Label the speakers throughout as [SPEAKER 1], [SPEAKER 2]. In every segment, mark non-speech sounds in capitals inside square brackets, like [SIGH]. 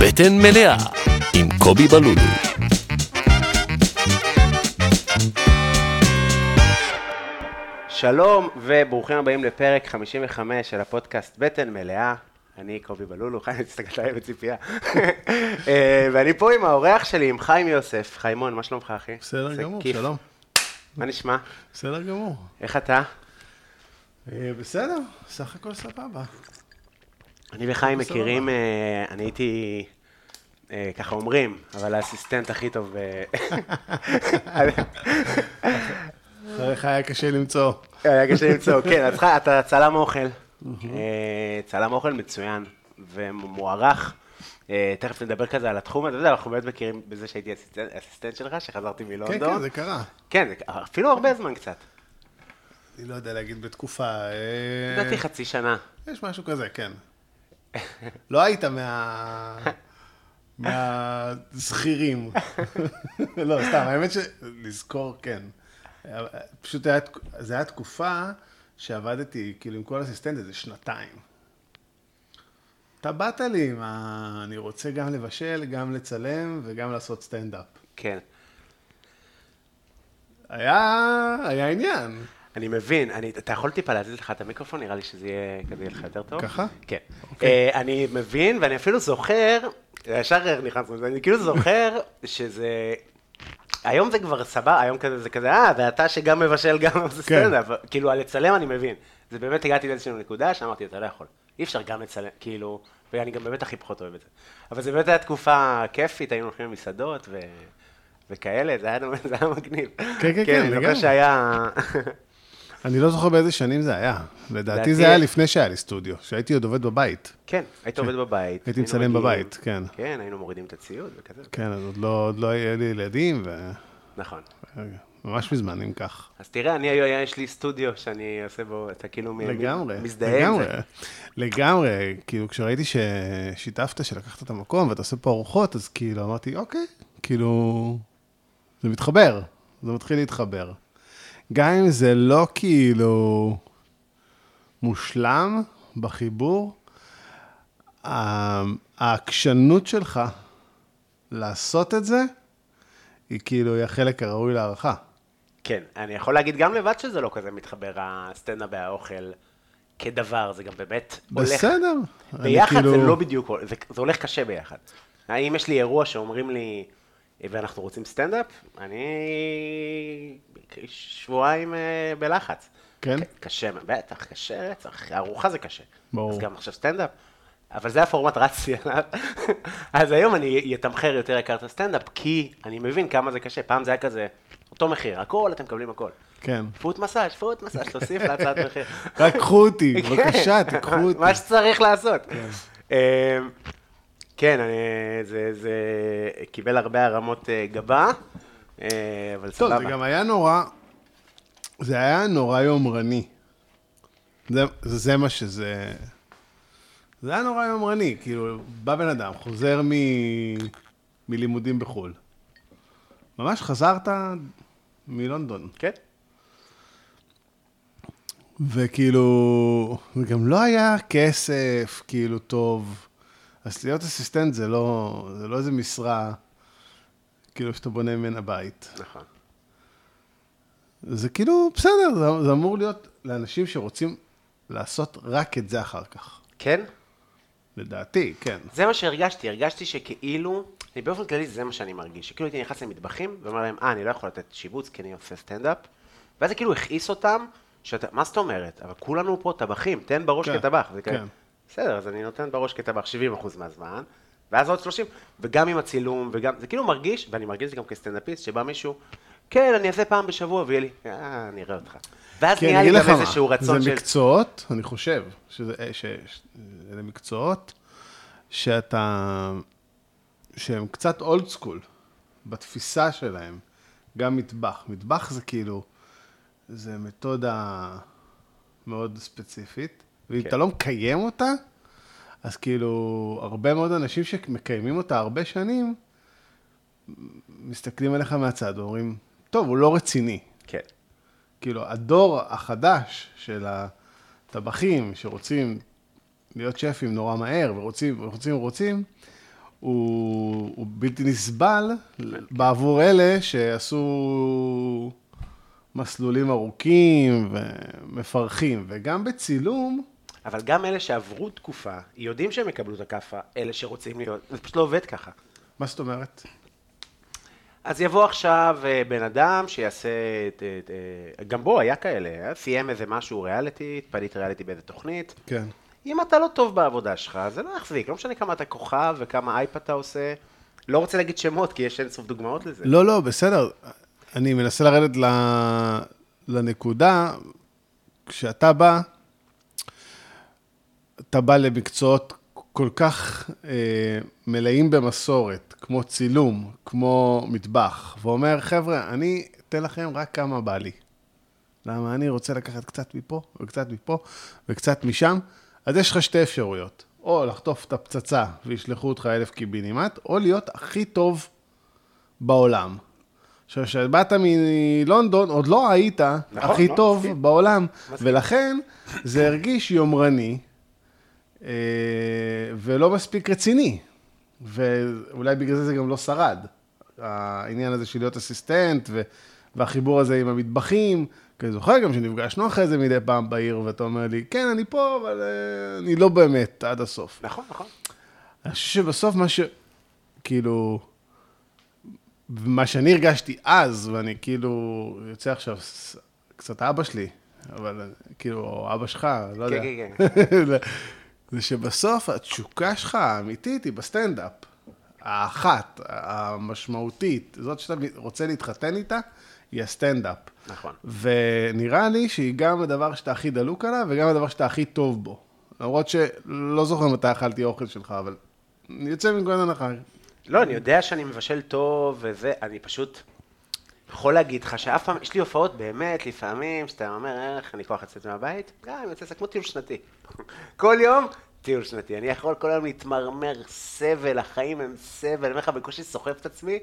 [SPEAKER 1] בטן מלאה עם קובי בלולו.
[SPEAKER 2] שלום וברוכים הבאים לפרק 55 של הפודקאסט בטן מלאה. אני קובי בלולו, חיים, [LAUGHS] הסתכלת עליי בציפייה. אה, ואני פה עם האורח שלי, עם חיים יוסף. חיימון, מה שלומך, אחי?
[SPEAKER 3] בסדר
[SPEAKER 2] איזה
[SPEAKER 3] גמור,
[SPEAKER 2] כיף.
[SPEAKER 3] שלום.
[SPEAKER 2] מה נשמע?
[SPEAKER 3] בסדר גמור.
[SPEAKER 2] איך אתה?
[SPEAKER 3] אה, בסדר, סך הכל סבבה.
[SPEAKER 2] אני וחיים
[SPEAKER 3] בסדר.
[SPEAKER 2] מכירים, אה, אני הייתי, אה, ככה אומרים, אבל האסיסטנט הכי טוב. אה, [LAUGHS] ב-
[SPEAKER 3] אחריך היה קשה למצוא.
[SPEAKER 2] היה קשה למצוא, כן, אז ח- אתה צלם אוכל. אה, צלם אוכל מצוין ומוערך. אה, תכף נדבר כזה על התחום, אתה יודע, אנחנו באמת מכירים בזה שהייתי אסיסטנט- אסיסטנט שלך, שחזרתי
[SPEAKER 3] כן, כן,
[SPEAKER 2] מלונדון.
[SPEAKER 3] זה כן. קרה.
[SPEAKER 2] כן, זה- אפילו הרבה זמן קצת.
[SPEAKER 3] אני לא יודע להגיד בתקופה. אה,
[SPEAKER 2] לדעתי חצי שנה.
[SPEAKER 3] יש משהו כזה, כן. לא היית מה... מהזכירים. לא, סתם, האמת שלזכור, כן. אבל, אה, פשוט היה תק- זה היה תקופה שעבדתי, כאילו, עם כל אסיסטנט איזה שנתיים. אתה באת לי עם ה... אני רוצה גם לבשל, גם לצלם וגם לעשות סטנדאפ.
[SPEAKER 2] כן.
[SPEAKER 3] היה, היה עניין.
[SPEAKER 2] אני מבין, אני, אתה יכול טיפה להזיז לך את המיקרופון, נראה לי שזה יהיה כזה יהיה לך יותר טוב.
[SPEAKER 3] ככה? אוקיי.
[SPEAKER 2] כן. אה, אני מבין, ואני אפילו זוכר, ישר נכנסנו לזה, אני כאילו זוכר שזה... היום זה כבר סבבה, היום כזה זה כזה, אה, ואתה שגם מבשל גם עושה
[SPEAKER 3] כן.
[SPEAKER 2] סטנדאפ, כאילו, על לצלם אני מבין. זה באמת הגעתי לאיזושהי נקודה שאמרתי, אתה לא יכול. אי אפשר גם לצלם, כאילו, ואני גם באמת הכי פחות אוהב את זה. אבל זה באמת היה תקופה כיפית, היינו הולכים למסעדות ו... וכאלה, זה היה, זה היה מגניב.
[SPEAKER 3] כן, כן,
[SPEAKER 2] אני זוכר
[SPEAKER 3] לגמרי.
[SPEAKER 2] שהיה...
[SPEAKER 3] אני לא זוכר באיזה שנים זה היה. לדעתי
[SPEAKER 2] לדעתי-
[SPEAKER 3] זה היה לפני שהיה לי סטודיו, שהייתי עוד עובד בבית.
[SPEAKER 2] כן, היית עובד בבית.
[SPEAKER 3] הייתי
[SPEAKER 2] היינו
[SPEAKER 3] מצלם
[SPEAKER 2] מגיעים.
[SPEAKER 3] בבית, כן.
[SPEAKER 2] כן, היינו מורידים את הציוד וכזה.
[SPEAKER 3] כן, אז עוד לא, עוד לא היה לי ילדים, ו...
[SPEAKER 2] נכון.
[SPEAKER 3] ממש מזמן, אם כך.
[SPEAKER 2] אז תראה, אני, היום- יש לי סטודיו שאני עושה בו, אתה כאילו מ-
[SPEAKER 3] לגמרי.
[SPEAKER 2] מזדהה עם
[SPEAKER 3] לגמרי,
[SPEAKER 2] זה.
[SPEAKER 3] לגמרי, כאילו, כשראיתי ששיתפת, שלקחת את המקום ואתה עושה פה ארוחות, אז כאילו, אמרתי, אוקיי, כאילו, זה מתחבר, זה מתחיל להתחבר. גם אם זה לא כאילו מושלם בחיבור, ה- העקשנות שלך לעשות את זה, היא כאילו, היא החלק הראוי להערכה.
[SPEAKER 2] כן, אני יכול להגיד גם לבד שזה לא כזה מתחבר, הסצנה והאוכל כדבר, זה גם באמת הולך.
[SPEAKER 3] בסדר. אני
[SPEAKER 2] ביחד זה
[SPEAKER 3] כאילו-
[SPEAKER 2] לא בדיוק, הול- זה, זה הולך קשה ביחד. אם יש לי אירוע שאומרים לי, "אה, ואנחנו רוצים סטנדאפ, אני שבועיים אה, בלחץ.
[SPEAKER 3] כן?
[SPEAKER 2] ק- קשה, בטח, קשה רצח, ארוחה זה קשה.
[SPEAKER 3] ברור.
[SPEAKER 2] אז גם עכשיו סטנדאפ. אבל זה הפורמט, רצתי עליו. [LAUGHS] אז היום אני אתמחר יותר יקר את הסטנדאפ, כי אני מבין כמה זה קשה. פעם זה היה כזה, אותו מחיר, הכל, אתם מקבלים הכל.
[SPEAKER 3] כן.
[SPEAKER 2] פוט מסאז', פוט מסאז', תוסיף להצעת מחיר.
[SPEAKER 3] רק קחו אותי,
[SPEAKER 2] [LAUGHS] כן,
[SPEAKER 3] בבקשה, תיקחו אותי. כן.
[SPEAKER 2] מה שצריך לעשות. אמ, כן, אני, זה, זה קיבל הרבה הרמות אה, גבה, אה, אבל
[SPEAKER 3] טוב,
[SPEAKER 2] סבבה.
[SPEAKER 3] זה גם היה נורא, זה היה נורא יומרני. זה, זה, זה מה שזה... זה היה נורא יומרני, כאילו, בא בן אדם, חוזר מ... מלימודים בחו"ל. ממש חזרת מלונדון.
[SPEAKER 2] כן?
[SPEAKER 3] וכאילו, וגם לא היה כסף, כאילו, טוב. אז להיות אסיסטנט זה לא, זה לא איזה משרה, כאילו, שאתה בונה ממנה בית.
[SPEAKER 2] נכון.
[SPEAKER 3] זה כאילו, בסדר, זה, זה אמור להיות לאנשים שרוצים לעשות רק את זה אחר כך.
[SPEAKER 2] כן?
[SPEAKER 3] לדעתי, כן.
[SPEAKER 2] זה מה שהרגשתי, הרגשתי שכאילו, אני באופן כללי זה מה שאני מרגיש, שכאילו הייתי נכנס למטבחים ואומר להם, אה, אני לא יכול לתת שיבוץ כי אני עושה סטנדאפ, ואז זה כאילו הכעיס אותם, שאתה, מה זאת אומרת, אבל כולנו פה טבחים, תן בראש
[SPEAKER 3] כן,
[SPEAKER 2] כטבח, זה
[SPEAKER 3] כן.
[SPEAKER 2] כאלה, בסדר, אז אני נותן בראש כטבח 70% מהזמן, ואז עוד 30, וגם עם הצילום, וגם, זה כאילו מרגיש, ואני מרגיש את זה גם כסטנדאפיסט, שבא מישהו, כן, אני אעשה פעם בשבוע, ויהיה לי, אה, אני אראה אותך. ואז
[SPEAKER 3] כי כן, אני
[SPEAKER 2] נהיה לי
[SPEAKER 3] אגיד
[SPEAKER 2] גם
[SPEAKER 3] לך מה,
[SPEAKER 2] איזשהו רצון
[SPEAKER 3] זה
[SPEAKER 2] של...
[SPEAKER 3] מקצועות, אני חושב, שזה אה, ש- ש- אלה מקצועות שאתה, שהם קצת אולד סקול בתפיסה שלהם, גם מטבח. מטבח זה כאילו, זה מתודה מאוד ספציפית, ואם
[SPEAKER 2] כן.
[SPEAKER 3] אתה לא מקיים אותה, אז כאילו, הרבה מאוד אנשים שמקיימים אותה הרבה שנים, מסתכלים עליך מהצד ואומרים, טוב, הוא לא רציני.
[SPEAKER 2] כן.
[SPEAKER 3] כאילו, הדור החדש של הטבחים שרוצים להיות שפים נורא מהר ורוצים, רוצים, רוצים, הוא, הוא בלתי נסבל בעבור אלה שעשו מסלולים ארוכים ומפרכים, וגם בצילום,
[SPEAKER 2] אבל גם אלה שעברו תקופה, יודעים שהם יקבלו את הכאפה, אלה שרוצים להיות, זה פשוט לא עובד ככה.
[SPEAKER 3] מה זאת אומרת?
[SPEAKER 2] אז יבוא עכשיו אה, בן אדם שיעשה את... את אה, גם בו היה כאלה, אה? סיים איזה משהו ריאליטי, פליט ריאליטי באיזה תוכנית.
[SPEAKER 3] כן.
[SPEAKER 2] אם אתה לא טוב בעבודה שלך, זה לא יחזיק, לא משנה כמה אתה כוכב וכמה אייפ אתה עושה. לא רוצה להגיד שמות, כי יש אינסוף דוגמאות לזה.
[SPEAKER 3] לא, לא, בסדר. אני מנסה לרדת ל... לנקודה, כשאתה בא, אתה בא למקצועות כל כך אה, מלאים במסורת, כמו צילום, כמו מטבח, ואומר, חבר'ה, אני אתן לכם רק כמה בא לי. למה אני רוצה לקחת קצת מפה, וקצת מפה, וקצת משם, אז יש לך שתי אפשרויות. או לחטוף את הפצצה וישלחו אותך אלף קיבינימט, או להיות הכי טוב בעולם. עכשיו, כשבאת מלונדון, עוד לא היית
[SPEAKER 2] נכון,
[SPEAKER 3] הכי
[SPEAKER 2] לא,
[SPEAKER 3] טוב
[SPEAKER 2] מסכים.
[SPEAKER 3] בעולם, ולכן זה הרגיש יומרני, אה, ולא מספיק רציני. ואולי בגלל זה זה גם לא שרד. העניין הזה של להיות אסיסטנט, ו... והחיבור הזה עם המטבחים, כי אני זוכר גם שנפגשנו אחרי זה מדי פעם בעיר, ואתה אומר לי, כן, אני פה, אבל אה, אני לא באמת עד הסוף.
[SPEAKER 2] נכון, נכון.
[SPEAKER 3] אני חושב שבסוף מה ש... כאילו... מה שאני הרגשתי אז, ואני כאילו יוצא עכשיו ס- קצת אבא שלי, אבל אה, כאילו, או אבא שלך, לא
[SPEAKER 2] כן,
[SPEAKER 3] יודע.
[SPEAKER 2] כן,
[SPEAKER 3] זה- זה שבסוף התשוקה שלך האמיתית היא בסטנדאפ. האחת, המשמעותית, זאת שאתה רוצה להתחתן איתה, היא הסטנדאפ.
[SPEAKER 2] נכון.
[SPEAKER 3] ונראה לי שהיא גם הדבר שאתה הכי דלוק עליו, וגם הדבר שאתה הכי טוב בו. למרות שלא זוכר מתי אכלתי אוכל שלך, אבל אני יוצא מנקודת הנחה.
[SPEAKER 2] לא, אני יודע שאני מבשל טוב וזה, אני פשוט יכול להגיד לך שאף פעם, יש לי הופעות באמת, לפעמים, שאתה אומר, איך אני כוח לצאת מהבית, גם יוצא זה כמו טיול שנתי. [LAUGHS] כל יום, טיול שנתי. אני יכול כל היום להתמרמר, סבל, החיים הם סבל, אני אומר לך, בקושי סוחב את עצמי,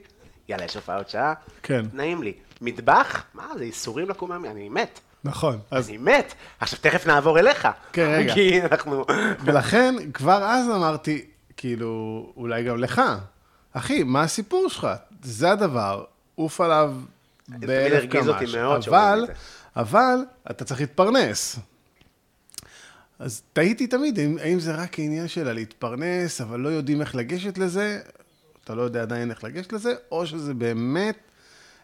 [SPEAKER 2] יאללה, יש הופעה עוד שעה.
[SPEAKER 3] כן.
[SPEAKER 2] נעים לי. מטבח? מה, זה ייסורים לקום מהמ... אני מת.
[SPEAKER 3] נכון. אז
[SPEAKER 2] אני מת. עכשיו, תכף נעבור אליך.
[SPEAKER 3] כן, רגע.
[SPEAKER 2] כי אנחנו...
[SPEAKER 3] ולכן, כבר אז אמרתי, כאילו, אולי גם לך, אחי, מה הסיפור שלך? זה הדבר, עוף עליו
[SPEAKER 2] תמיד
[SPEAKER 3] באלף
[SPEAKER 2] הרגיז אותי
[SPEAKER 3] קמ"ש.
[SPEAKER 2] מאוד
[SPEAKER 3] אבל,
[SPEAKER 2] שאומרים את
[SPEAKER 3] אבל, אתה צריך להתפרנס. אז תהיתי תמיד, האם, האם זה רק העניין שלה להתפרנס, אבל לא יודעים איך לגשת לזה, אתה לא יודע עדיין איך לגשת לזה, או שזה באמת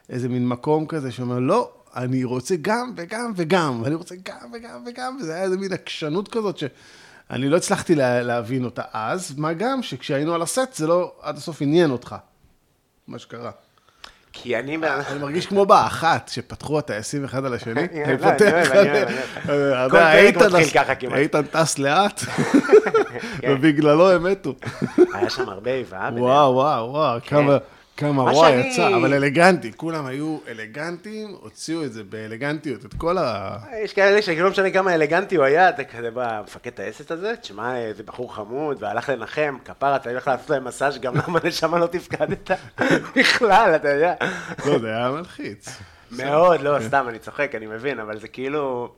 [SPEAKER 3] איזה מין מקום כזה שאומר, לא, אני רוצה גם וגם וגם, ואני רוצה גם וגם וגם, וזה היה איזה מין עקשנות כזאת שאני לא הצלחתי לה, להבין אותה אז, מה גם שכשהיינו על הסט זה לא עד הסוף עניין אותך, מה שקרה.
[SPEAKER 2] כי אני...
[SPEAKER 3] [LAUGHS] אני מרגיש כמו באחת, שפתחו הטייסים אחד על השני.
[SPEAKER 2] [LAUGHS] יאללה,
[SPEAKER 3] אני
[SPEAKER 2] אני
[SPEAKER 3] פותח
[SPEAKER 2] אוהב, אני אוהב, אני
[SPEAKER 3] אה,
[SPEAKER 2] כל
[SPEAKER 3] אה,
[SPEAKER 2] פרק
[SPEAKER 3] איתן
[SPEAKER 2] מתחיל
[SPEAKER 3] טס-
[SPEAKER 2] ככה כמעט. כן.
[SPEAKER 3] איתן
[SPEAKER 2] [LAUGHS]
[SPEAKER 3] טס לאט, [LAUGHS] ובגללו הם מתו.
[SPEAKER 2] היה שם הרבה איבה. ביניהם.
[SPEAKER 3] וואו, וואו, וואו, כמה... כמה
[SPEAKER 2] כן. מה
[SPEAKER 3] וואי
[SPEAKER 2] שאני-
[SPEAKER 3] יצא, אבל אלגנטי, כולם היו אלגנטים, הוציאו את זה באלגנטיות, את כל
[SPEAKER 2] [LAUGHS]
[SPEAKER 3] ה...
[SPEAKER 2] יש כאלה שכאילו לא משנה כמה אלגנטי הוא היה, אתה כזה בא, מפקד טייסת הזה, תשמע, איזה בחור חמוד, והלך לנחם, כפרה, אתה הולך לעשות להם מסאז' גם למה [LAUGHS] נשמה לא תפקדת [LAUGHS] בכלל, אתה יודע.
[SPEAKER 3] לא, זה היה מלחיץ.
[SPEAKER 2] מאוד, לא,
[SPEAKER 3] כן.
[SPEAKER 2] סתם, אני צוחק, אני מבין, אבל זה כאילו...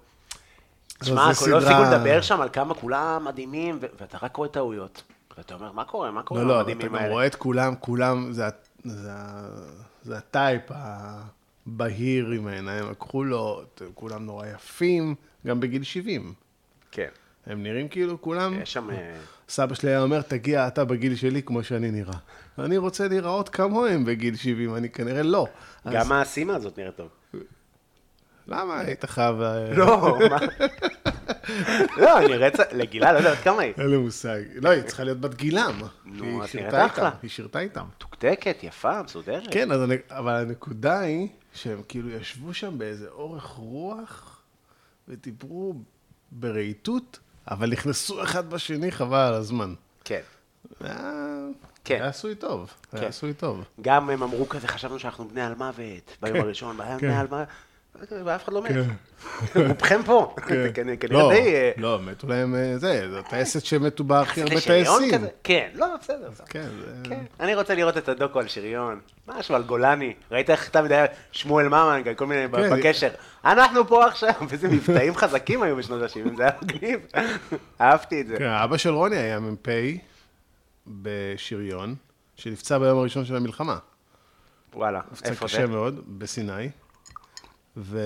[SPEAKER 2] תשמע,
[SPEAKER 3] זה
[SPEAKER 2] כל- לא
[SPEAKER 3] סדרה-
[SPEAKER 2] הפסיקו לדבר שם על כמה כולם מדהימים, ו- ואתה רק רואה טעויות. ואתה אומר, מה קורה? מה קורה
[SPEAKER 3] לא, לא, אבל אתה
[SPEAKER 2] למדהימים
[SPEAKER 3] גם
[SPEAKER 2] האלה?
[SPEAKER 3] רואה את כולם, כולם, זה ה- זה ה- זה הטייפ הבהיר עם העיניים הכחולות, כולם נורא יפים, גם בגיל 70.
[SPEAKER 2] כן,
[SPEAKER 3] הם נראים כאילו כולם...
[SPEAKER 2] יש שם... אה,
[SPEAKER 3] סבא שלי היה אומר, תגיע אתה בגיל שלי כמו שאני נראה. אני רוצה להיראות כמוהם בגיל 70, אני כנראה לא. אז
[SPEAKER 2] גם הסימה הזאת נראית טוב.
[SPEAKER 3] למה היית חייב... אה,
[SPEAKER 2] לא, מה? [LAUGHS] לא, אני רצה... לגילה, לא יודעת כמה היא.
[SPEAKER 3] אין לי מושג. לא, היא צריכה להיות בת גילם.
[SPEAKER 2] נו,
[SPEAKER 3] כי היא
[SPEAKER 2] את
[SPEAKER 3] שירתה
[SPEAKER 2] נראית
[SPEAKER 3] איתם,
[SPEAKER 2] אחלה.
[SPEAKER 3] היא שירתה איתם.
[SPEAKER 2] מתוקתקת, יפה, מסודרת.
[SPEAKER 3] כן, אז, הנק- אבל הנקודה היא שהם כאילו ישבו שם באיזה אורך רוח ודיברו ברהיטות, אבל נכנסו אחד בשני חבל על הזמן.
[SPEAKER 2] כן.
[SPEAKER 3] היה-
[SPEAKER 2] כן.
[SPEAKER 3] היה עשוי טוב, היה
[SPEAKER 2] כן.
[SPEAKER 3] עשוי טוב.
[SPEAKER 2] גם הם אמרו כזה, חשבנו שאנחנו בני על מוות,
[SPEAKER 3] כן.
[SPEAKER 2] ביום הראשון, ביום בני על מוות, ואף אחד לא מת. [LAUGHS] רובכם פה.
[SPEAKER 3] כן.
[SPEAKER 2] [LAUGHS] כנראה-
[SPEAKER 3] לא,
[SPEAKER 2] כנראה די... אה,
[SPEAKER 3] לא, מתו להם, אה, זה, זו טייסת שמתו בה הכי הרבה
[SPEAKER 2] לשריון
[SPEAKER 3] טייסים.
[SPEAKER 2] כזה. כן, לא, בסדר. בסדר.
[SPEAKER 3] כן, זה-
[SPEAKER 2] כן. אני רוצה לראות את הדוקו על שריון, משהו על גולני. ראית איך תמיד היה שמואל ממן, כל מיני
[SPEAKER 3] כן.
[SPEAKER 2] בקשר. אנחנו פה עכשיו, [LAUGHS] איזה מבטאים חזקים היו בשנות ה-70, זה היה מגניב. [LAUGHS] אהבתי את זה.
[SPEAKER 3] כן, אבא של רוני היה מ"פ בשריון, שנפצע ביום הראשון של המלחמה.
[SPEAKER 2] וואלה,
[SPEAKER 3] נפצע
[SPEAKER 2] איפה
[SPEAKER 3] קשה
[SPEAKER 2] זה?
[SPEAKER 3] מאוד, בסיני. ו...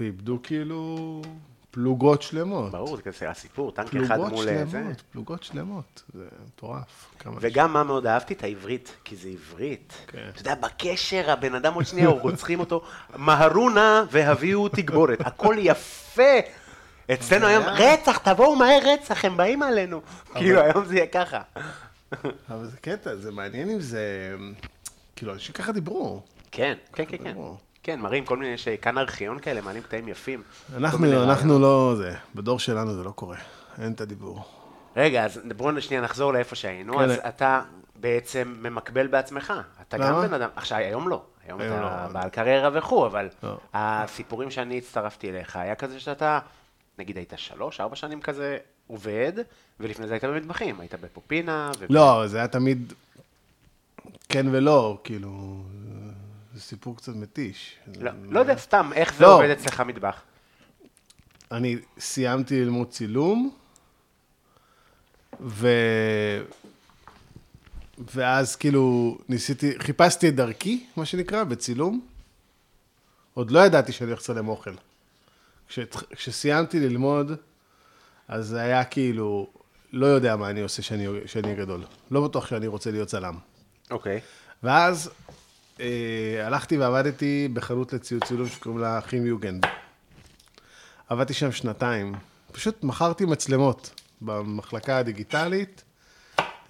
[SPEAKER 3] ואיבדו כאילו פלוגות שלמות.
[SPEAKER 2] ברור, זה כזה הסיפור, טנק אחד
[SPEAKER 3] פלוגות
[SPEAKER 2] מול אה, זה.
[SPEAKER 3] שלמות, פלוגות שלמות. זה מטורף. כמה
[SPEAKER 2] וגם מה מאוד אהבתי? את העברית, כי זה עברית.
[SPEAKER 3] כן.
[SPEAKER 2] אתה יודע, בקשר, הבן אדם עוד שנייה, רוצחים אותו, מהרו נא והביאו תגבורת. הכל יפה. אצלנו היום, רצח, תבואו מהר רצח, הם באים עלינו. כאילו, היום זה יהיה ככה.
[SPEAKER 3] אבל זה קטע, זה מעניין אם זה... כאילו, אנשים ככה דיברו.
[SPEAKER 2] כן, כן, כן, כן.
[SPEAKER 3] ברור.
[SPEAKER 2] כן, מראים כל מיני, יש כאן ארכיון כאלה, מעלים קטעים יפים. כל מיני
[SPEAKER 3] אנחנו,
[SPEAKER 2] רעיונות.
[SPEAKER 3] אנחנו לא... זה, בדור שלנו זה לא קורה. אין את
[SPEAKER 2] אוקיי.
[SPEAKER 3] הדיבור.
[SPEAKER 2] רגע, אז בואו שנייה נחזור לאיפה שהיינו.
[SPEAKER 3] כן.
[SPEAKER 2] אז אתה בעצם ממקבל בעצמך. אתה גם
[SPEAKER 3] למה?
[SPEAKER 2] בן אדם, עכשיו, היום לא. היום
[SPEAKER 3] היום
[SPEAKER 2] אתה
[SPEAKER 3] לא.
[SPEAKER 2] בעל קריירה וכו', אבל
[SPEAKER 3] לא.
[SPEAKER 2] הסיפורים שאני הצטרפתי אליך, היה כזה שאתה, נגיד היית שלוש, ארבע שנים כזה עובד, ולפני זה היית במטבחים, היית בפופינה. וב-
[SPEAKER 3] לא, אבל זה היה תמיד כן ולא, כאילו... זה סיפור קצת מתיש.
[SPEAKER 2] לא, לא יודע, סתם, איך זה
[SPEAKER 3] לא.
[SPEAKER 2] עובד אצלך מטבח?
[SPEAKER 3] אני סיימתי ללמוד צילום, ו... ואז כאילו ניסיתי, חיפשתי את דרכי, מה שנקרא, בצילום. עוד לא ידעתי שאני הולך לצלם אוכל. כשהתח- כשסיימתי ללמוד, אז זה היה כאילו, לא יודע מה אני עושה כשאני כשאני אהיה גדול. לא בטוח שאני רוצה להיות צלם.
[SPEAKER 2] אוקיי.
[SPEAKER 3] ואז אה, הלכתי ועבדתי בחנות לציוד צילום שקוראים לה חים יוגנד. עבדתי שם שנתיים. פשוט מכרתי מצלמות במחלקה הדיגיטלית,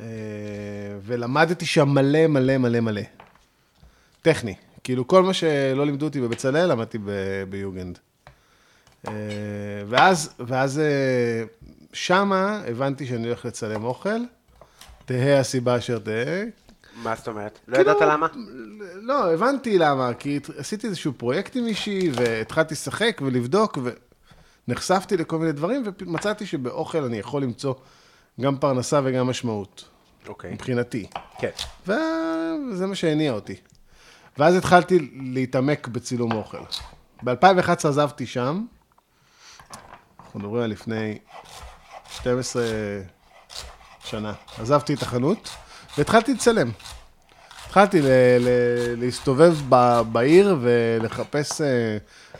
[SPEAKER 3] אה, ולמדתי שם מלא מלא מלא מלא. טכני. כאילו, כל מה שלא לימדו אותי בבצלאל, למדתי ב- ביוגנד. אה, ואז, ואז אה, שמה הבנתי שאני הולך לצלם אוכל. תהא הסיבה אשר תהא,
[SPEAKER 2] מה זאת אומרת? לא ידעת
[SPEAKER 3] כאילו,
[SPEAKER 2] למה?
[SPEAKER 3] לא, הבנתי למה, כי הת- עשיתי איזשהו פרויקט עם מישהי, והתחלתי לשחק ולבדוק, ונחשפתי לכל מיני דברים, ומצאתי שבאוכל אני יכול למצוא גם פרנסה וגם משמעות,
[SPEAKER 2] אוקיי.
[SPEAKER 3] מבחינתי.
[SPEAKER 2] כן.
[SPEAKER 3] וזה מה שהניע אותי. ואז התחלתי להתעמק בצילום אוכל. ב-2011 עזבתי שם, אנחנו מדברים על לפני 12 שנה, עזבתי את החנות והתחלתי לצלם. התחלתי ל- ל- להסתובב ב- בעיר ולחפש אה,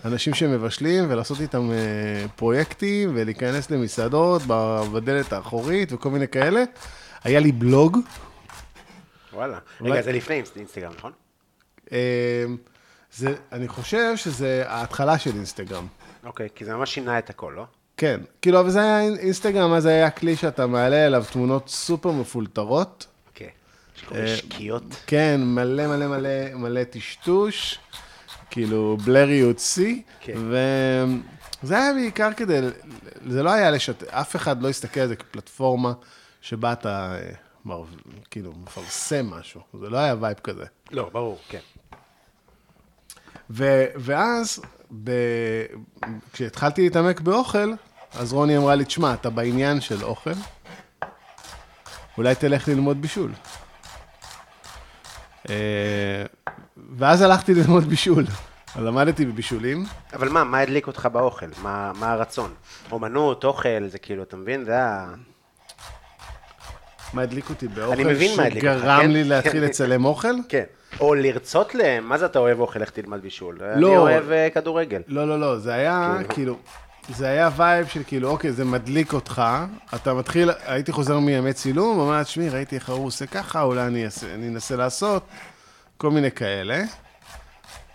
[SPEAKER 3] אנשים שמבשלים ולעשות איתם אה, פרויקטים ולהיכנס למסעדות ב- בדלת האחורית וכל מיני כאלה. היה לי בלוג
[SPEAKER 2] וואלה.
[SPEAKER 3] אולי-
[SPEAKER 2] רגע, זה לפני אינסט- אינסטגרם, נכון?
[SPEAKER 3] אמ, זה, אני חושב שזה ההתחלה של אינסטגרם.
[SPEAKER 2] אוקיי, כי זה ממש שינה את הכל, לא?
[SPEAKER 3] כן, כאילו, אבל זה היה אינ- אינסטגרם, אז היה כלי שאתה מעלה אליו תמונות סופר מפולטרות.
[SPEAKER 2] כן. יש כל
[SPEAKER 3] אה,
[SPEAKER 2] מיני שקיעות.
[SPEAKER 3] כן, מלא מלא מלא מלא טשטוש, כאילו בלריות שיא.
[SPEAKER 2] כן.
[SPEAKER 3] וזה היה בעיקר כדי, ל- זה לא היה לשת... אף אחד לא הסתכל על זה כפלטפורמה שבה אתה אה, מר... כאילו מפרסם משהו. זה לא היה וייב כזה.
[SPEAKER 2] לא, ברור, כן.
[SPEAKER 3] ו- ואז, ב- כשהתחלתי להתעמק באוכל, אז רוני אמרה לי, תשמע, אתה בעניין של אוכל, אולי תלך ללמוד בישול. אה, ואז הלכתי ללמוד בישול. למדתי בבישולים.
[SPEAKER 2] אבל מה, מה הדליק אותך באוכל? מה, מה הרצון? אומנות, אוכל, זה כאילו, אתה מבין? זה ה...
[SPEAKER 3] מה הדליק אותי באוכל?
[SPEAKER 2] אני מבין מה הדליק אותך,
[SPEAKER 3] שגרם
[SPEAKER 2] כן?
[SPEAKER 3] לי להתחיל
[SPEAKER 2] כן.
[SPEAKER 3] לצלם אוכל?
[SPEAKER 2] כן. או לרצות ל... מה זה אתה אוהב אוכל? לך תלמד בישול. לא. אני
[SPEAKER 3] לא.
[SPEAKER 2] אוהב אה, כדורגל.
[SPEAKER 3] לא, לא, לא, זה היה
[SPEAKER 2] כאילו.
[SPEAKER 3] כאילו, זה היה וייב של כאילו, אוקיי, זה מדליק אותך, אתה מתחיל, הייתי חוזר מימי צילום, אמרתי, תשמעי, ראיתי איך ההוא עושה ככה, אולי אני אעשה- אני אנסה לעשות, כל מיני כאלה.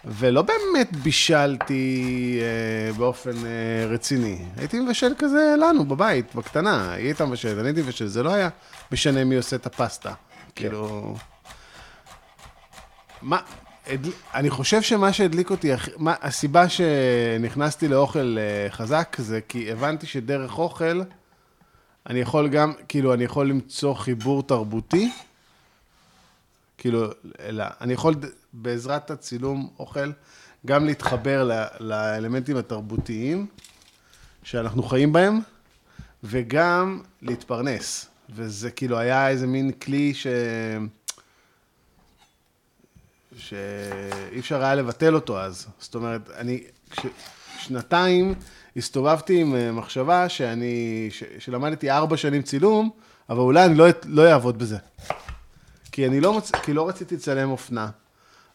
[SPEAKER 3] ולא באמת בישלתי אה, באופן אה, רציני. הייתי מבשל כזה לנו, בבית, בקטנה. היא הייתה מבשלת, אני הייתי מבשל, זה לא היה משנה מי עושה את הפסטה. כאילו... מה, הדל... אני חושב שמה שהדליק אותי, הכי- מה, הסיבה שנכנסתי לאוכל אה, חזק זה כי הבנתי שדרך אוכל אני יכול גם, כאילו, אני יכול למצוא חיבור תרבותי, כאילו, אלא, אני יכול ד- בעזרת הצילום אוכל גם להתחבר ל- לאלמנטים התרבותיים שאנחנו חיים בהם, וגם להתפרנס. וזה כאילו היה איזה מין כלי ש... שאי אפשר היה לבטל אותו אז. זאת אומרת, אני כש... שנתיים הסתובבתי עם אה, מחשבה שאני, ש, שלמדתי ארבע שנים צילום, אבל אולי אני לא, לא אעבוד בזה. כי אני לא, מצ... כי לא רציתי לצלם אופנה,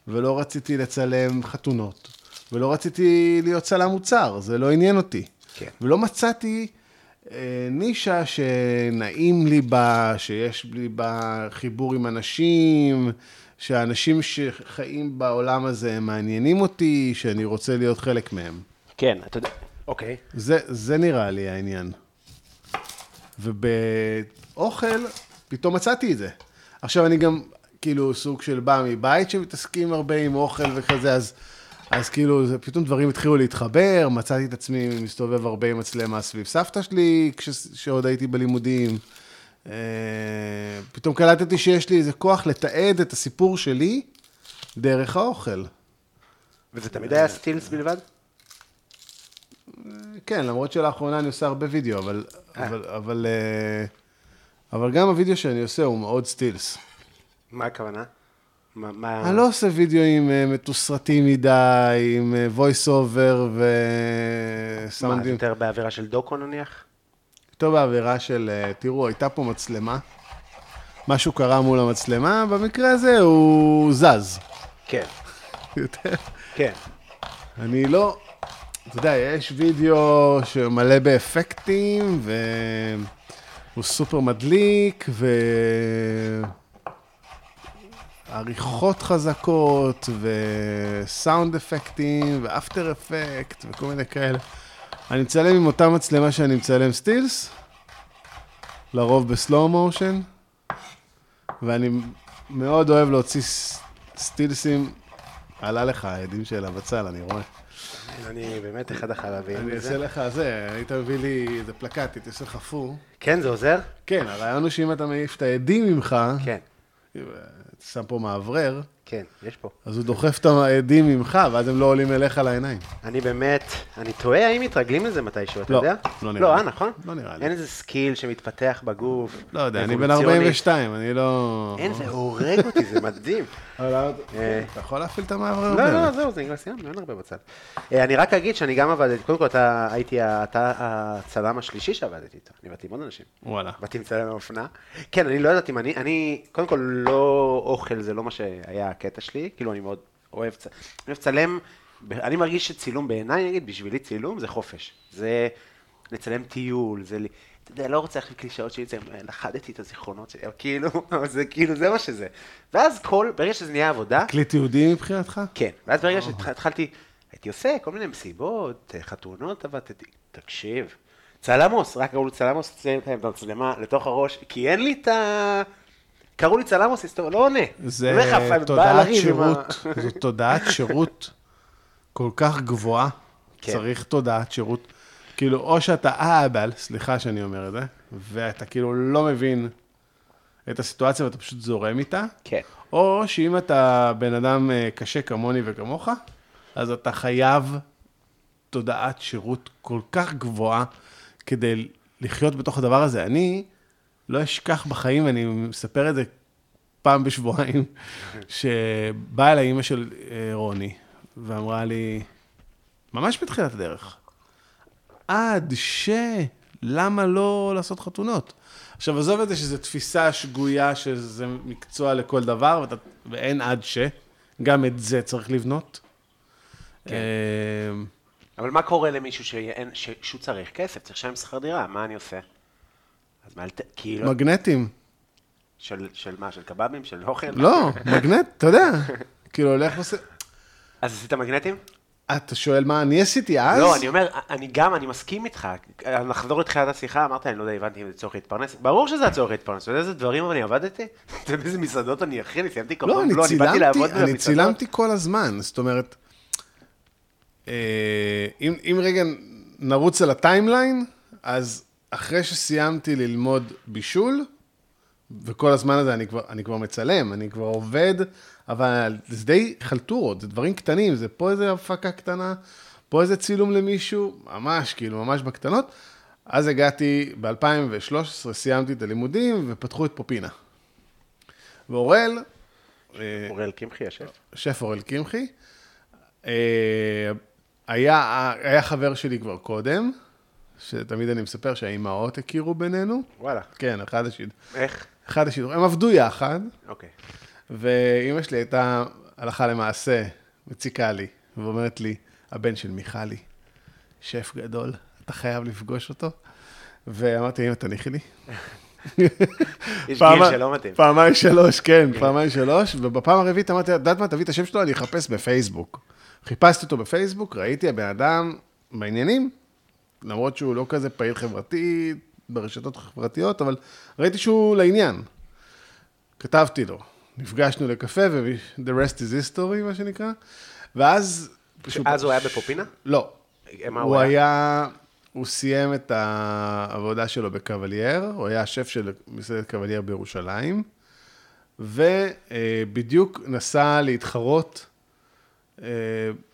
[SPEAKER 3] ולא רציתי לצלם חתונות, ולא רציתי להיות צלם מוצר, זה לא עניין אותי.
[SPEAKER 2] כן.
[SPEAKER 3] ולא מצאתי אה, נישה שנעים לי בה, שיש לי בה חיבור עם אנשים, שהאנשים שחיים בעולם הזה הם מעניינים אותי, שאני רוצה להיות חלק מהם.
[SPEAKER 2] כן, אתה יודע, אוקיי.
[SPEAKER 3] זה, זה נראה לי העניין. ובאוכל, פתאום מצאתי את זה. עכשיו, אני גם, כאילו, סוג של בא מבית שמתעסקים הרבה עם אוכל וכזה, אז, אז כאילו, זה, פתאום דברים התחילו להתחבר, מצאתי את עצמי מסתובב הרבה עם מצלמה סביב סבתא שלי, כשעוד הייתי בלימודים. אה, פתאום קלטתי שיש לי איזה כוח לתעד את הסיפור שלי דרך האוכל.
[SPEAKER 2] וזה תמיד היה סטילס בלבד?
[SPEAKER 3] כן, למרות שלאחרונה אני עושה הרבה וידאו, אבל, אבל, אבל, אה, אבל גם הוידאו שאני עושה הוא מאוד סטילס.
[SPEAKER 2] אה. מה הכוונה? מה- מה...
[SPEAKER 3] אני לא עושה וידאוים אה, מתוסרטים מדי, עם אה, voice over
[SPEAKER 2] מה, זה
[SPEAKER 3] וסאונדים.
[SPEAKER 2] יותר באווירה של דוקו נניח?
[SPEAKER 3] יותר באווירה של, אה, תראו, הייתה פה מצלמה, משהו קרה מול המצלמה, במקרה הזה הוא זז.
[SPEAKER 2] כן,
[SPEAKER 3] יותר.
[SPEAKER 2] כן.
[SPEAKER 3] אני לא, אתה יודע, יש וידאו שמלא באפקטים, והוא סופר מדליק, ו... עריכות חזקות, וסאונד אפקטים, ואפטר אפקט, וכל מיני כאלה. אני מצלם עם אותה מצלמה שאני מצלם סטילס, לרוב בסלואו מושן, ואני מאוד אוהב להוציא ס- סטילסים. עלה לך העדים של הבצל, אני רואה.
[SPEAKER 2] אני באמת אחד החלבים.
[SPEAKER 3] אני אעשה לך זה, היית מביא לי איזה פלקט, הייתי עושה לך פור.
[SPEAKER 2] כן, זה עוזר?
[SPEAKER 3] כן, הרעיון הוא שאם אתה מעיף את העדים ממך,
[SPEAKER 2] כן,
[SPEAKER 3] אתה שם פה מאוורר,
[SPEAKER 2] כן, יש פה.
[SPEAKER 3] אז הוא דוחף את העדים ממך, ואז הם לא עולים אליך לעיניים.
[SPEAKER 2] אני באמת, אני תוהה האם מתרגלים לזה מתישהו, אתה
[SPEAKER 3] לא,
[SPEAKER 2] יודע?
[SPEAKER 3] לא נראה
[SPEAKER 2] לא,
[SPEAKER 3] לי.
[SPEAKER 2] אה, נכון?
[SPEAKER 3] לא נראה לי.
[SPEAKER 2] אין איזה סקיל שמתפתח בגוף.
[SPEAKER 3] לא יודע, אני בן
[SPEAKER 2] אבולוציוני.
[SPEAKER 3] 42, אני לא...
[SPEAKER 2] אין, זה הורג אותי, זה מדהים.
[SPEAKER 3] אבל
[SPEAKER 2] אה.
[SPEAKER 3] אתה יכול להפעיל את המאוורר?
[SPEAKER 2] לא, לא,
[SPEAKER 3] באמת?
[SPEAKER 2] זהו, זה כבר סיימנו, אין הרבה בצד. אה, אני רק אגיד שאני גם עבדתי, קודם כל אתה הייתי ה- אתה הצלם השלישי שעבדתי איתו, אני באתי עם עוד אנשים.
[SPEAKER 3] וואלה.
[SPEAKER 2] באתי עם צלם האופנה. כן, אני לא יודעת אם אני, אני, קודם כל לא אוכל, זה לא מה שהיה הקטע שלי, כאילו אני מאוד אוהב, צ- אני אוהב צלם, ב- אני מרגיש שצילום בעיניי, נגיד, בשבילי צילום זה חופש. זה לצלם טיול, זה, ל- אתה יודע, לא רוצה להחליף קלישאות שלי, זה לכדתי את הזיכרונות שלי, אבל כאילו, [LAUGHS] זה כאילו, זה מה שזה. ואז כל, ברגע שזה נהיה עבודה,
[SPEAKER 3] כלי תיעודי מבחינתך?
[SPEAKER 2] כן, ואז ברגע
[SPEAKER 3] אה.
[SPEAKER 2] שהתחלתי, הייתי עושה כל מיני מסיבות, אה, חתונות, עבדתי, תקשיב, צלמוס, רק קראו לי צלמוס, צלם להם את המצלמה לתוך הראש, כי אין לי את ה... קראו לי צלמוס, היסטוריה, לא עונה.
[SPEAKER 3] זה
[SPEAKER 2] אומר לך, אבל בא
[SPEAKER 3] תודעת
[SPEAKER 2] לריב עם ה-
[SPEAKER 3] שירות, [LAUGHS] זו תודעת שירות כל כך גבוהה.
[SPEAKER 2] כן.
[SPEAKER 3] צריך תודעת שירות. כאילו, או שאתה אהבל, סליחה שאני אומר את זה, ואתה כאילו לא מבין את הסיטואציה ואתה פשוט זורם איתה,
[SPEAKER 2] כן.
[SPEAKER 3] או שאם אתה בן אדם אה, קשה כמוני וכמוך, אז אתה חייב תודעת שירות כל כך גבוהה כדי לחיות בתוך הדבר הזה. אני לא אשכח בחיים, אני מספר את זה פעם בשבועיים, שבאה אליי אימא של אה, רוני, ואמרה לי, ממש בתחילת הדרך, עד ש... למה לא לעשות חתונות? עכשיו, עזוב את זה שזו תפיסה שגויה, שזה מקצוע לכל דבר, ואתה, ואין עד ש. גם את זה צריך לבנות. כן.
[SPEAKER 2] [LAUGHS] אבל מה קורה למישהו שאין- ש- שהוא צריך כסף, צריך לשלם שכר דירה, מה אני עושה? אז מה, אל ת- כאילו,
[SPEAKER 3] מגנטים.
[SPEAKER 2] של של מה, של קבבים, של אוכל?
[SPEAKER 3] לא, מגנט, אתה יודע. כאילו, הולך ועושה...
[SPEAKER 2] אז עשית מגנטים?
[SPEAKER 3] אתה שואל מה אני עשיתי אז?
[SPEAKER 2] לא, אני אומר, אני גם, אני מסכים איתך. נחזור לתחילת השיחה, אמרת, אני לא יודע, הבנתי אם זה צורך להתפרנס. ברור שזה הצורך להתפרנס. אתה יודע איזה דברים אני עבדתי? [LAUGHS] אתה יודע באיזה מסעדות אני הכי, אני סיימתי קרוב,
[SPEAKER 3] לא, אני צילמתי, אני
[SPEAKER 2] במסעדות.
[SPEAKER 3] צילמתי כל הזמן, זאת אומרת, אה, אם, אם רגע נרוץ על הטיימליין, אז אחרי שסיימתי ללמוד בישול, וכל הזמן הזה אני כבר, אני כבר מצלם, אני כבר עובד, אבל זה די חלטורות, זה דברים קטנים, זה פה איזה הפקה קטנה, פה איזה צילום למישהו, ממש, כאילו, ממש בקטנות. אז הגעתי, ב-2013 סיימתי את הלימודים ופתחו את פופינה. ואורל, אה,
[SPEAKER 2] אוראל קמחי יושב.
[SPEAKER 3] שף אורל קמחי. אה, היה, היה חבר שלי כבר קודם, שתמיד אני מספר שהאימהות הכירו בינינו.
[SPEAKER 2] וואלה.
[SPEAKER 3] כן, אחד השידור.
[SPEAKER 2] איך?
[SPEAKER 3] אחד השידור. הם עבדו יחד,
[SPEAKER 2] אוקיי.
[SPEAKER 3] ואימא שלי הייתה הלכה למעשה מציקה לי, ואומרת לי, הבן של מיכלי, שף גדול, אתה חייב לפגוש אותו. ואמרתי, אמא,
[SPEAKER 2] [LAUGHS]
[SPEAKER 3] תניחי לי.
[SPEAKER 2] גיל
[SPEAKER 3] פעמי-
[SPEAKER 2] שלא מתאים.
[SPEAKER 3] פעמיים שלוש, כן, פעמיים שלוש, ובפעם הרביעית אמרתי, לה, את יודעת מה, תביא את השם שלו, אני אחפש בפייסבוק. חיפשתי אותו בפייסבוק, ראיתי הבן אדם בעניינים, למרות שהוא לא כזה פעיל חברתי ברשתות חברתיות, אבל ראיתי שהוא לעניין. כתבתי לו, נפגשנו לקפה, ו-the rest is history, מה שנקרא, ואז... פשוט-
[SPEAKER 2] אז הוא היה בפופינה?
[SPEAKER 3] לא.
[SPEAKER 2] אה, מה
[SPEAKER 3] הוא היה... הוא סיים את העבודה שלו בקוולייר, הוא היה השף של מסעדת קוולייר בירושלים, ובדיוק נסע להתחרות אה,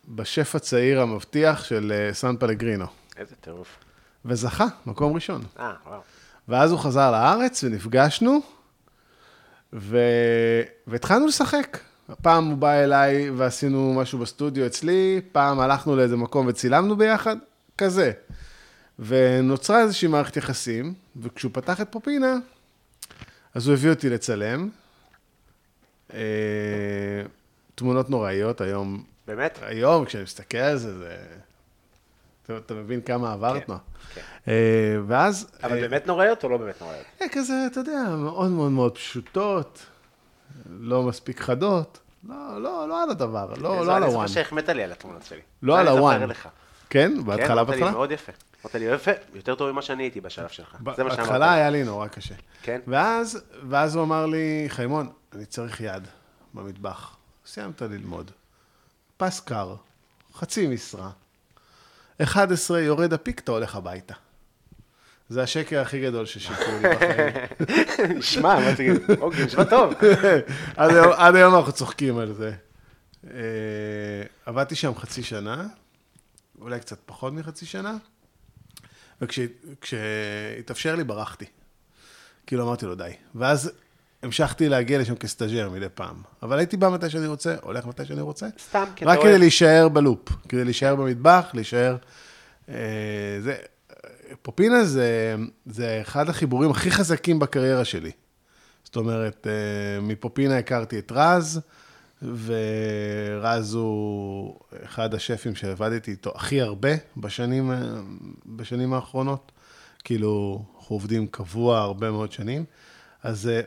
[SPEAKER 3] בשף הצעיר המבטיח של אה, סן פלגרינו,
[SPEAKER 2] איזה טירוף.
[SPEAKER 3] וזכה, מקום ראשון.
[SPEAKER 2] אה, וואו.
[SPEAKER 3] ואז הוא חזר לארץ ונפגשנו, ו... והתחלנו לשחק. פעם הוא בא אליי ועשינו משהו בסטודיו אצלי, פעם הלכנו לאיזה מקום וצילמנו ביחד, כזה. ונוצרה איזושהי מערכת יחסים, וכשהוא פתח את פופינה, אז הוא הביא אותי לצלם. אה, תמונות נוראיות היום,
[SPEAKER 2] באמת?
[SPEAKER 3] היום כשאני מסתכל על זה, זה... אתה, אתה מבין כמה עברת?
[SPEAKER 2] כן,
[SPEAKER 3] נועה.
[SPEAKER 2] כן.
[SPEAKER 3] אה, ואז...
[SPEAKER 2] אבל
[SPEAKER 3] אה,
[SPEAKER 2] באמת נוראיות או לא באמת נוראיות?
[SPEAKER 3] אה, כזה, אתה יודע, מאוד מאוד מאוד פשוטות, לא מספיק חדות. לא, לא, לא על הדבר, לא, לא על
[SPEAKER 2] אה, אוקיי, אני
[SPEAKER 3] הוואן.
[SPEAKER 2] זוכר שהחמאת לי על התמונות שלי.
[SPEAKER 3] לא
[SPEAKER 2] זה
[SPEAKER 3] על
[SPEAKER 2] אני
[SPEAKER 3] הוואן.
[SPEAKER 2] זוכר לך.
[SPEAKER 3] כן,
[SPEAKER 2] כן,
[SPEAKER 3] בהתחלה,
[SPEAKER 2] אמרת לי
[SPEAKER 3] בהתחלה?
[SPEAKER 2] מאוד יפה. אמרת לי יפה, יותר טוב ממה שאני הייתי בשלב שלך. זה מה שאמרת.
[SPEAKER 3] בהתחלה היה לי נורא קשה.
[SPEAKER 2] כן.
[SPEAKER 3] ואז, ואז הוא אמר לי, חיימון, אני צריך יד במטבח. סיימת ללמוד. פס קר, חצי משרה. 11 יורד הפיק, אתה הולך הביתה. זה השקר הכי גדול ששיקרו לי בחיים.
[SPEAKER 2] [LAUGHS] נשמע, מה תגיד? אוקיי, נשמע טוב.
[SPEAKER 3] [LAUGHS] עד היום- עד היום אנחנו צוחקים על זה. אה, עבדתי שם חצי שנה, אולי קצת פחות מחצי שנה, וכשהתאפשר לי ברחתי. כאילו אמרתי לו די. ואז המשכתי להגיע לשם כסטאג'ר מדי פעם. אבל הייתי בא מתי שאני רוצה, הולך מתי שאני רוצה.
[SPEAKER 2] סתם, כי אתה
[SPEAKER 3] רק
[SPEAKER 2] אוהב.
[SPEAKER 3] כדי להישאר בלופ, כדי להישאר במטבח, להישאר... אה, זה... פופינה זה, זה אחד החיבורים הכי חזקים בקריירה שלי. זאת אומרת, אה, מפופינה הכרתי את רז, ורז הוא אחד השפים שעבדתי איתו הכי הרבה בשנים, אה, בשנים האחרונות. כאילו, אנחנו עובדים קבוע הרבה מאוד שנים. אז, אה,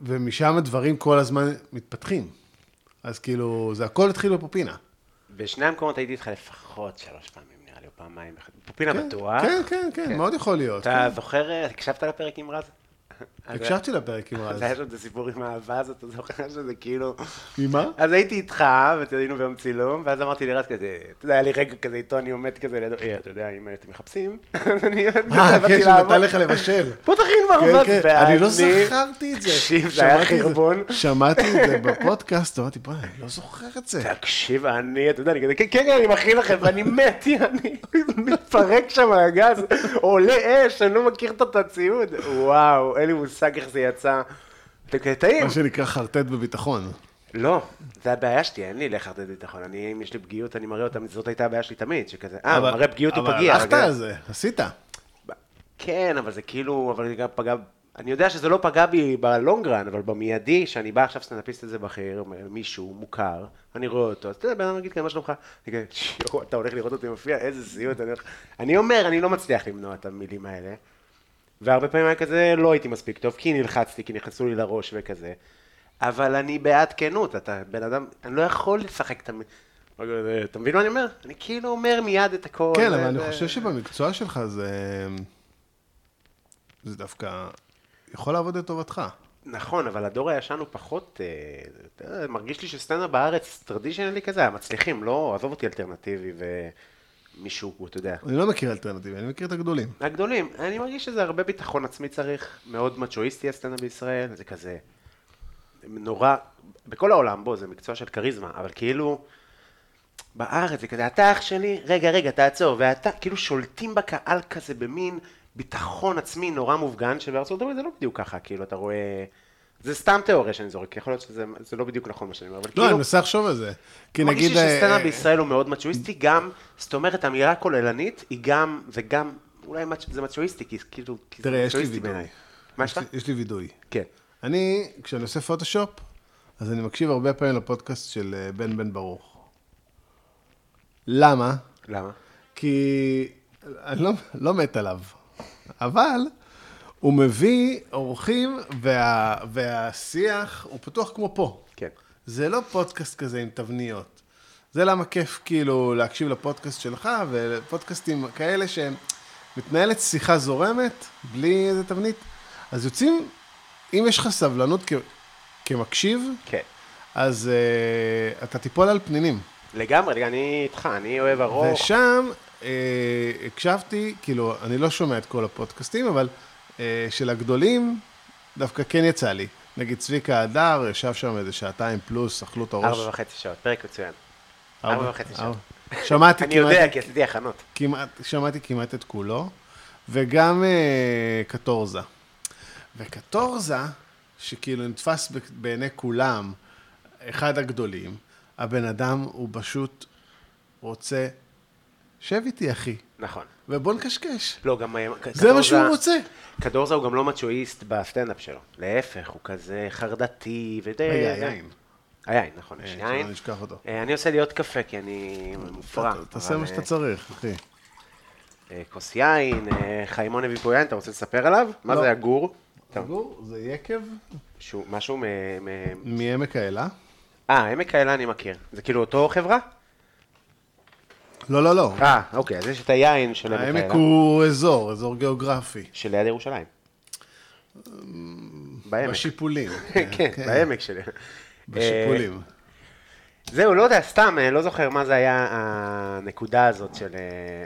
[SPEAKER 3] ומשם הדברים כל הזמן מתפתחים. אז כאילו, זה הכל התחיל בפופינה.
[SPEAKER 2] בשני המקומות הייתי איתך לפחות שלוש פעמים, נראה לי, או פעמיים. פופינה
[SPEAKER 3] כן,
[SPEAKER 2] בטוח.
[SPEAKER 3] כן, כן, כן, מאוד יכול להיות.
[SPEAKER 2] אתה
[SPEAKER 3] כן.
[SPEAKER 2] זוכר, אה, הקשבת לפרק עם רז?
[SPEAKER 3] [LAUGHS] הקשבתי לפרק עם רז.
[SPEAKER 2] אז היה שם את הסיפור עם האהבה הזאת, אתה זוכר שזה כאילו...
[SPEAKER 3] עם מה?
[SPEAKER 2] אז הייתי איתך, והיינו ביום צילום, ואז אמרתי לרז כזה, אתה יודע, היה לי רגע כזה איתו, אני עומד כזה לידו, "אה, אתה יודע, אם אתם מחפשים, [LAUGHS] אז אני עומד כזה,
[SPEAKER 3] אה,
[SPEAKER 2] באתי
[SPEAKER 3] כן, שהוא
[SPEAKER 2] לעבוד.
[SPEAKER 3] נתן לך לבשל.
[SPEAKER 2] בוא תכין כבר,
[SPEAKER 3] כן,
[SPEAKER 2] עבדתי,
[SPEAKER 3] כן, אני לא זכרתי את זה.
[SPEAKER 2] תקשיב, זה היה
[SPEAKER 3] שמעתי את
[SPEAKER 2] חרבון.
[SPEAKER 3] שמעתי את זה בפודקאסט, אמרתי, בוא'נה, אני לא זוכר את זה.
[SPEAKER 2] כן. תקשיב, אני, אתה יודע, אני כזה, כן, כן, אני מכין לכם, ואני מת, אני מתפרק שם על הגז, עולה אש, אני לא מכיר את הציוד. וואו, אין לי מושג איך זה יצא. אתם כזה טעים.
[SPEAKER 3] מה שנקרא חרטט בביטחון.
[SPEAKER 2] לא, זה הבעיה שלי, אין לי לחרטט ביטחון. אני, אם יש לי פגיעות, אני מראה אותם, זאת הייתה הבעיה שלי תמיד, שכזה, אה,
[SPEAKER 3] אבל-
[SPEAKER 2] מראה פגיעות הוא
[SPEAKER 3] אבל
[SPEAKER 2] פגיע.
[SPEAKER 3] הלכת
[SPEAKER 2] רגע.
[SPEAKER 3] על זה, עשית.
[SPEAKER 2] כן, אבל זה כאילו, אבל זה גם פגע, אני יודע שזה לא פגע בי בלונגרן, אבל במיידי, שאני בא עכשיו סטנדאפיסט איזה בכיר, מישהו מוכר, אני רואה אותו, אז אתה יודע, בן אדם יגיד כאן, מה שלומך? אני כזה, "שיו, אתה הולך לראות אותי מופיע, איזה סיוט. אני הולך-" אני אומר, אני לא מצליח למנוע את המילים האלה. והרבה פעמים היה כזה, לא הייתי מספיק טוב, כי נלחצתי, כי נכנסו לי לראש וכזה. אבל אני בעד כנות, אתה בן אדם, אני לא יכול לשחק את המ... אתה מבין מה אני אומר? אני כאילו אומר מיד את הכל.
[SPEAKER 3] כן,
[SPEAKER 2] זה-
[SPEAKER 3] אבל אני
[SPEAKER 2] זה-
[SPEAKER 3] חושב שבמקצוע שלך זה... זה דווקא יכול לעבוד לטובתך.
[SPEAKER 2] נכון, אבל הדור הישן הוא פחות, אה, אתה יודע, מרגיש לי שסטנדאפ בארץ, טרדישנלי כזה, המצליחים, לא, עזוב אותי אלטרנטיבי ומישהו, אתה יודע.
[SPEAKER 3] אני לא מכיר אלטרנטיבי, אני מכיר את הגדולים. לא,
[SPEAKER 2] הגדולים, אני מרגיש שזה הרבה ביטחון עצמי צריך, מאוד מצ'ואיסטי הסטנדאפ בישראל, זה כזה נורא, בכל העולם, בוא, זה מקצוע של כריזמה, אבל כאילו, בארץ זה כזה, אתה אח שלי, רגע, רגע, תעצור, ואתה, כאילו שולטים בקהל כזה במין ביטחון עצמי נורא מופגן, שבארצות הברית זה לא בדיוק ככה, כאילו, אתה רואה, זה סתם תיאוריה שאני זורק, יכול להיות שזה זה לא בדיוק נכון מה שאני אומר, אבל
[SPEAKER 3] לא, אני
[SPEAKER 2] כאילו,
[SPEAKER 3] מנסה לחשוב על זה. כי
[SPEAKER 2] מרגיש
[SPEAKER 3] נגיד...
[SPEAKER 2] לי שסצנה
[SPEAKER 3] אה,
[SPEAKER 2] בישראל הוא מאוד מצ'ואיסטי, גם, זאת אומרת, המילה כוללנית היא גם, זה גם, אולי מצ'- זה מצ'ואיסטי, כי כאילו, כי זה
[SPEAKER 3] תראה, יש לי
[SPEAKER 2] מצ'ואיסטי
[SPEAKER 3] וידוי.
[SPEAKER 2] בעיניי. מה יש
[SPEAKER 3] יש לי-
[SPEAKER 2] לך?
[SPEAKER 3] יש לי וידוי.
[SPEAKER 2] כן.
[SPEAKER 3] אני, כשאני עושה פוטושופ, אז אני מקשיב הרבה פעמים לפודקאסט של אה, בן בן ברוך. למה?
[SPEAKER 2] למה?
[SPEAKER 3] כי אני לא, לא מת עליו, אבל הוא מביא אורחים וה, והשיח הוא פתוח כמו פה.
[SPEAKER 2] כן.
[SPEAKER 3] זה לא פודקאסט כזה עם תבניות. זה למה כיף כאילו להקשיב לפודקאסט שלך ולפודקאסטים כאלה שהם מתנהלת שיחה זורמת בלי איזה תבנית. אז יוצאים, אם יש לך סבלנות כ, כמקשיב,
[SPEAKER 2] כן.
[SPEAKER 3] אז uh, אתה תיפול על פנינים.
[SPEAKER 2] לגמרי, לגמרי, אני איתך, אני אוהב ארוך.
[SPEAKER 3] ושם אה, הקשבתי, כאילו, אני לא שומע את כל הפודקאסטים, אבל אה, של הגדולים דווקא כן יצא לי. נגיד צביקה הדר, ישב שם איזה שעתיים פלוס, אכלו את הראש.
[SPEAKER 2] ארבע וחצי שעות, פרק מצוין. ארבע וחצי שעות.
[SPEAKER 3] ארבע. שמעתי
[SPEAKER 2] אני יודע,
[SPEAKER 3] כמעט,
[SPEAKER 2] כי עשיתי הכנות.
[SPEAKER 3] כמעט, שמעתי כמעט את כולו, וגם אה, קטורזה. וקטורזה, שכאילו נתפס ב- בעיני כולם, אחד הגדולים, הבן אדם הוא פשוט רוצה, שב איתי אחי,
[SPEAKER 2] נכון.
[SPEAKER 3] ובוא נקשקש.
[SPEAKER 2] לא, גם... אה, ק-
[SPEAKER 3] זה מה
[SPEAKER 2] קדורזה-
[SPEAKER 3] שהוא רוצה.
[SPEAKER 2] קדורזה הוא גם לא מצ'ואיסט בסטנדאפ שלו. להפך, הוא כזה חרדתי ודי...
[SPEAKER 3] רגע,
[SPEAKER 2] זה-
[SPEAKER 3] היין.
[SPEAKER 2] היין, נכון, יש
[SPEAKER 3] אה,
[SPEAKER 2] יין.
[SPEAKER 3] שלא נשכח אותו.
[SPEAKER 2] אה, אני עושה לי עוד קפה, כי אני מופרע.
[SPEAKER 3] ת- תעשה
[SPEAKER 2] אבל,
[SPEAKER 3] מה
[SPEAKER 2] אה,
[SPEAKER 3] שאתה צריך, אחי.
[SPEAKER 2] אה, כוס יין, אה, חיימון הביא פה יין, אתה רוצה לספר עליו? מה
[SPEAKER 3] לא.
[SPEAKER 2] זה הגור? טוב,
[SPEAKER 3] גור, זה יקב
[SPEAKER 2] שהוא- משהו מ... מ-
[SPEAKER 3] מעמק האלה?
[SPEAKER 2] אה, עמק האלה אני מכיר. זה כאילו אותו חברה?
[SPEAKER 3] לא, לא, לא.
[SPEAKER 2] אה, אוקיי, אז יש את היין של עמק
[SPEAKER 3] העמק
[SPEAKER 2] האלה.
[SPEAKER 3] הוא אזור, אזור גיאוגרפי.
[SPEAKER 2] שליד ירושלים.
[SPEAKER 3] אמ,
[SPEAKER 2] בעמק.
[SPEAKER 3] בשיפולים.
[SPEAKER 2] [LAUGHS] כן, בעמק אה, שלי.
[SPEAKER 3] [LAUGHS] בשיפולים.
[SPEAKER 2] זהו, לא יודע, סתם, אה, לא זוכר מה זה היה הנקודה הזאת של... אה,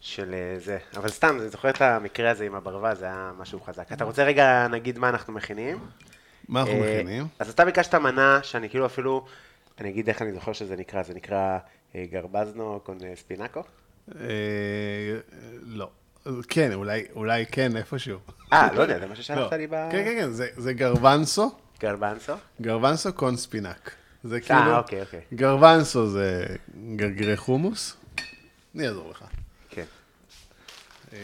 [SPEAKER 2] של אה, זה, אבל סתם, אני זוכר את המקרה הזה עם הברווז, זה היה משהו חזק. אתה רוצה רגע נגיד מה אנחנו מכינים?
[SPEAKER 3] מה אנחנו
[SPEAKER 2] אה,
[SPEAKER 3] מכינים?
[SPEAKER 2] אז אתה ביקשת מנה שאני כאילו אפילו, אני אגיד איך אני זוכר שזה נקרא, זה נקרא אה, גרבזנו קון אה, ספינקו?
[SPEAKER 3] אה, לא. כן, אולי- אולי כן, איפשהו.
[SPEAKER 2] אה, לא יודע, זה מה
[SPEAKER 3] לא.
[SPEAKER 2] ששלחת לי ב...
[SPEAKER 3] כן, כן, כן, זה- זה גרוונסו,
[SPEAKER 2] גרבנסו?
[SPEAKER 3] גרוונסו קון ספינק. זה כאילו...
[SPEAKER 2] אוקיי, אוקיי.
[SPEAKER 3] גרוונסו זה גרגירי חומוס. אני אעזור לך.
[SPEAKER 2] כן.
[SPEAKER 3] אה,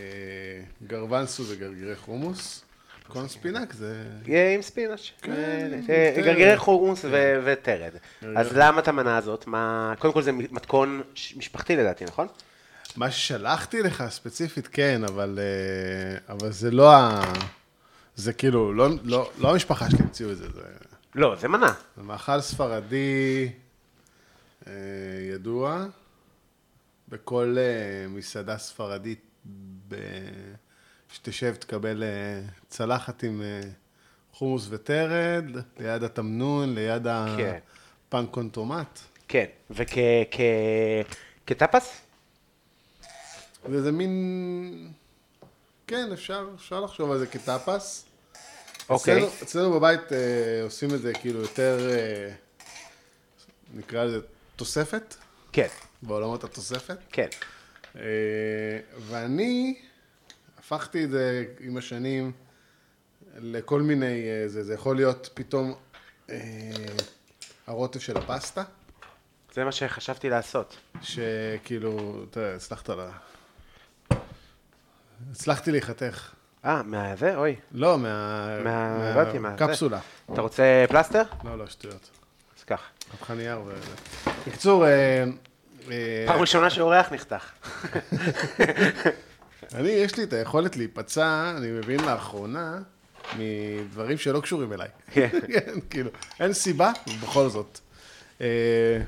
[SPEAKER 3] גרוונסו זה גרגירי חומוס, קון ספינק זה...
[SPEAKER 2] יהיה עם ספינאץ'.
[SPEAKER 3] כן,
[SPEAKER 2] אה,
[SPEAKER 3] עם כן. לא,
[SPEAKER 2] אה,
[SPEAKER 3] טרד.
[SPEAKER 2] גרגירי חומוס ו- וטרד. אז למה את המנה הזאת? מה... קודם כל זה מתכון ש- משפחתי לדעתי, נכון?
[SPEAKER 3] מה ששלחתי לך ספציפית, כן, אבל, אה, אבל זה לא ה... זה כאילו, לא, לא, לא המשפחה שלי המציאו את זה, זה,
[SPEAKER 2] לא, זה מנה.
[SPEAKER 3] זה מאכל ספרדי אה, ידוע, בכל אה, מסעדה ספרדית ב... שתשב, תקבל אה, צלחת עם אה, חומוס וטרד, ליד התמנון, ליד
[SPEAKER 2] כן.
[SPEAKER 3] הפנקון טומט.
[SPEAKER 2] כן. וכטפס?
[SPEAKER 3] וזה מין... כן, אפשר, אפשר לחשוב על זה כטאפס.
[SPEAKER 2] אוקיי.
[SPEAKER 3] אצלנו, אצלנו בבית אה, עושים את זה כאילו יותר, אה, נקרא לזה תוספת,
[SPEAKER 2] כן,
[SPEAKER 3] בעולמות התוספת.
[SPEAKER 2] כן.
[SPEAKER 3] אה, ואני הפכתי את זה עם השנים לכל מיני, אה, זה, זה יכול להיות פתאום אה, הרוטב של הפסטה,
[SPEAKER 2] זה מה שחשבתי לעשות.
[SPEAKER 3] שכאילו, תראה, הצלחת לה... הצלחתי להיחתך.
[SPEAKER 2] אה, מהזה? אוי.
[SPEAKER 3] לא, מה...
[SPEAKER 2] מה... לא יודעת מה... זה.
[SPEAKER 3] קפסולה.
[SPEAKER 2] אתה רוצה פלסטר?
[SPEAKER 3] לא, לא, שטויות.
[SPEAKER 2] אז ככה.
[SPEAKER 3] חתיכה נייר וזה. בקיצור, אה, אה,
[SPEAKER 2] פעם ראשונה שאורח נחתך.
[SPEAKER 3] אני, יש לי את היכולת להיפצע, אני מבין לאחרונה, מדברים שלא קשורים אליי. כן, כאילו, אין סיבה, ובכל זאת. אה,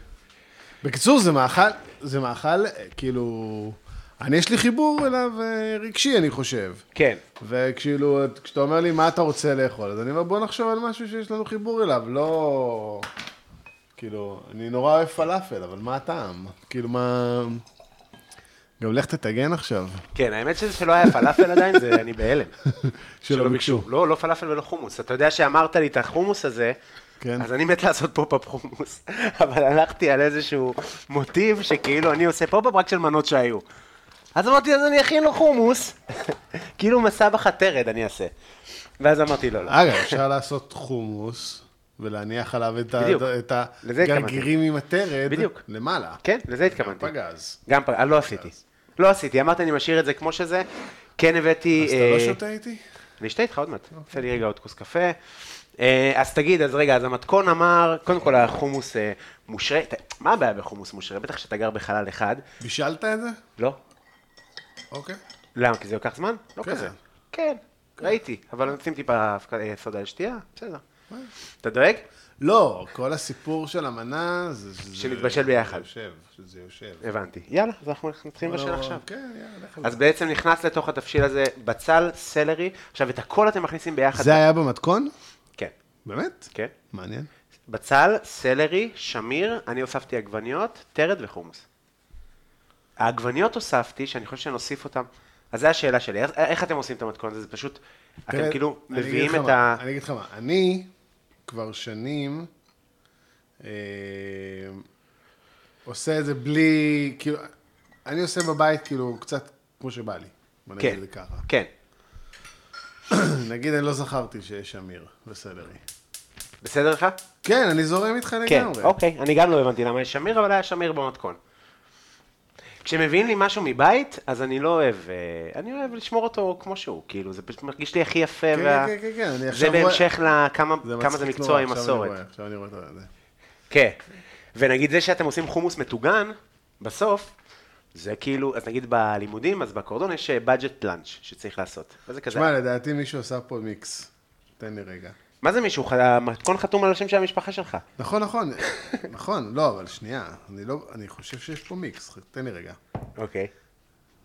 [SPEAKER 3] בקיצור, זה מאכל, זה מאכל, אה, כאילו... אני, יש לי חיבור אליו אה, רגשי, אני חושב.
[SPEAKER 2] כן.
[SPEAKER 3] וכאילו, כשאתה אומר לי מה אתה רוצה לאכול, אז אני אומר, בוא נחשוב על משהו שיש לנו חיבור אליו, לא... כאילו, אני נורא אוהב פלאפל, אבל מה הטעם? כאילו, מה... גם לך תטגן עכשיו.
[SPEAKER 2] כן, האמת שזה שלא היה פלאפל עדיין, זה אני בהלם.
[SPEAKER 3] [LAUGHS] שלא ביקשו.
[SPEAKER 2] לא, לא פלאפל ולא חומוס. אתה יודע שאמרת לי את החומוס הזה,
[SPEAKER 3] כן.
[SPEAKER 2] אז אני מת לעשות פופ-אפ חומוס. [LAUGHS] אבל הלכתי על איזשהו מוטיב שכאילו אני עושה פופ-אפ רק של מנות שהיו. אז אמרתי, אז אני אכין לו חומוס, [LAUGHS] כאילו מסע בחטרד אני אעשה. ואז אמרתי לו, לא.
[SPEAKER 3] אגב, אפשר לעשות חומוס ולהניח עליו את ה-
[SPEAKER 2] בדיוק.
[SPEAKER 3] את
[SPEAKER 2] לזה התכוונתי.
[SPEAKER 3] הגרגירים עם הטרד
[SPEAKER 2] בדיוק.
[SPEAKER 3] למעלה.
[SPEAKER 2] כן, לזה התכוונתי.
[SPEAKER 3] פגז.
[SPEAKER 2] גם פגז, לא עשיתי. לא עשיתי, אמרתי, אני משאיר את זה כמו שזה. כן הבאתי...
[SPEAKER 3] אז אתה לא
[SPEAKER 2] אה,
[SPEAKER 3] שותה איתי?
[SPEAKER 2] אני אשתה איתך עוד מעט, עושה לי רגע עוד כוס קפה. אה, אז תגיד, אז רגע, אז המתכון אמר, קודם כל החומוס אה, מושרה, ת- מה הבעיה בחומוס מושרה? בטח שאתה גר בחלל אחד,
[SPEAKER 3] בישלת את זה?
[SPEAKER 2] לא?
[SPEAKER 3] אוקיי.
[SPEAKER 2] למה? כי זה לוקח זמן? לא
[SPEAKER 3] כן.
[SPEAKER 2] כזה. כן, ראיתי, אבל נשים טיפה הפק- אה, סודה על שתייה, בסדר. אתה דואג?
[SPEAKER 3] לא, כל הסיפור של המנה זה... זה-
[SPEAKER 2] שנתבשל ביחד.
[SPEAKER 3] זה יושב, שזה יושב.
[SPEAKER 2] הבנתי. יאללה, אז אנחנו נתחיל בשאלה
[SPEAKER 3] לא,
[SPEAKER 2] עכשיו.
[SPEAKER 3] כן, יאללה, לך על
[SPEAKER 2] אז בעצם נכנס לתוך התבשיל הזה בצל, סלרי, עכשיו את הכל אתם מכניסים ביחד.
[SPEAKER 3] זה. זה היה במתכון?
[SPEAKER 2] כן,
[SPEAKER 3] באמת?
[SPEAKER 2] כן.
[SPEAKER 3] מעניין.
[SPEAKER 2] בצל, סלרי, שמיר, אני הוספתי עגבניות, טרד וחומוס. העגבניות הוספתי, שאני חושב שנוסיף אותן, אז זו השאלה שלי, אז איך אתם עושים את המתכון הזה? זה פשוט, אתם
[SPEAKER 3] תראה,
[SPEAKER 2] כאילו
[SPEAKER 3] אני אגיד
[SPEAKER 2] מביאים את
[SPEAKER 3] לך מה,
[SPEAKER 2] ה...
[SPEAKER 3] אני אגיד לך מה, אני כבר שנים אה, עושה את זה בלי, כאילו, אני עושה בבית כאילו קצת כמו שבא לי. בוא נגיד
[SPEAKER 2] כן,
[SPEAKER 3] את זה ככה. [CLEARS THROAT]
[SPEAKER 2] כן,
[SPEAKER 3] נגיד אני לא זכרתי שיש אמיר וסלרי.
[SPEAKER 2] בסדר לך?
[SPEAKER 3] כן, אני זורם איתך
[SPEAKER 2] כן,
[SPEAKER 3] לגמרי.
[SPEAKER 2] אוקיי, אני גם לא הבנתי למה יש שמיר, אבל היה שמיר במתכון. כשמביאים לי משהו מבית, אז אני לא אוהב, אה, אני אוהב לשמור אותו כמו שהוא, כאילו, זה פשוט מרגיש לי הכי יפה,
[SPEAKER 3] כן,
[SPEAKER 2] וה-
[SPEAKER 3] כן, כן, כן, אני
[SPEAKER 2] זה
[SPEAKER 3] עכשיו רואה-
[SPEAKER 2] בהמשך לכמה כמה זה
[SPEAKER 3] מצחיק
[SPEAKER 2] מקצוע
[SPEAKER 3] נורא,
[SPEAKER 2] עם
[SPEAKER 3] עכשיו אני
[SPEAKER 2] מסורת.
[SPEAKER 3] רואה, עכשיו אני רואה את זה.
[SPEAKER 2] כן, ונגיד זה שאתם עושים חומוס מטוגן, בסוף, זה כאילו, אז נגיד בלימודים, אז בקורדון יש אה, budget lunch שצריך לעשות. מה זה כזה?
[SPEAKER 3] תשמע, לדעתי מישהו עשה פה מיקס. תן לי רגע.
[SPEAKER 2] מה זה מישהו, ח- המתכון חתום על השם של המשפחה שלך.
[SPEAKER 3] נכון, נכון, [LAUGHS] נכון, לא, אבל שנייה, אני לא, אני חושב שיש פה מיקס, תן לי רגע.
[SPEAKER 2] אוקיי.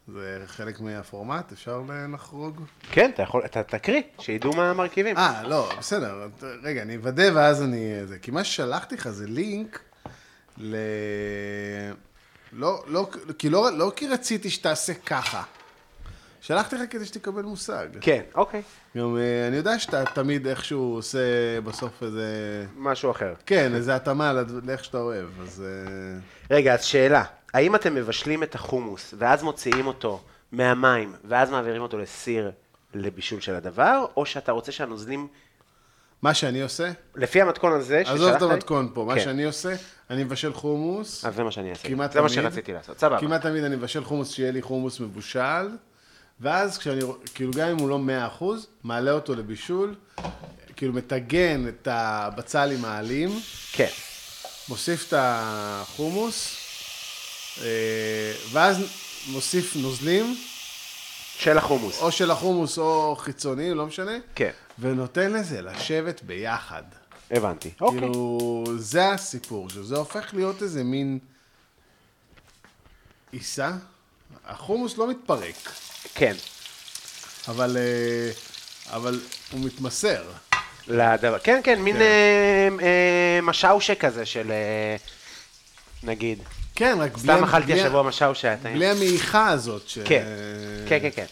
[SPEAKER 3] זה חלק מהפורמט, אפשר לחרוג?
[SPEAKER 2] כן, אתה יכול, אתה תקריא, שידעו מה המרכיבים.
[SPEAKER 3] אה, לא, בסדר, רגע, אני אוודא ואז אני... זה, כי מה ששלחתי לך זה לינק ל... לא, לא, כי לא, לא כי רציתי שתעשה ככה. שלחתי לך כדי שתקבל מושג.
[SPEAKER 2] כן, אוקיי,
[SPEAKER 3] גם אה, אני יודע שאתה תמיד איכשהו עושה בסוף איזה...
[SPEAKER 2] משהו אחר.
[SPEAKER 3] כן, איזה התאמה לד- לאיך שאתה אוהב, אז... אה,
[SPEAKER 2] רגע, אז שאלה, האם אתם מבשלים את החומוס, ואז מוציאים אותו מהמים, ואז מעבירים אותו לסיר לבישול של הדבר, או שאתה רוצה שהנוזלים,
[SPEAKER 3] מה שאני עושה,
[SPEAKER 2] לפי המתכון הזה ששלחת לי...
[SPEAKER 3] עזוב את המתכון פה, מה
[SPEAKER 2] כן.
[SPEAKER 3] שאני עושה, אני מבשל חומוס.
[SPEAKER 2] אז זה מה שאני אעשה.
[SPEAKER 3] כמעט
[SPEAKER 2] זה מה
[SPEAKER 3] תמיד.
[SPEAKER 2] שרציתי לעשות, סבבה.
[SPEAKER 3] כמעט תמיד אני מבשל חומוס, שיהיה לי חומוס מבושל, ואז כשאני, כאילו גם אם הוא לא 100%, מעלה אותו לבישול, כאילו מטגן את הבצל עם העלים,
[SPEAKER 2] כן.
[SPEAKER 3] מוסיף את החומוס, אה, ואז מוסיף נוזלים,
[SPEAKER 2] של החומוס.
[SPEAKER 3] או של החומוס או חיצוני, לא משנה,
[SPEAKER 2] כן.
[SPEAKER 3] ונותן לזה לשבת ביחד.
[SPEAKER 2] הבנתי. אוקיי.
[SPEAKER 3] כאילו, זה הסיפור, שזה הופך להיות איזה מין עיסה. החומוס לא מתפרק,
[SPEAKER 2] כן.
[SPEAKER 3] אבל, אה, אבל הוא מתמסר.
[SPEAKER 2] לדבר. כן, כן, מין אה, אה, משאושה כזה של... אה, נגיד.
[SPEAKER 3] כן, רק בלי...
[SPEAKER 2] סתם אכלתי
[SPEAKER 3] בלי-
[SPEAKER 2] השבוע משאושה. אתה-
[SPEAKER 3] בלי המעיכה הזאת. ש...
[SPEAKER 2] כן. כן, כן, כן.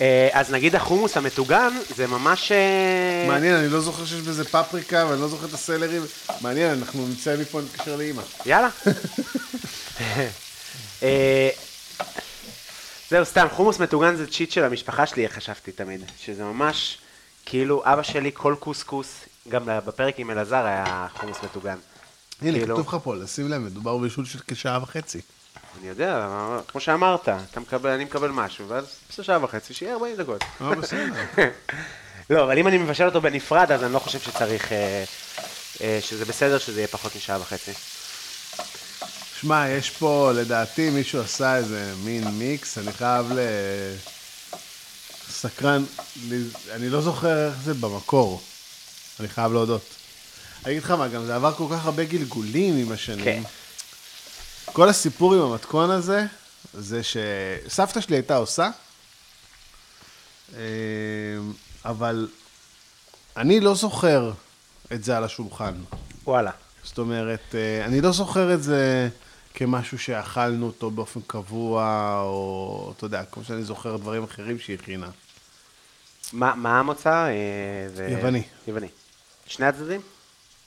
[SPEAKER 2] אה, אז נגיד החומוס המטוגן, זה ממש... אה,
[SPEAKER 3] מעניין, אני לא זוכר שיש בזה פפריקה, ואני לא זוכר את הסלרים. מעניין, אנחנו נמצא מפה, נתקשר לאימא.
[SPEAKER 2] יאללה. אה, זהו, סתם, חומוס מטוגן זה צ'יט של המשפחה שלי, חשבתי תמיד. שזה ממש, כאילו, אבא שלי כל קוסקוס, גם בפרק עם אלעזר היה חומוס מטוגן.
[SPEAKER 3] הנה,
[SPEAKER 2] כאילו,
[SPEAKER 3] כתוב לך פה, לשים לב, מדובר בבישול של כשעה וחצי.
[SPEAKER 2] אני יודע, אבל כמו שאמרת, אתה מקבל, אני מקבל משהו, ואז בסדר שעה וחצי, שיהיה 40 דקות.
[SPEAKER 3] אה, בסדר.
[SPEAKER 2] לא, אבל אם אני מבשל אותו בנפרד, אז אני לא חושב שצריך, אה, אה, שזה בסדר שזה יהיה פחות משעה וחצי.
[SPEAKER 3] שמע, יש פה, לדעתי, מישהו עשה איזה מין מיקס, אני חייב ל... סקרן, ל- אני לא זוכר איך זה במקור, אני חייב להודות. אני אגיד לך מה, גם זה עבר כל כך הרבה גלגולים עם השנים.
[SPEAKER 2] כן.
[SPEAKER 3] כל הסיפור עם המתכון הזה, זה שסבתא שלי הייתה עושה, אה, אבל אני לא זוכר את זה על השולחן.
[SPEAKER 2] וואלה.
[SPEAKER 3] זאת אומרת, אה, אני לא זוכר את זה כמשהו שאכלנו אותו באופן קבוע, או אתה יודע, כמו שאני זוכר דברים אחרים שהיא הכינה.
[SPEAKER 2] מה, מה המוצא? אה, זה...
[SPEAKER 3] יווני.
[SPEAKER 2] יווני. שני הצדדים?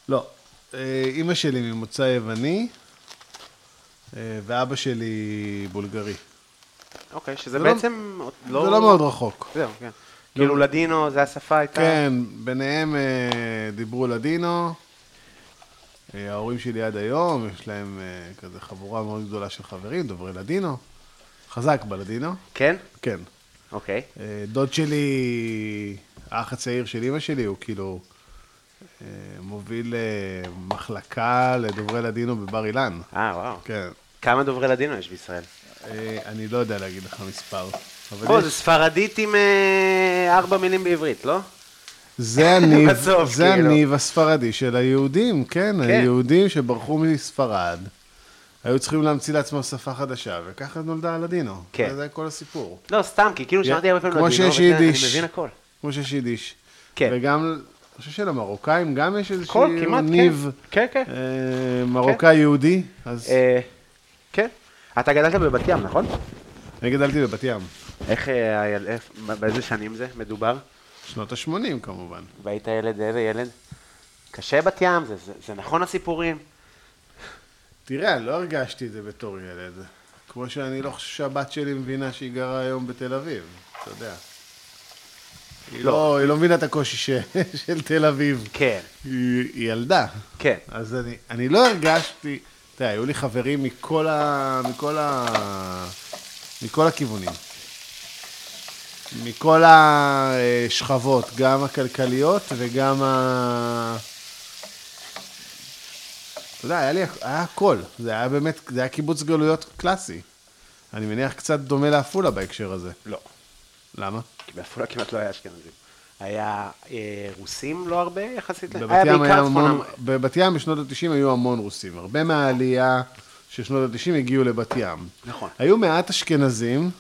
[SPEAKER 3] לא. אה, אימא שלי ממוצא יווני, אה, ואבא שלי בולגרי.
[SPEAKER 2] אוקיי, שזה
[SPEAKER 3] זה לא-
[SPEAKER 2] בעצם עוד לא...
[SPEAKER 3] זה לא מאוד רחוק.
[SPEAKER 2] זהו, כן. כאילו לדינו, זה השפה הייתה...
[SPEAKER 3] כן, ביניהם אה, דיברו לדינו. אה, ההורים שלי עד היום, יש להם אה, כזה חבורה מאוד גדולה של חברים, דוברי לדינו. חזק בלדינו,
[SPEAKER 2] כן?
[SPEAKER 3] כן.
[SPEAKER 2] אוקיי.
[SPEAKER 3] אה, דוד שלי, האח הצעיר של אימא שלי, הוא כאילו אה, מוביל אה, מחלקה לדוברי לדינו בבר אילן.
[SPEAKER 2] אה, וואו.
[SPEAKER 3] כן.
[SPEAKER 2] כמה דוברי לדינו יש בישראל?
[SPEAKER 3] אה, אני לא יודע להגיד לך מספר. אבל
[SPEAKER 2] פה,
[SPEAKER 3] יש-
[SPEAKER 2] זה ספרדית עם אה, ארבע מילים בעברית, לא? [LAUGHS]
[SPEAKER 3] זה הניב,
[SPEAKER 2] בסוף,
[SPEAKER 3] זה
[SPEAKER 2] כאילו.
[SPEAKER 3] הניב הספרדי של היהודים, כן,
[SPEAKER 2] כן.
[SPEAKER 3] היהודים שברחו מספרד, היו צריכים להמציא לעצמם שפה חדשה, וככה נולדה הלדינו.
[SPEAKER 2] כן.
[SPEAKER 3] זה כל הסיפור.
[SPEAKER 2] לא, סתם, כי כאילו שמעתי הרבה פעמים
[SPEAKER 3] כמו
[SPEAKER 2] לדינו,
[SPEAKER 3] שיש
[SPEAKER 2] וכן, אני
[SPEAKER 3] יידיש.
[SPEAKER 2] מבין הכל.
[SPEAKER 3] כמו שיש יידיש.
[SPEAKER 2] כן.
[SPEAKER 3] וגם, אני חושב שלמרוקאים גם יש איזשהו
[SPEAKER 2] כל, כמעט, כן.
[SPEAKER 3] ניב
[SPEAKER 2] כן, כן.
[SPEAKER 3] אה, מרוקאי יהודי, אז
[SPEAKER 2] אה, כן. אתה גדלת בבת ים, נכון?
[SPEAKER 3] אני גדלתי בבת ים,
[SPEAKER 2] איך, אה, הילד- איפה- באיזה שנים זה מדובר?
[SPEAKER 3] שנות ה-80 כמובן.
[SPEAKER 2] והיית ילד, איזה ילד? קשה בת ים, זה- זה זה נכון הסיפורים?
[SPEAKER 3] תראה, אני לא הרגשתי את זה בתור ילד, כמו שאני לא חושב שהבת שלי מבינה שהיא גרה היום בתל אביב, אתה יודע. היא
[SPEAKER 2] לא.
[SPEAKER 3] לא, היא לא מבינה את הקושי ש... [LAUGHS] של תל אביב.
[SPEAKER 2] כן.
[SPEAKER 3] היא, היא ילדה.
[SPEAKER 2] כן.
[SPEAKER 3] אז אני, אני לא הרגשתי, אתה יודע, היו לי חברים מכל, ה, מכל, ה, מכל הכיוונים. מכל השכבות, גם הכלכליות וגם ה... אתה יודע, היה לי, היה הכל. זה היה באמת, זה היה קיבוץ גלויות קלאסי. אני מניח קצת דומה לעפולה בהקשר הזה.
[SPEAKER 2] לא.
[SPEAKER 3] למה?
[SPEAKER 2] כי בעפולה כמעט לא היה אשכנזים. היה אה, רוסים לא הרבה יחסית? ל-
[SPEAKER 3] בבת ים היה
[SPEAKER 2] בעיקר צפון
[SPEAKER 3] המון,
[SPEAKER 2] אמ-
[SPEAKER 3] בבת ים בשנות ה-90 היו המון רוסים. הרבה מהעלייה של שנות ה-90 הגיעו לבת ים.
[SPEAKER 2] נכון.
[SPEAKER 3] היו מעט אשכנזים,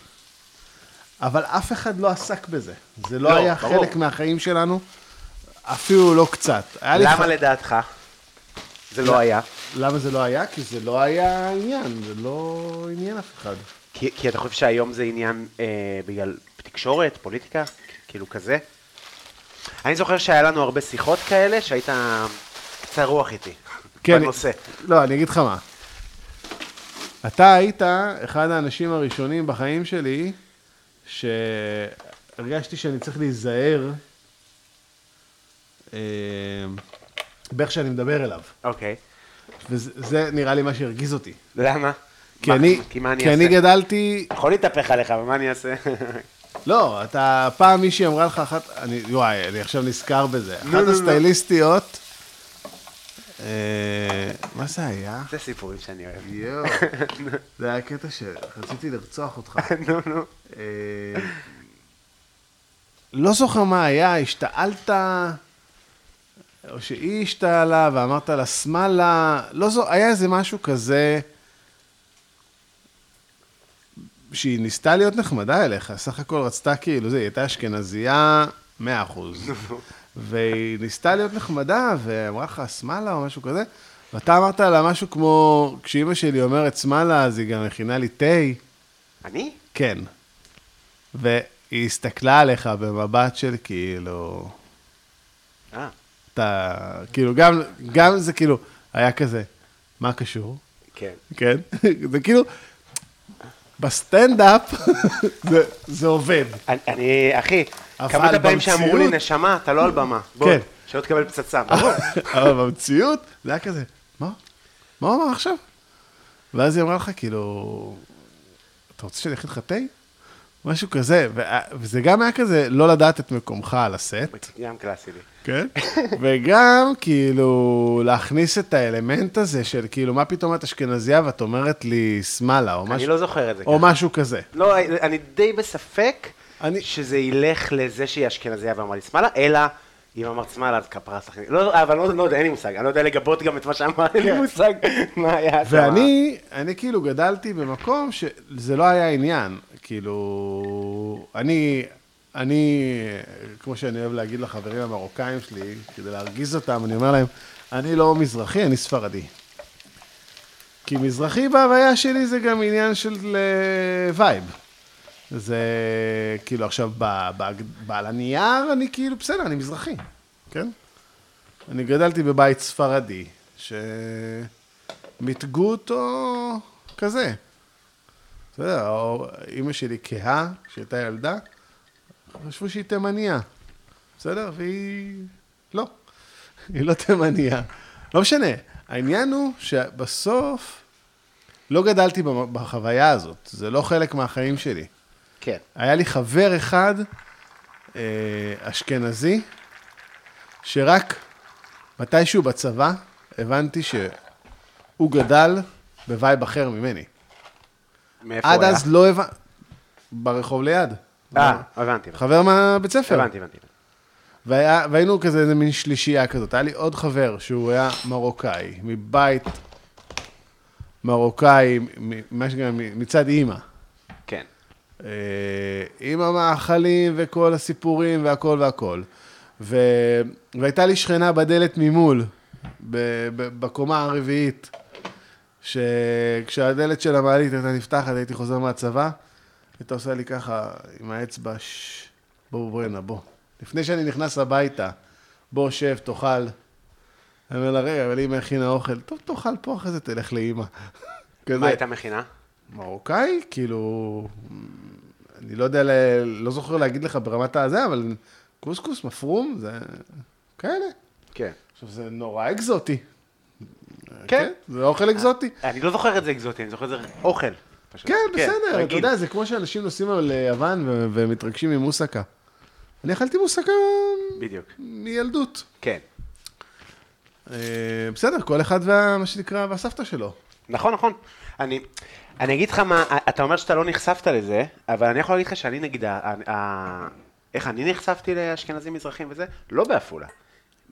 [SPEAKER 3] אבל אף אחד לא עסק בזה. זה לא,
[SPEAKER 2] לא,
[SPEAKER 3] היה
[SPEAKER 2] ברור.
[SPEAKER 3] חלק מהחיים שלנו, אפילו לא קצת. היה לי
[SPEAKER 2] למה
[SPEAKER 3] ח-
[SPEAKER 2] לדעתך? זה לא היה.
[SPEAKER 3] למה זה לא היה? כי זה לא היה עניין, זה לא עניין אף אחד.
[SPEAKER 2] כי, כי אתה חושב שהיום זה עניין אה, בגלל תקשורת, פוליטיקה, כאילו כזה? אני זוכר שהיה לנו הרבה שיחות כאלה, שהיית קצר רוח
[SPEAKER 3] [LAUGHS]
[SPEAKER 2] איתי בנושא.
[SPEAKER 3] לא, אני אגיד לך מה. אתה היית אחד האנשים הראשונים בחיים שלי שהרגשתי שאני צריך להיזהר אה, באיך שאני מדבר אליו.
[SPEAKER 2] אוקיי.
[SPEAKER 3] וזה זה נראה לי מה שהרגיז אותי.
[SPEAKER 2] למה?
[SPEAKER 3] כי
[SPEAKER 2] מה-
[SPEAKER 3] אני,
[SPEAKER 2] כי מה אני
[SPEAKER 3] כי אני
[SPEAKER 2] אעשה?
[SPEAKER 3] גדלתי,
[SPEAKER 2] יכול להתהפך עליך, אבל מה אני אעשה? [LAUGHS]
[SPEAKER 3] לא, אתה, פעם מישהי אמרה לך אחת, אני, וואי, אני עכשיו נזכר בזה. אחת
[SPEAKER 2] נו, נו.
[SPEAKER 3] הסטייליסטיות, אה, מה זה היה?
[SPEAKER 2] זה סיפורים שאני אוהב. [LAUGHS]
[SPEAKER 3] יואו, זה היה קטע שרציתי לרצוח אותך.
[SPEAKER 2] נו, נו.
[SPEAKER 3] אה, לא זוכר מה היה, השתעלת, או שהיא השתעלה, ואמרת לה שמאלה, לא זו, היה איזה משהו כזה, שהיא ניסתה להיות נחמדה אליך, סך הכל רצתה כאילו, זה, היא הייתה אשכנזייה 100%. והיא ניסתה להיות נחמדה, ואמרה לך שמאלה או משהו כזה, ואתה אמרת לה משהו כמו, כשאימא שלי אומרת שמאלה, אז היא גם מכינה לי תה.
[SPEAKER 2] אני?
[SPEAKER 3] כן. והיא הסתכלה עליך במבט של כאילו,
[SPEAKER 2] אה,
[SPEAKER 3] אתה, כאילו, גם, גם זה כאילו, היה כזה, מה קשור?
[SPEAKER 2] כן.
[SPEAKER 3] כן? [LAUGHS] זה כאילו, בסטנדאפ [LAUGHS] זה, זה עובד. [LAUGHS]
[SPEAKER 2] אני- אני, אחי,
[SPEAKER 3] אבל
[SPEAKER 2] כמות הפעמים שאמרו לי
[SPEAKER 3] במציאות-
[SPEAKER 2] נשמה, אתה לא על במה. בוא,
[SPEAKER 3] כן.
[SPEAKER 2] שלא תקבל
[SPEAKER 3] [LAUGHS]
[SPEAKER 2] פצצה. ברור.
[SPEAKER 3] אבל במציאות, זה היה כזה, מה? מה הוא אמר עכשיו? ואז היא אמרה לך, כאילו, אתה רוצה שאני אכין לך תה? משהו כזה, וה- וזה גם היה כזה, לא לדעת את מקומך על הסט.
[SPEAKER 2] גם קלאסי לי.
[SPEAKER 3] כן? וגם, כאילו, להכניס את האלמנט הזה של, כאילו, מה פתאום את אשכנזייה ואת אומרת לי שמאלה, או
[SPEAKER 2] אני
[SPEAKER 3] משהו,
[SPEAKER 2] לא זוכר את זה.
[SPEAKER 3] או משהו כזה.
[SPEAKER 2] לא, אני די בספק
[SPEAKER 3] אני-
[SPEAKER 2] שזה ילך לזה שהיא אשכנזייה ואמרה לי שמאלה, אלא אם אמרת שמאלה, אז כפרה סכנית. לא, אבל לא, לא יודע, אין לי מושג. אני לא יודע לגבות גם את מה שאמרה, אין לי מושג מה היה שם.
[SPEAKER 3] כן. ואני, אני כאילו גדלתי במקום שזה לא היה עניין. כאילו, אני, אני, כמו שאני אוהב להגיד לחברים המרוקאים שלי, כדי להרגיז אותם, אני אומר להם, אני לא מזרחי, אני ספרדי. כי מזרחי בהוויה שלי זה גם עניין של אה, וייב. זה כאילו עכשיו, ב- ב- ב- על הנייר אני כאילו, בסדר, אני מזרחי, כן? אני גדלתי בבית ספרדי, שמיתגו אותו כזה. אתה אתה יודע, או- אימא שלי כהה, כשהייתה ילדה, חשבו שהיא תימניה, בסדר? והיא... לא, [LAUGHS] היא לא תימניה. לא משנה, העניין הוא שבסוף לא גדלתי במ- בחוויה הזאת, זה לא חלק מהחיים שלי.
[SPEAKER 2] כן.
[SPEAKER 3] היה לי חבר אחד, אה, אשכנזי, שרק מתישהו בצבא הבנתי שהוא גדל בווייב אחר ממני.
[SPEAKER 2] מאיפה הוא
[SPEAKER 3] עד
[SPEAKER 2] היה?
[SPEAKER 3] אז לא הבנתי, ברחוב ליד.
[SPEAKER 2] אה, הבנתי.
[SPEAKER 3] חבר מהבית ספר.
[SPEAKER 2] הבנתי, הבנתי.
[SPEAKER 3] והיה, והיינו כזה איזה מין שלישייה כזאת. היה לי עוד חבר שהוא היה מרוקאי, מבית מרוקאי, מ- מה שגם מצד אימא.
[SPEAKER 2] כן.
[SPEAKER 3] אה, עם המאכלים וכל הסיפורים והכל והכל. ו... והייתה לי שכנה בדלת ממול, ב... ב... בקומה הרביעית, שכשהדלת של המעלית הייתה נפתחת, הייתי חוזר מהצבא, הייתה עושה לי ככה עם האצבע, "ש- בוא ברנה, בוא. לפני שאני נכנס הביתה, בוא, שב, תאכל. אני אומר לה, רגע, אבל אמא הכינה אוכל, טוב, תאכל פה, אחרי זה תלך לאמא. [LAUGHS]
[SPEAKER 2] מה הייתה מכינה?
[SPEAKER 3] מרוקאי, כאילו, אני לא יודע, ל- לא זוכר להגיד לך ברמת הזה, אבל קוסקוס, מפרום, זה כאלה.
[SPEAKER 2] כן.
[SPEAKER 3] עכשיו, זה נורא אקזוטי.
[SPEAKER 2] כן.
[SPEAKER 3] זה אוכל אקזוטי.
[SPEAKER 2] אני לא זוכר את זה אקזוטי, אני זוכר את זה אוכל. פשוט.
[SPEAKER 3] כן, בסדר, אתה
[SPEAKER 2] רגיל.
[SPEAKER 3] יודע, זה כמו שאנשים נוסעים ליוון ו- ומתרגשים ממוסקה. אני אכלתי מוסקה
[SPEAKER 2] בדיוק.
[SPEAKER 3] מילדות.
[SPEAKER 2] כן.
[SPEAKER 3] אה, בסדר, כל אחד וה... מה שנקרא, והסבתא שלו.
[SPEAKER 2] נכון, נכון. אני, אני אגיד לך מה, אתה אומר שאתה לא נחשפת לזה, אבל אני יכול להגיד לך שאני נגיד, ה, ה, ה, איך אני נחשפתי לאשכנזים מזרחים וזה? לא בעפולה.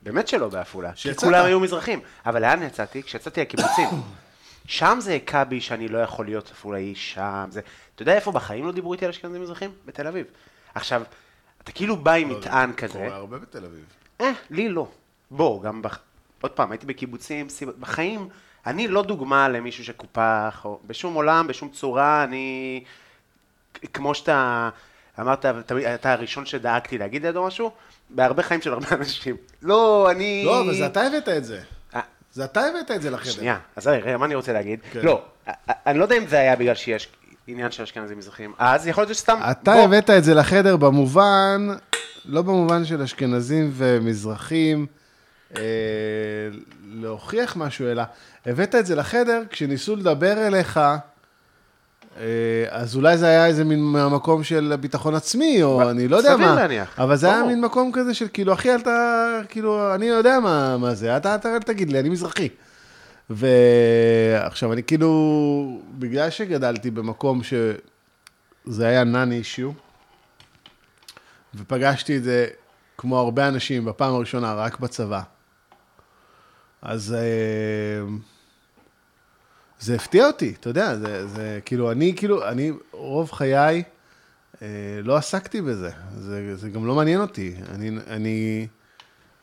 [SPEAKER 2] באמת שלא בעפולה. כי
[SPEAKER 3] שיצאת.
[SPEAKER 2] כולם היו מזרחים. אבל לאן יצאתי? כשיצאתי לקיבוצים. שם זה הכה בי שאני לא יכול להיות עפולאי, שם זה... אתה יודע איפה בחיים לא דיברו איתי על אשכנזים מזרחים? בתל אביב. עכשיו, אתה כאילו בא עם מטען כזה.
[SPEAKER 3] לא, קורה הרבה בתל אביב.
[SPEAKER 2] אה, לי לא. בוא, גם, בח... עוד פעם, הייתי בקיבוצים, סיב- בחיים, אני לא דוגמה למישהו שקופח, או בשום עולם, בשום צורה, אני, כ- כמו שאתה אמרת, תמיד, אתה הראשון שדאגתי להגיד לידו משהו, בהרבה חיים של הרבה אנשים. לא, אני...
[SPEAKER 3] לא, אבל זה אתה הבאת את זה.
[SPEAKER 2] אה,
[SPEAKER 3] זה אתה הבאת את זה לחדר.
[SPEAKER 2] שנייה, אז רגע, מה אני רוצה להגיד?
[SPEAKER 3] כן.
[SPEAKER 2] לא, א- א- אני לא יודע אם זה היה בגלל שיש עניין של אשכנזים מזרחים, אז יכול להיות שסתם...
[SPEAKER 3] אתה
[SPEAKER 2] בוא,
[SPEAKER 3] הבאת את זה לחדר במובן, לא במובן של אשכנזים ומזרחים, אה, להוכיח משהו, אלא הבאת את זה לחדר כשניסו לדבר אליך, אה, אז אולי זה היה איזה מין מהמקום של ביטחון עצמי, או אני לא יודע
[SPEAKER 2] סביר
[SPEAKER 3] מה.
[SPEAKER 2] להניח,
[SPEAKER 3] אבל זה היה
[SPEAKER 2] ברור.
[SPEAKER 3] מין מקום כזה של כאילו, אחי, אל ת... כאילו, אני יודע מה, מה זה, אתה, אתה אל תגיד לי, אני מזרחי. ועכשיו, אני כאילו, בגלל שגדלתי במקום ש... זה היה נאן אישיו, ופגשתי את זה, כמו הרבה אנשים, בפעם הראשונה, רק בצבא. אז אה, זה הפתיע אותי, אתה יודע, זה, זה כאילו, אני כאילו, אני רוב חיי אה, לא עסקתי בזה, זה, זה גם לא מעניין אותי. אני, אני,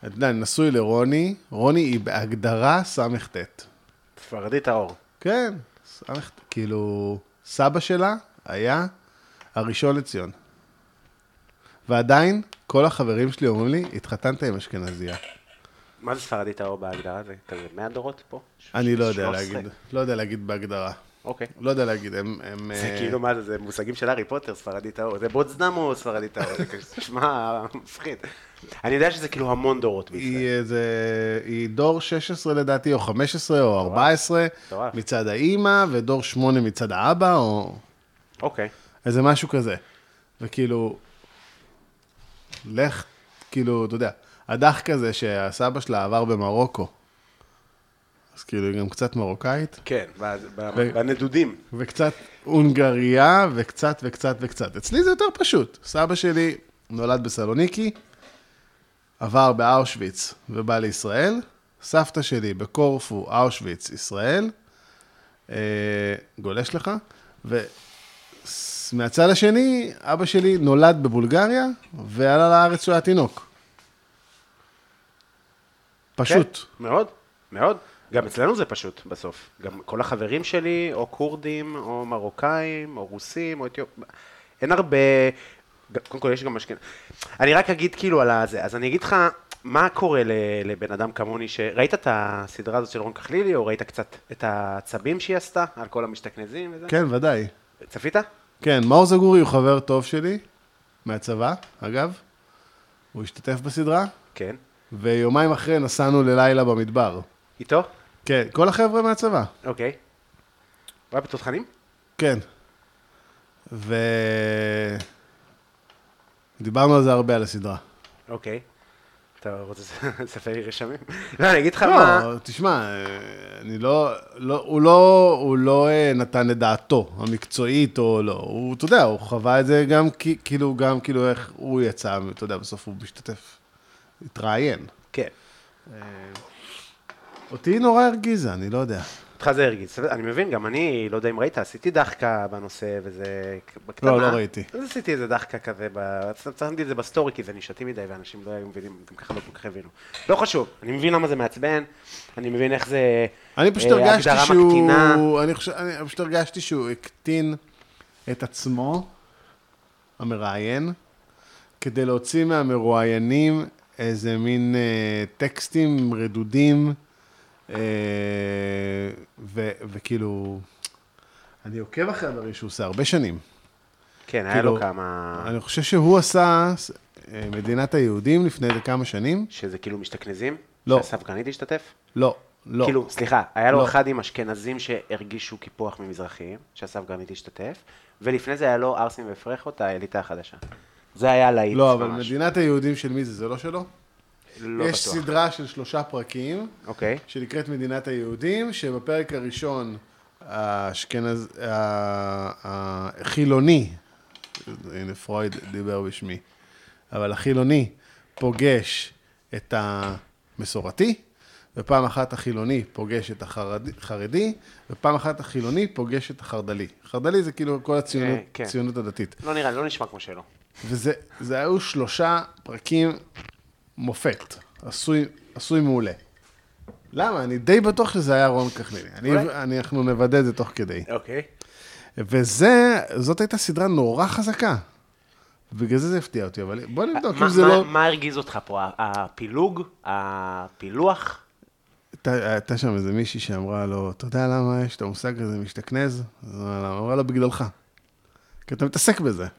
[SPEAKER 3] אתה יודע, אני נשוי לרוני, רוני היא בהגדרה סט.
[SPEAKER 2] ספרדי טהור.
[SPEAKER 3] כן, סמך, כאילו, סבא שלה היה הראשון לציון. ועדיין, כל החברים שלי אומרים לי, התחתנת עם אשכנזייה.
[SPEAKER 2] מה זה ספרדי טהור בהגדרה? זה כזה 100 דורות פה?
[SPEAKER 3] אני לא יודע
[SPEAKER 2] 13.
[SPEAKER 3] להגיד, לא יודע להגיד בהגדרה.
[SPEAKER 2] אוקיי.
[SPEAKER 3] לא יודע להגיד, הם... הם
[SPEAKER 2] זה
[SPEAKER 3] אה,
[SPEAKER 2] כאילו מה זה, זה מושגים של הארי פוטר, ספרדי טהור, זה בוץ דם או ספרדי טהור, זה כזה, [LAUGHS] שמע, מפחיד. אני יודע שזה כאילו המון דורות בישראל.
[SPEAKER 3] היא איזה, היא דור 16 לדעתי, או 15 או 14,
[SPEAKER 2] מטורף.
[SPEAKER 3] מצד האימא, ודור 8 מצד האבא, או
[SPEAKER 2] אוקיי,
[SPEAKER 3] איזה משהו כזה. וכאילו, לך, כאילו, אתה יודע, הדח כזה שהסבא שלה עבר במרוקו, אז כאילו היא גם קצת מרוקאית,
[SPEAKER 2] כן, ב- ב-
[SPEAKER 3] ו-
[SPEAKER 2] בנדודים.
[SPEAKER 3] וקצת הונגריה, וקצת וקצת וקצת. אצלי זה יותר פשוט. סבא שלי נולד בסלוניקי, עבר באושוויץ ובא לישראל, סבתא שלי בקורפו, אושוויץ, ישראל, אה, גולש לך, ומהצד השני, אבא שלי נולד בבולגריה, ועלה לארץ כשהוא היה תינוק. פשוט.
[SPEAKER 2] כן, מאוד, מאוד. גם אצלנו זה פשוט בסוף. גם כל החברים שלי, או כורדים, או מרוקאים, או רוסים, או אתיופים. אין הרבה... ג- קודם כל, יש גם אשכנזים. אני רק אגיד כאילו על הזה, אז אני אגיד לך, מה קורה ל- לבן אדם כמוני, ש... ראית את הסדרה הזאת של רון כחלילי, או ראית קצת את העצבים שהיא עשתה, על כל המשתכנזים וזה?
[SPEAKER 3] כן, ודאי.
[SPEAKER 2] צפית?
[SPEAKER 3] כן, מאור זגורי הוא חבר טוב שלי, מהצבא, אגב. הוא השתתף בסדרה,
[SPEAKER 2] כן.
[SPEAKER 3] ויומיים אחרי נסענו ללילה במדבר.
[SPEAKER 2] איתו?
[SPEAKER 3] כן, כל החבר'ה מהצבא,
[SPEAKER 2] אוקיי. הוא היה בתותחנים?
[SPEAKER 3] כן. ו... דיברנו על זה הרבה, על הסדרה.
[SPEAKER 2] אוקיי. אתה רוצה לספר לי רשמים? לא, אני אגיד לך מה...
[SPEAKER 3] לא, תשמע, אה, אני לא, לא, הוא לא, הוא לא אה, נתן את דעתו המקצועית או לא, הוא, אתה יודע, הוא חווה את זה גם כי- כאילו, גם כאילו איך הוא יצא, אתה יודע, בסוף הוא משתתף, התראיין.
[SPEAKER 2] כן.
[SPEAKER 3] אותי היא נורא הרגיזה, אני לא יודע.
[SPEAKER 2] אותך זה הרגיז. אני מבין, גם אני, לא יודע אם ראית, עשיתי דחקה בנושא, וזה... בקטנה.
[SPEAKER 3] לא, לא ראיתי.
[SPEAKER 2] אז עשיתי איזה דחקה כזה, ב- שמתי את זה בסטורי, כי זה נישתי מדי, ואנשים לא היו מבינים, גם ככה לא כל כך הבינו. לא חשוב, אני מבין למה זה מעצבן, אני מבין איך זה...
[SPEAKER 3] אני פשוט
[SPEAKER 2] אה,
[SPEAKER 3] הרגשתי
[SPEAKER 2] הגדרה מקטינה.
[SPEAKER 3] שהוא, אני חושב, אני פשוט הרגשתי שהוא הקטין את עצמו, המראיין, כדי להוציא מהמרואיינים איזה מין אה, טקסטים רדודים, אה, ו, וכאילו, אני עוקב אחרי הדברים שהוא עושה הרבה שנים.
[SPEAKER 2] כן, היה
[SPEAKER 3] כאילו,
[SPEAKER 2] לו כמה...
[SPEAKER 3] אני חושב שהוא עשה אה, מדינת היהודים לפני איזה כמה שנים.
[SPEAKER 2] שזה כאילו משתכנזים?
[SPEAKER 3] לא.
[SPEAKER 2] שהספקנית השתתף?
[SPEAKER 3] לא, לא.
[SPEAKER 2] כאילו, סליחה, היה לו
[SPEAKER 3] לא.
[SPEAKER 2] אחד עם אשכנזים שהרגישו קיפוח ממזרחים, שאסף גרנית השתתף, ולפני זה היה לו ארסים ופרחות, האליטה החדשה. זה היה להיט ממש.
[SPEAKER 3] לא, אבל מדינת היהודים של מי זה? זה לא שלו?
[SPEAKER 2] לא
[SPEAKER 3] יש
[SPEAKER 2] בטוח.
[SPEAKER 3] סדרה של שלושה פרקים,
[SPEAKER 2] אוקיי.
[SPEAKER 3] שנקראת מדינת היהודים, שבפרק הראשון האשכנז... ה- החילוני, הנה פרויד דיבר בשמי, אבל החילוני פוגש את המסורתי, ופעם אחת החילוני פוגש את החרדי, חרדי, ופעם אחת החילוני פוגש את החרד"לי. חרד"לי זה כאילו כל הציונות,
[SPEAKER 2] אה, כן.
[SPEAKER 3] הציונות הדתית.
[SPEAKER 2] לא נראה, לא נשמע כמו שלא.
[SPEAKER 3] וזה זה היו שלושה פרקים מופת, עשוי, עשוי מעולה. למה? אני די בטוח שזה היה רון כחליני. אני,
[SPEAKER 2] אולי.
[SPEAKER 3] אני, אנחנו נוודא את זה תוך כדי.
[SPEAKER 2] אוקיי.
[SPEAKER 3] וזה, זאת הייתה סדרה נורא חזקה. בגלל זה זה הפתיע אותי, אבל בוא נבדוק
[SPEAKER 2] מה-
[SPEAKER 3] אם זה
[SPEAKER 2] מה-
[SPEAKER 3] לא...
[SPEAKER 2] מה הרגיז אותך פה? ה- הפילוג? הפילוח?
[SPEAKER 3] הייתה- הייתה שם איזה מישהי שאמרה לו, אתה יודע למה יש את המושג הזה משתכנז? אז הוא אמר לה, אמרה לו, בגללך. כי אתה מתעסק בזה.
[SPEAKER 2] ק-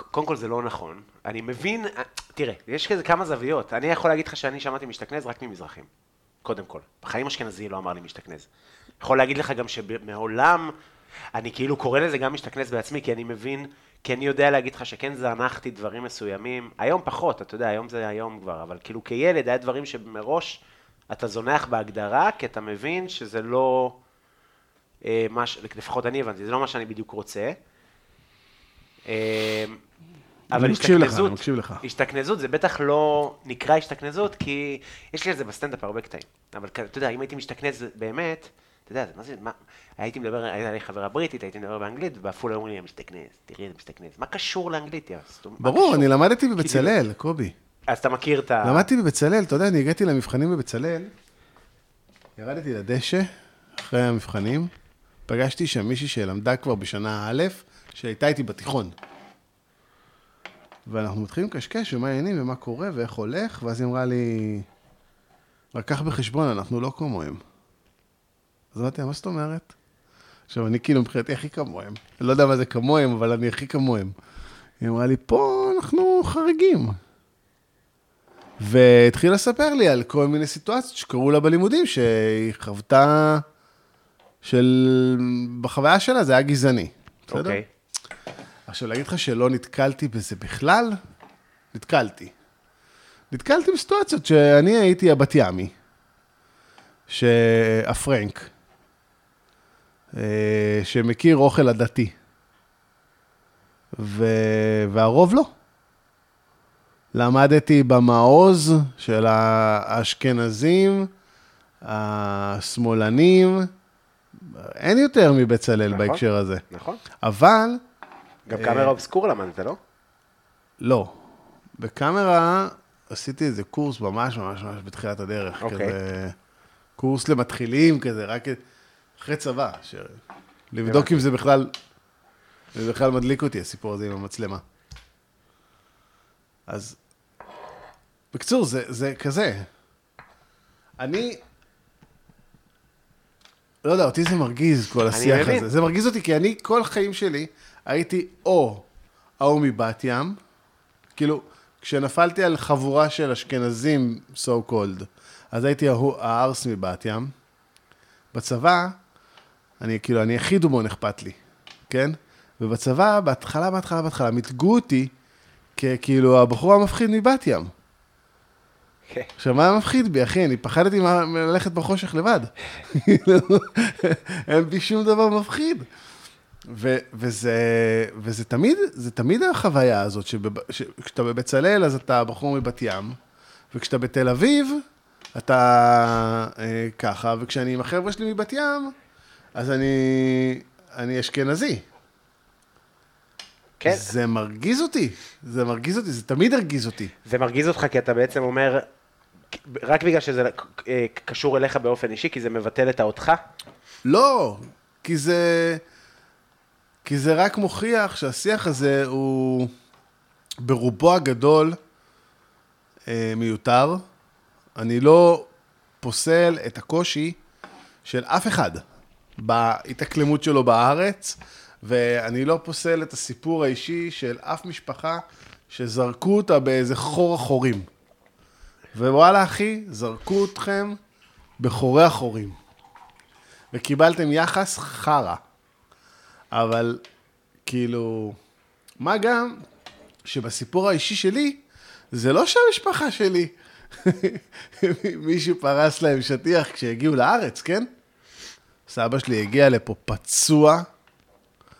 [SPEAKER 2] קודם כל זה לא נכון. אני מבין, תראה, יש כזה כמה זוויות. אני יכול להגיד לך שאני שמעתי משתכנז רק ממזרחים. קודם כל. בחיים אשכנזי לא אמר לי משתכנז. יכול להגיד לך גם שמעולם, אני כאילו קורא לזה גם משתכנז בעצמי, כי אני מבין, כי אני יודע להגיד לך שכן זנחתי דברים מסוימים. היום פחות, אתה יודע, היום זה היום כבר, אבל כאילו כילד היה דברים שמראש אתה זונח בהגדרה, כי אתה מבין שזה לא... אה, מה ש... לפחות אני הבנתי, זה לא מה שאני בדיוק רוצה. אה, אבל
[SPEAKER 3] אני מקשיב לך,
[SPEAKER 2] השתכנזות-
[SPEAKER 3] אני מקשיב לך.
[SPEAKER 2] השתכנזות זה בטח לא נקרא השתכנזות, כי יש לי על זה בסטנדאפ הרבה קטעים. אבל כ- אתה יודע, אם הייתי משתכנז באמת, אתה יודע, זה- מה זה, מה, הייתי מדבר, הייתה לי חברה בריטית, הייתי מדבר באנגלית, בעפולה אומרים לי, משתכנז, תראי איזה משתכנז. מה קשור לאנגלית, יא סתום? מה
[SPEAKER 3] ברור,
[SPEAKER 2] קשור? כאילו-
[SPEAKER 3] אני למדתי בבצלאל, קובי.
[SPEAKER 2] אז אתה מכיר את ה...
[SPEAKER 3] למדתי בבצלאל, אתה יודע, אני הגעתי למבחנים בבצלאל, ירדתי לדשא, אחרי המבחנים, פגשתי שם מישהי שלמדה כבר בשנה א', שהייתה איתי בתיכון. ואנחנו מתחילים לקשקש, ומה העניינים, ומה קורה, ואיך הולך, ואז היא אמרה לי, רק קח בחשבון, אנחנו לא כמוהם. אז אמרתי לה, מה זאת אומרת? עכשיו, אני כאילו מבחינתי הכי כמוהם. אני לא יודע מה זה כמוהם, אבל אני הכי כמוהם. היא אמרה לי, פה אנחנו חריגים. והתחילה לספר לי על כל מיני סיטואציות שקרו לה בלימודים, שהיא חוותה, של... בחוויה שלה זה היה גזעני. בסדר?
[SPEAKER 2] אוקיי.
[SPEAKER 3] עכשיו, להגיד לך שלא נתקלתי בזה בכלל? נתקלתי. נתקלתי בסיטואציות שאני הייתי הבת ימי, שהפרנק, אה, שמכיר אוכל עדתי, ו... והרוב לא. למדתי במעוז של האשכנזים, השמאלנים, אין יותר מבצלאל
[SPEAKER 2] נכון.
[SPEAKER 3] בהקשר הזה.
[SPEAKER 2] נכון.
[SPEAKER 3] אבל
[SPEAKER 2] גם
[SPEAKER 3] אה,
[SPEAKER 2] קאמרה אובסקור למדת, לא?
[SPEAKER 3] לא. בקאמרה עשיתי איזה קורס ממש ממש ממש בתחילת הדרך.
[SPEAKER 2] אוקיי.
[SPEAKER 3] כזה, קורס למתחילים כזה, רק אחרי צבא. ש... לבדוק
[SPEAKER 2] הבנתי.
[SPEAKER 3] אם זה בכלל, זה בכלל מדליק אותי, הסיפור הזה עם המצלמה. אז בקיצור, זה, זה כזה. אני לא יודע, אותי זה מרגיז, כל השיח
[SPEAKER 2] מבין.
[SPEAKER 3] הזה. זה מרגיז אותי, כי אני, כל החיים שלי, הייתי או ההוא מבת ים, כאילו, כשנפלתי על חבורה של אשכנזים, so called, אז הייתי ההוא, הערס מבת ים. בצבא, אני כאילו, אני הכי דומון אכפת לי, כן? ובצבא, בהתחלה, בהתחלה, בהתחלה, מיתגו אותי ככאילו הבחור המפחיד מבת ים.
[SPEAKER 2] כן.
[SPEAKER 3] עכשיו, מה מפחיד בי, אחי? אני פחדתי מה- מללכת בחושך לבד. [LAUGHS] כאילו, אין בי שום דבר מפחיד. ו- וזה, וזה תמיד, זה תמיד החוויה הזאת, שכשאתה בבצלאל אז אתה בחור מבת ים, וכשאתה בתל אביב, אתה אה, ככה, וכשאני עם החבר'ה שלי מבת ים, אז אני, אני אשכנזי.
[SPEAKER 2] כן.
[SPEAKER 3] זה מרגיז אותי, זה מרגיז אותי, זה תמיד הרגיז אותי.
[SPEAKER 2] זה מרגיז אותך כי אתה בעצם אומר, רק בגלל שזה אה, קשור אליך באופן אישי, כי זה מבטל את האותך,
[SPEAKER 3] לא, כי זה... כי זה רק מוכיח שהשיח הזה הוא ברובו הגדול אה, מיותר. אני לא פוסל את הקושי של אף אחד בהתאקלמות שלו בארץ, ואני לא פוסל את הסיפור האישי של אף משפחה שזרקו אותה באיזה חור החורים. ווואלה, אחי, זרקו אתכם בחורי החורים. וקיבלתם יחס חרא. אבל כאילו, מה גם שבסיפור האישי שלי, זה לא שהמשפחה שלי, [LAUGHS] מישהו פרס להם שטיח כשהגיעו לארץ, כן? סבא שלי הגיע לפה פצוע,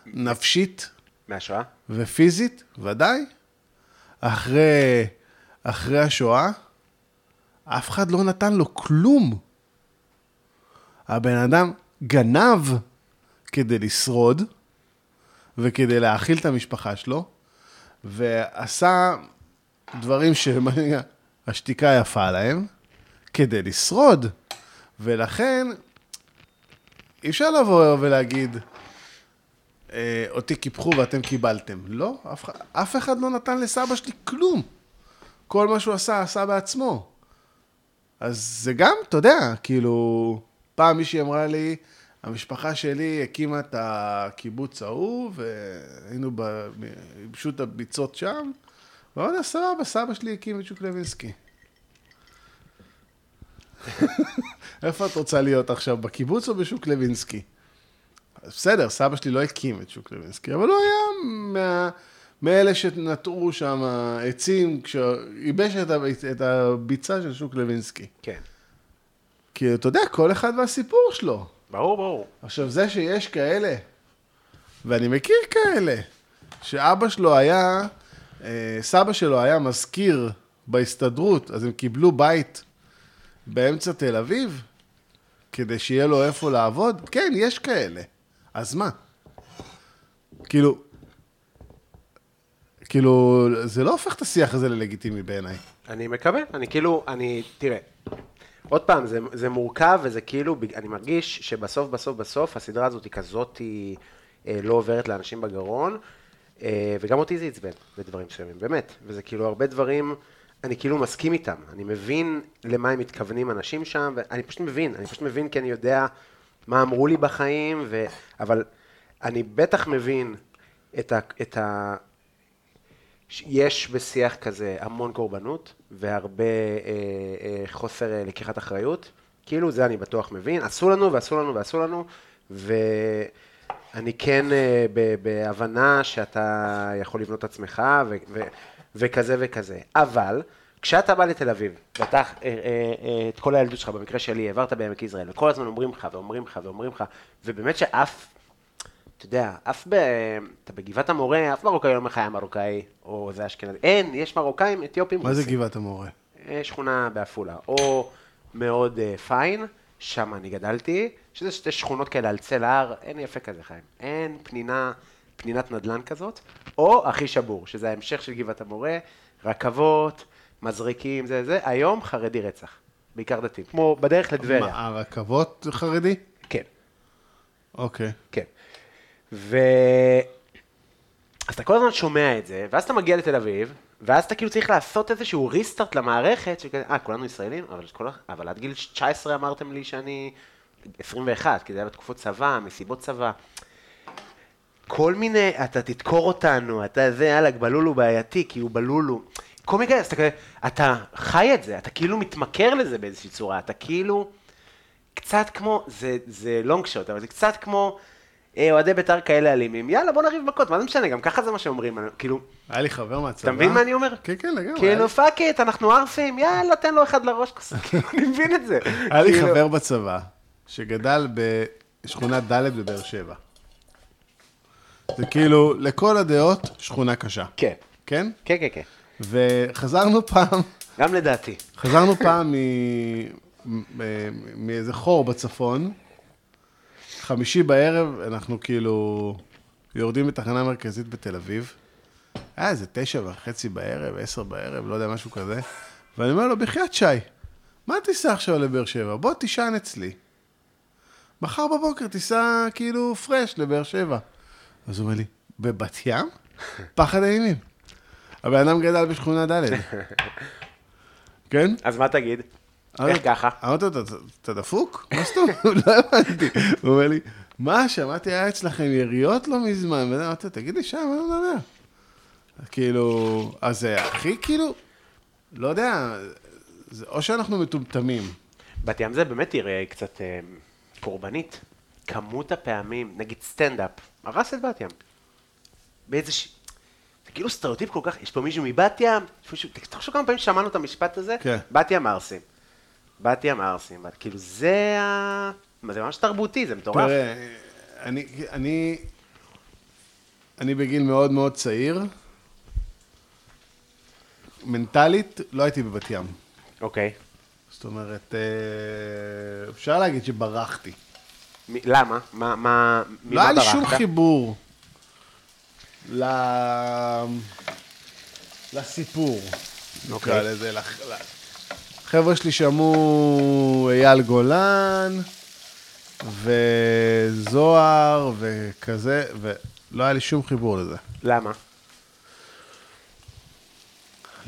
[SPEAKER 3] נפשית
[SPEAKER 2] מהשואה.
[SPEAKER 3] ופיזית, ודאי. אחרי, אחרי השואה, אף אחד לא נתן לו כלום. הבן אדם גנב כדי לשרוד וכדי להאכיל את המשפחה שלו, ועשה דברים [LAUGHS] שהשתיקה יפה להם, כדי לשרוד. ולכן, אי אפשר לבוא ולהגיד, אה, אותי קיפחו ואתם קיבלתם. לא, אף, אחד- אף אחד לא נתן לסבא שלי כלום. כל מה שהוא עשה, עשה בעצמו. אז זה גם, אתה יודע, כאילו, פעם מישהי אמרה לי, המשפחה שלי הקימה את הקיבוץ ההוא, והיינו, ב- ייבשו את הביצות שם, ואמרתי, סבבה, סבא שלי הקים את שוק לוינסקי. [LAUGHS] איפה את רוצה להיות עכשיו, בקיבוץ או בשוק לוינסקי? אז בסדר, סבא שלי לא הקים את שוק לוינסקי, אבל הוא היה מה... מאלה שנטעו שם עצים, כשייבש את, הב- את הביצה של שוק לוינסקי.
[SPEAKER 2] כן.
[SPEAKER 3] כי אתה יודע, כל אחד והסיפור שלו.
[SPEAKER 2] ברור, ברור.
[SPEAKER 3] עכשיו, זה שיש כאלה, ואני מכיר כאלה, שאבא שלו היה, אה, סבא שלו היה מזכיר בהסתדרות, אז הם קיבלו בית באמצע תל אביב, כדי שיהיה לו איפה לעבוד. כן, יש כאלה. אז מה? כאילו, כאילו, זה לא הופך את השיח הזה ללגיטימי בעיניי.
[SPEAKER 2] אני מקבל, אני כאילו, אני, תראה, עוד פעם, זה, זה מורכב וזה כאילו, בג- אני מרגיש שבסוף בסוף בסוף הסדרה הזאת היא כזאת היא, אה, לא עוברת לאנשים בגרון, אה, וגם אותי זה עצבן בדברים מסוימים, באמת, וזה כאילו הרבה דברים, אני כאילו מסכים איתם, אני מבין למה הם מתכוונים אנשים שם, ואני פשוט מבין, אני פשוט מבין כי אני יודע מה אמרו לי בחיים, ו... אבל אני בטח מבין את ה... את ה... יש בשיח כזה המון קורבנות והרבה אה, אה, חוסר אה, לקיחת אחריות, כאילו זה אני בטוח מבין, עשו לנו ועשו לנו ועשו לנו, ואני כן אה, ב- בהבנה שאתה יכול לבנות את עצמך ו- ו- וכזה וכזה, אבל כשאתה בא לתל אביב, ואתה, אה, אה, אה, את כל הילדות שלך, במקרה שלי, העברת בעמק יזרעאל, וכל הזמן אומרים לך ואומרים לך ואומרים לך, ובאמת שאף אתה יודע, אף ב... אתה בגבעת המורה, אף מרוקאי לא אומר לך היה מרוקאי, או זה אשכנזי. אין, יש מרוקאים, אתיופים,
[SPEAKER 3] מה זה
[SPEAKER 2] רוסים.
[SPEAKER 3] גבעת המורה?
[SPEAKER 2] אה, שכונה בעפולה, או מאוד אה, פיין, שם אני גדלתי, שזה שתי שכונות כאלה על צל ההר, אין יפה כזה חיים, אין פנינה, פנינת נדלן כזאת, או אחי שבור, שזה ההמשך של גבעת המורה, רכבות, מזריקים, זה זה, היום חרדי רצח, בעיקר דתי, כמו בדרך לטבריה,
[SPEAKER 3] מה, הרכבות חרדי?
[SPEAKER 2] כן.
[SPEAKER 3] אוקיי.
[SPEAKER 2] כן. ו... אז אתה כל הזמן שומע את זה, ואז אתה מגיע לתל אביב, ואז אתה כאילו צריך לעשות איזשהו ריסטארט למערכת, שכזה, אה, כולנו ישראלים, אבל, כל... ה- אבל עד גיל 19 אמרתם לי שאני 21, כי זה היה בתקופות צבא, מסיבות צבא. כל מיני, אתה תדקור אותנו, אתה זה, יאללה, בלולו בעייתי, כי הוא בלולו. כל מיני כאלה, אז אתה כזה, אתה חי את זה, אתה כאילו מתמכר לזה באיזושהי צורה, אתה כאילו, קצת כמו, זה, זה לונג שוט, אבל זה קצת כמו אה, אוהדי בית"ר כאלה אלימים, יאללה, בוא נריב מכות, מה זה משנה, גם ככה זה מה שאומרים, אני- כאילו,
[SPEAKER 3] היה לי חבר מהצבא.
[SPEAKER 2] אתה מבין מה אני אומר?
[SPEAKER 3] כן, כן, לגמרי. היה לי-
[SPEAKER 2] כאילו, פאק איט, אנחנו ערפים, יאללה, תן לו אחד לראש,
[SPEAKER 3] [LAUGHS]
[SPEAKER 2] כוס." כאילו, אני מבין את זה.
[SPEAKER 3] היה לי
[SPEAKER 2] כאילו,
[SPEAKER 3] חבר בצבא, שגדל בשכונה ד' בבאר שבע. זה כאילו, לכל הדעות, שכונה קשה.
[SPEAKER 2] כן.
[SPEAKER 3] כן?
[SPEAKER 2] כן, כן, כן,
[SPEAKER 3] וחזרנו פעם,
[SPEAKER 2] גם לדעתי.
[SPEAKER 3] חזרנו פעם מ- מ- מאיזה חור בצפון, חמישי בערב, אנחנו כאילו יורדים בתחנה מרכזית בתל אביב. היה איזה תשע וחצי בערב, עשר בערב, לא יודע, משהו כזה. ואני אומר לו, בחייאת שי, מה תיסע עכשיו לבאר שבע? בוא תישן אצלי. מחר בבוקר תיסע כאילו פרש לבאר שבע. אז הוא אומר לי, בבת ים? פחד אימים. הבן אדם גדל בשכונה ד'. כן?
[SPEAKER 2] אז מה תגיד? איך
[SPEAKER 3] אמרתי-
[SPEAKER 2] ככה?
[SPEAKER 3] אמרתי לו, אה, "אתה- אתה דפוק? מה זאת אומרת? [LAUGHS] לא הבנתי. הוא אומר לי, מה, שמעתי היה אצלכם יריות לא מזמן, ואני אמרתי, לו, תגיד לי, שם, מה אתה מדבר? אז כאילו, אז זה הכי כאילו, לא יודע, זה או שאנחנו מטומטמים.
[SPEAKER 2] בת ים זה באמת עיר אה, קצת אה, קורבנית. כמות הפעמים, נגיד סטנדאפ, הרס את בת ים. באיזה ש... זה כאילו סטריאוטיפ כל כך, יש פה מישהו מבת ים, יש פה מישהו... תחשוב כמה פעמים שמענו את המשפט הזה,
[SPEAKER 3] כן.
[SPEAKER 2] בת ים ערסים. בת ים ערסים, בת- כאילו זה ה... מה, זה ממש תרבותי, זה מטורף.
[SPEAKER 3] תראה, אני, אני, אני בגיל מאוד מאוד צעיר, מנטלית לא הייתי בבת ים.
[SPEAKER 2] אוקיי.
[SPEAKER 3] זאת אומרת, אה, אפשר להגיד שברחתי.
[SPEAKER 2] מ- למה? מה, מה, ממה
[SPEAKER 3] לא היה לי
[SPEAKER 2] ברחת?
[SPEAKER 3] שום חיבור ל... לסיפור, נקרא לזה. לח- ל- החבר'ה שלי שמעו אייל גולן, וזוהר, וכזה, ולא היה לי שום חיבור לזה.
[SPEAKER 2] למה?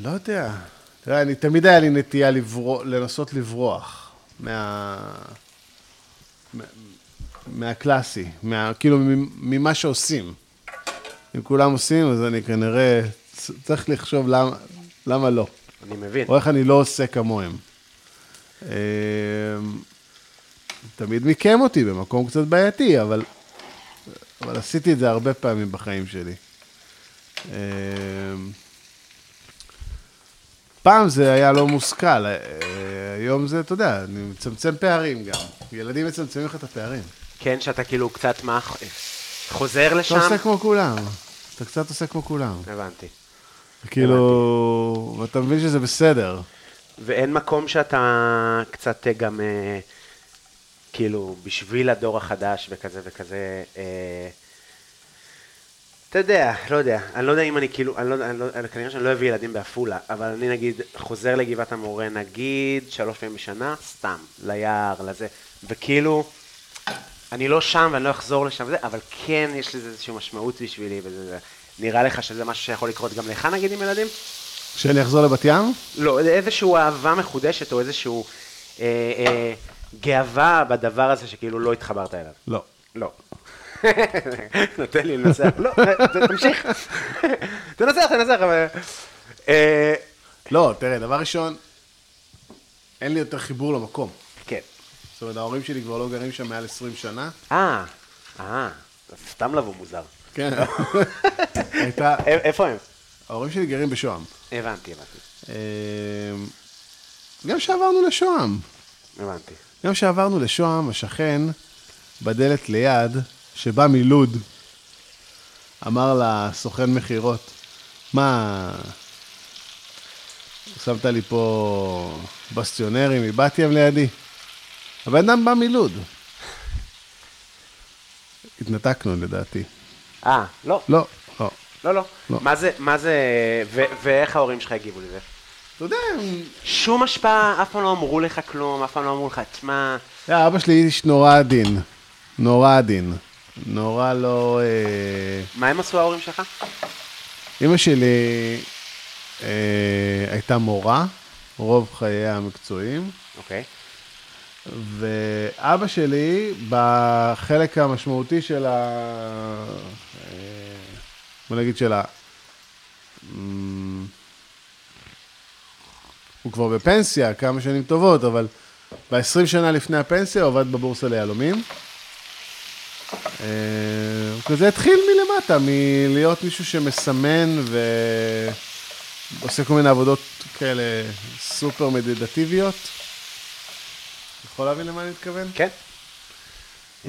[SPEAKER 3] לא יודע. תראה, אני, תמיד היה לי נטייה לברוא, לנסות לברוח מה... מה- מהקלאסי, מה, כאילו מ- ממה שעושים. אם כולם עושים, אז אני כנראה צ- צריך לחשוב למה, למה לא,
[SPEAKER 2] אני מבין.
[SPEAKER 3] או איך אני לא עושה כמוהם. אמ, תמיד מיקם אותי במקום קצת בעייתי, אבל, אבל עשיתי את זה הרבה פעמים בחיים שלי. אמ, פעם זה היה לא מושכל, אה, היום זה, אתה יודע, אני מצמצם פערים גם. ילדים מצמצמים לך את הפערים.
[SPEAKER 2] כן, שאתה כאילו קצת מה... חוזר לשם?
[SPEAKER 3] אתה עושה כמו כולם, אתה קצת עושה כמו כולם.
[SPEAKER 2] הבנתי.
[SPEAKER 3] כאילו, ואתה מבין שזה בסדר.
[SPEAKER 2] ואין מקום שאתה קצת אה, גם, אה, כאילו, בשביל הדור החדש וכזה וכזה, אה, אתה יודע, לא יודע, אני לא יודע אם אני כאילו, אני לא, אני לא, אני- כנראה שאני לא אביא ילדים בעפולה, אבל אני נגיד חוזר לגבעת המורה, נגיד, שלוש פעמים בשנה, סתם, ליער, לזה, וכאילו, אני לא שם ואני לא אחזור לשם וזה, אבל כן יש לזה איזושהי משמעות בשבילי וזה, זה. נראה לך שזה משהו שיכול לקרות גם לך נגיד עם ילדים?
[SPEAKER 3] כשאני אחזור לבת ים?
[SPEAKER 2] לא, איזושהי אהבה מחודשת או איזושהי אה, אה, גאווה בדבר הזה שכאילו לא התחברת אליו.
[SPEAKER 3] לא.
[SPEAKER 2] לא. [LAUGHS] נותן לי לנסח. לא, ת- תמשיך. [LAUGHS] תנסח, תנסח, אבל... אה,
[SPEAKER 3] לא, תראה, דבר ראשון, אין לי יותר חיבור למקום.
[SPEAKER 2] כן.
[SPEAKER 3] זאת אומרת, ההורים שלי כבר לא גרים שם מעל 20 שנה.
[SPEAKER 2] אה, אה, זה סתם לבוא מוזר.
[SPEAKER 3] כן. הייתה,
[SPEAKER 2] א- איפה הם?
[SPEAKER 3] ההורים שלי גרים בשוהם.
[SPEAKER 2] הבנתי, הבנתי.
[SPEAKER 3] אמ, גם שעברנו לשוהם.
[SPEAKER 2] הבנתי.
[SPEAKER 3] יום שעברנו לשוהם, השכן בדלת ליד, שבא מלוד, אמר לסוכן מכירות, מה, שמת לי פה בסטיונרים מבת ים לידי? הבן אדם בא מלוד. התנתקנו לדעתי.
[SPEAKER 2] אה, לא,
[SPEAKER 3] לא, לא.
[SPEAKER 2] לא, לא.
[SPEAKER 3] לא.
[SPEAKER 2] מה זה, מה זה, ו- ואיך ההורים שלך הגיבו לזה?
[SPEAKER 3] אתה יודע, הם-
[SPEAKER 2] שום השפעה, אף פעם לא אמרו לך כלום, אף פעם לא אמרו לך, תשמע,
[SPEAKER 3] אה, אבא שלי איש נורא עדין. נורא עדין. נורא לא... אה,
[SPEAKER 2] מה הם עשו ההורים שלך?
[SPEAKER 3] אימא שלי אה, הייתה מורה, רוב חייה המקצועיים,
[SPEAKER 2] אוקיי.
[SPEAKER 3] ואבא שלי, בחלק המשמעותי של ה... אה, בוא נגיד של ה... אמ, הוא כבר בפנסיה כמה שנים טובות, אבל ב-20 שנה לפני הפנסיה הוא עבד בבורסה ליהלומים. אה, הוא כזה התחיל מלמטה, מלהיות מישהו שמסמן ועושה כל מיני עבודות כאלה סופר מדידטיביות. יכול להבין למה אני מתכוון?
[SPEAKER 2] כן?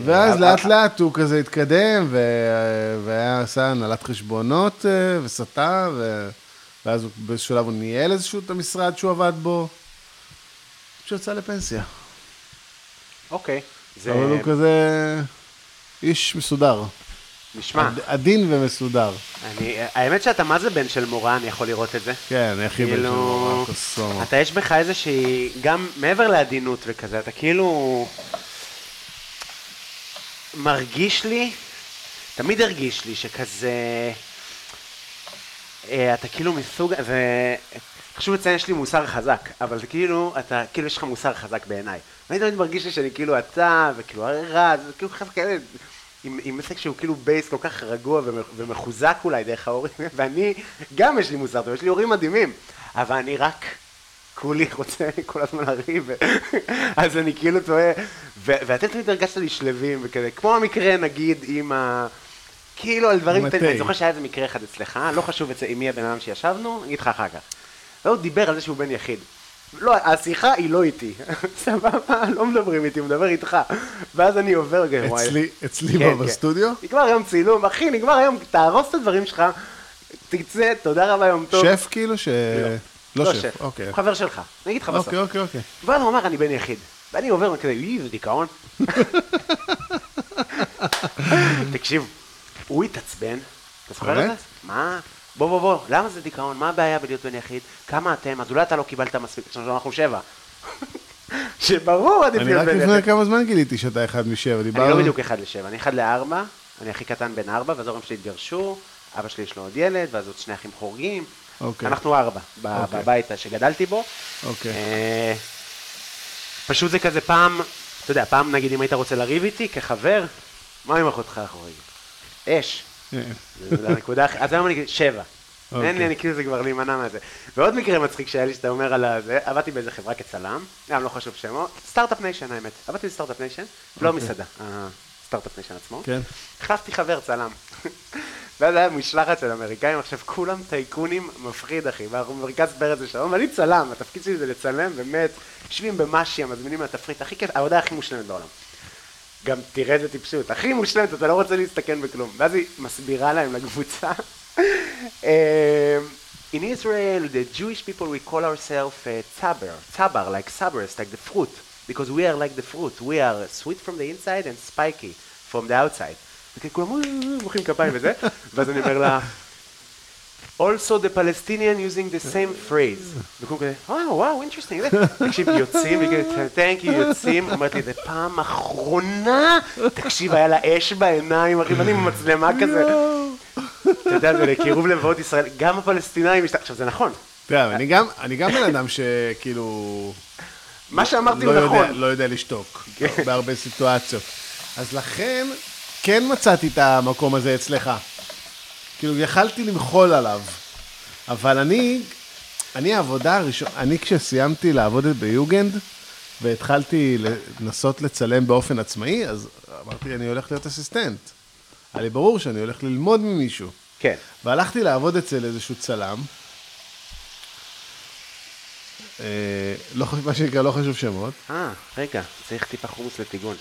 [SPEAKER 3] ואז
[SPEAKER 2] אה,
[SPEAKER 3] לאט
[SPEAKER 2] אה,
[SPEAKER 3] לאט הוא כזה התקדם, ו- והיה עשה הנהלת חשבונות, אה, וסטה, ו- ואז הוא- באיזשהו שלב הוא ניהל איזשהו את המשרד שהוא עבד בו, שיצא לפנסיה.
[SPEAKER 2] אה, אוקיי. זה
[SPEAKER 3] אבל הוא כזה איש מסודר.
[SPEAKER 2] נשמע.
[SPEAKER 3] עד- עדין ומסודר.
[SPEAKER 2] אני- האמת שאתה מה זה בן של מורה, אני יכול לראות את זה.
[SPEAKER 3] כן, איך איבד
[SPEAKER 2] כאילו,
[SPEAKER 3] שלו, קוסומו.
[SPEAKER 2] אתה יש בך איזושהי, גם מעבר לעדינות וכזה, אתה כאילו מרגיש לי, תמיד הרגיש לי שכזה, אה, אתה כאילו מסוג, זה, חשוב לציין, יש לי מוסר חזק, אבל זה כאילו, אתה, כאילו יש לך מוסר חזק בעיניי. ואני תמיד מרגיש לי שאני כאילו אתה, וכאילו הרע, זה כאילו חזק כאלה. עם, עם עסק שהוא כאילו בייס כל כך רגוע ומח- ומחוזק אולי דרך ההורים, [LAUGHS] ואני, גם יש לי מוסר טוב, יש לי הורים מדהימים, אבל אני רק כולי רוצה [LAUGHS] כל הזמן לריב, [LAUGHS] אז אני כאילו טועה, ו- ואתם תמיד הרגשתם לי שלווים וכזה, כמו המקרה נגיד עם ה... כאילו על דברים
[SPEAKER 3] עם
[SPEAKER 2] קטנים, אני
[SPEAKER 3] התה.
[SPEAKER 2] זוכר שהיה איזה מקרה אחד אצלך, לא חשוב אצל עם מי הבן אדם שישבנו, אני אגיד לך אחר כך. והוא דיבר על זה שהוא בן יחיד. לא, השיחה היא לא איתי, [LAUGHS] סבבה, לא מדברים איתי, הוא מדבר איתך. ואז אני עובר, וואי.
[SPEAKER 3] אצלי, אצלי
[SPEAKER 2] כן,
[SPEAKER 3] ב-
[SPEAKER 2] כן.
[SPEAKER 3] בסטודיו,
[SPEAKER 2] נגמר יום צילום, אחי, נגמר היום, תהרוס את הדברים שלך, תצא, תודה רבה, יום טוב.
[SPEAKER 3] שף כאילו ש... לא שף, אוקיי.
[SPEAKER 2] הוא חבר שלך, אני אגיד לך בסוף.
[SPEAKER 3] אוקיי, אוקיי, אוקיי.
[SPEAKER 2] ואז הוא אמר, אני בן יחיד. ואני עובר וכזה, אי, זה
[SPEAKER 3] [LAUGHS]
[SPEAKER 2] דיכאון. תקשיב, הוא התעצבן, אתה זוכר את
[SPEAKER 3] באמת?
[SPEAKER 2] זה? מה? בוא, בוא, בוא, למה זה דיכאון? מה הבעיה בלהיות בן יחיד? כמה אתם? אז אולי אתה לא קיבלת מספיק, עכשיו אנחנו שבע. [LAUGHS] שברור עדיף
[SPEAKER 3] אני
[SPEAKER 2] להיות
[SPEAKER 3] רק
[SPEAKER 2] בן
[SPEAKER 3] לפני
[SPEAKER 2] יחיד.
[SPEAKER 3] כמה זמן גיליתי שאתה אחד משבע,
[SPEAKER 2] אני לא
[SPEAKER 3] דיברנו...
[SPEAKER 2] בדיוק אחד לשבע, אני אחד לארבע, אני הכי קטן בן ארבע, ואז ההורים שלי התגרשו, אבא שלי יש לו עוד ילד, ואז עוד שני אחים חורגים.
[SPEAKER 3] אוקיי.
[SPEAKER 2] אנחנו ארבע, ב-
[SPEAKER 3] אוקיי.
[SPEAKER 2] בבית שגדלתי בו.
[SPEAKER 3] אוקיי.
[SPEAKER 2] אה, פשוט זה כזה פעם, אתה יודע, פעם נגיד אם היית רוצה לריב איתי כחבר, מה עם אחותך אחורי? אש.
[SPEAKER 3] אה,
[SPEAKER 2] זה הנקודה, הכי- אז היום אני כאילו, שבע.
[SPEAKER 3] אוקיי.
[SPEAKER 2] אין לי, אני כאילו זה כבר להימנע מהזה. ועוד מקרה מצחיק שהיה לי שאתה אומר על הזה, עבדתי באיזה חברה כצלם, גם לא חשוב שמו, סטארט-אפ ניישן האמת, עבדתי בסטארט-אפ ניישן, לא מסעדה, סטארט-אפ ניישן עצמו.
[SPEAKER 3] אוקיי. כן.
[SPEAKER 2] החלפתי חבר צלם. [LAUGHS] ואז היה משלחת של אמריקאים, עכשיו כולם טייקונים, מפחיד אחי, ואנחנו במרכז פרץ ושלום, ואני צלם, התפקיד שלי זה לצלם, באמת, יושבים במשיה, מזמינים מהתפריט, הכי כיף, העבודה הכי מושלמת בעולם. גם תראה איזה טיפשות, הכי מושלמת, אתה לא רוצה להסתכן בכלום. ואז היא מסבירה להם לקבוצה. [LAUGHS] אה, In Israel, the Jewish people, we call ourselves uh, tabar, tabar, like sabers, like the fruit, because we are like the fruit, we are sweet from the inside and spiky from the outside. וכן, כולם "אוי, אוי, אוי", מוחאים כפיים וזה, [LAUGHS] ואז אני אומר לה, also the Palestinian using the same phrase. וכולם כזה, וואו, וואו, interesting. זה." תקשיב, יוצאים, וכאילו, thank you, יוצאים, אומרת לי, זה פעם אחרונה, תקשיב, היה לה אש בעיניים, אחי, ואני עם
[SPEAKER 3] [LAUGHS]
[SPEAKER 2] מצלמה כזה.
[SPEAKER 3] לא.
[SPEAKER 2] אתה יודע, זה לקירוב לבבות ישראל, גם הפלסטינאים, השת- עכשיו, זה נכון.
[SPEAKER 3] תראה, אבל אני גם- אני גם בן אדם שכאילו...
[SPEAKER 2] מה שאמרתי
[SPEAKER 3] לא
[SPEAKER 2] הוא
[SPEAKER 3] יודע-
[SPEAKER 2] נכון.
[SPEAKER 3] לא יודע לשתוק, בהרבה סיטואציות. אז לכן, כן מצאתי את המקום הזה אצלך. כאילו, יכלתי למחול עליו. אבל אני, אני העבודה הראשונה, אני כשסיימתי לעבוד ביוגנד, והתחלתי לנסות לצלם באופן עצמאי, אז אמרתי, אני הולך להיות אסיסטנט. היה לי ברור שאני הולך ללמוד ממישהו.
[SPEAKER 2] כן.
[SPEAKER 3] והלכתי לעבוד אצל איזשהו צלם. אה, לא, חש- מה שנקרא, לא חשוב שמות.
[SPEAKER 2] אה, רגע, צריך טיפה חומוס לטיגון.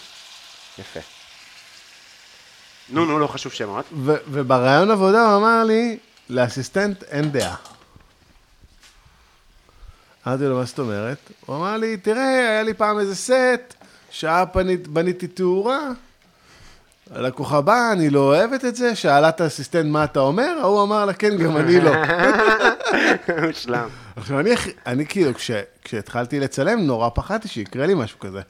[SPEAKER 2] יפה. נו, נו, לא חשוב שמות. [LAUGHS]
[SPEAKER 3] ו- ובראיון עבודה הוא אמר לי, לאסיסטנט אין דעה. אמרתי לו, מה זאת אומרת? הוא אמר לי, תראה, היה לי פעם איזה סט, שעה פנית, בניתי תאורה, הלקוח הבא, אני לא אוהבת את זה, שאלה את האסיסטנט מה אתה אומר, ההוא אמר לה, כן, גם אני לא.
[SPEAKER 2] מושלם.
[SPEAKER 3] עכשיו, אני, הכי- אני כאילו, כש, כשהתחלתי לצלם, נורא פחדתי שיקרה לי משהו כזה.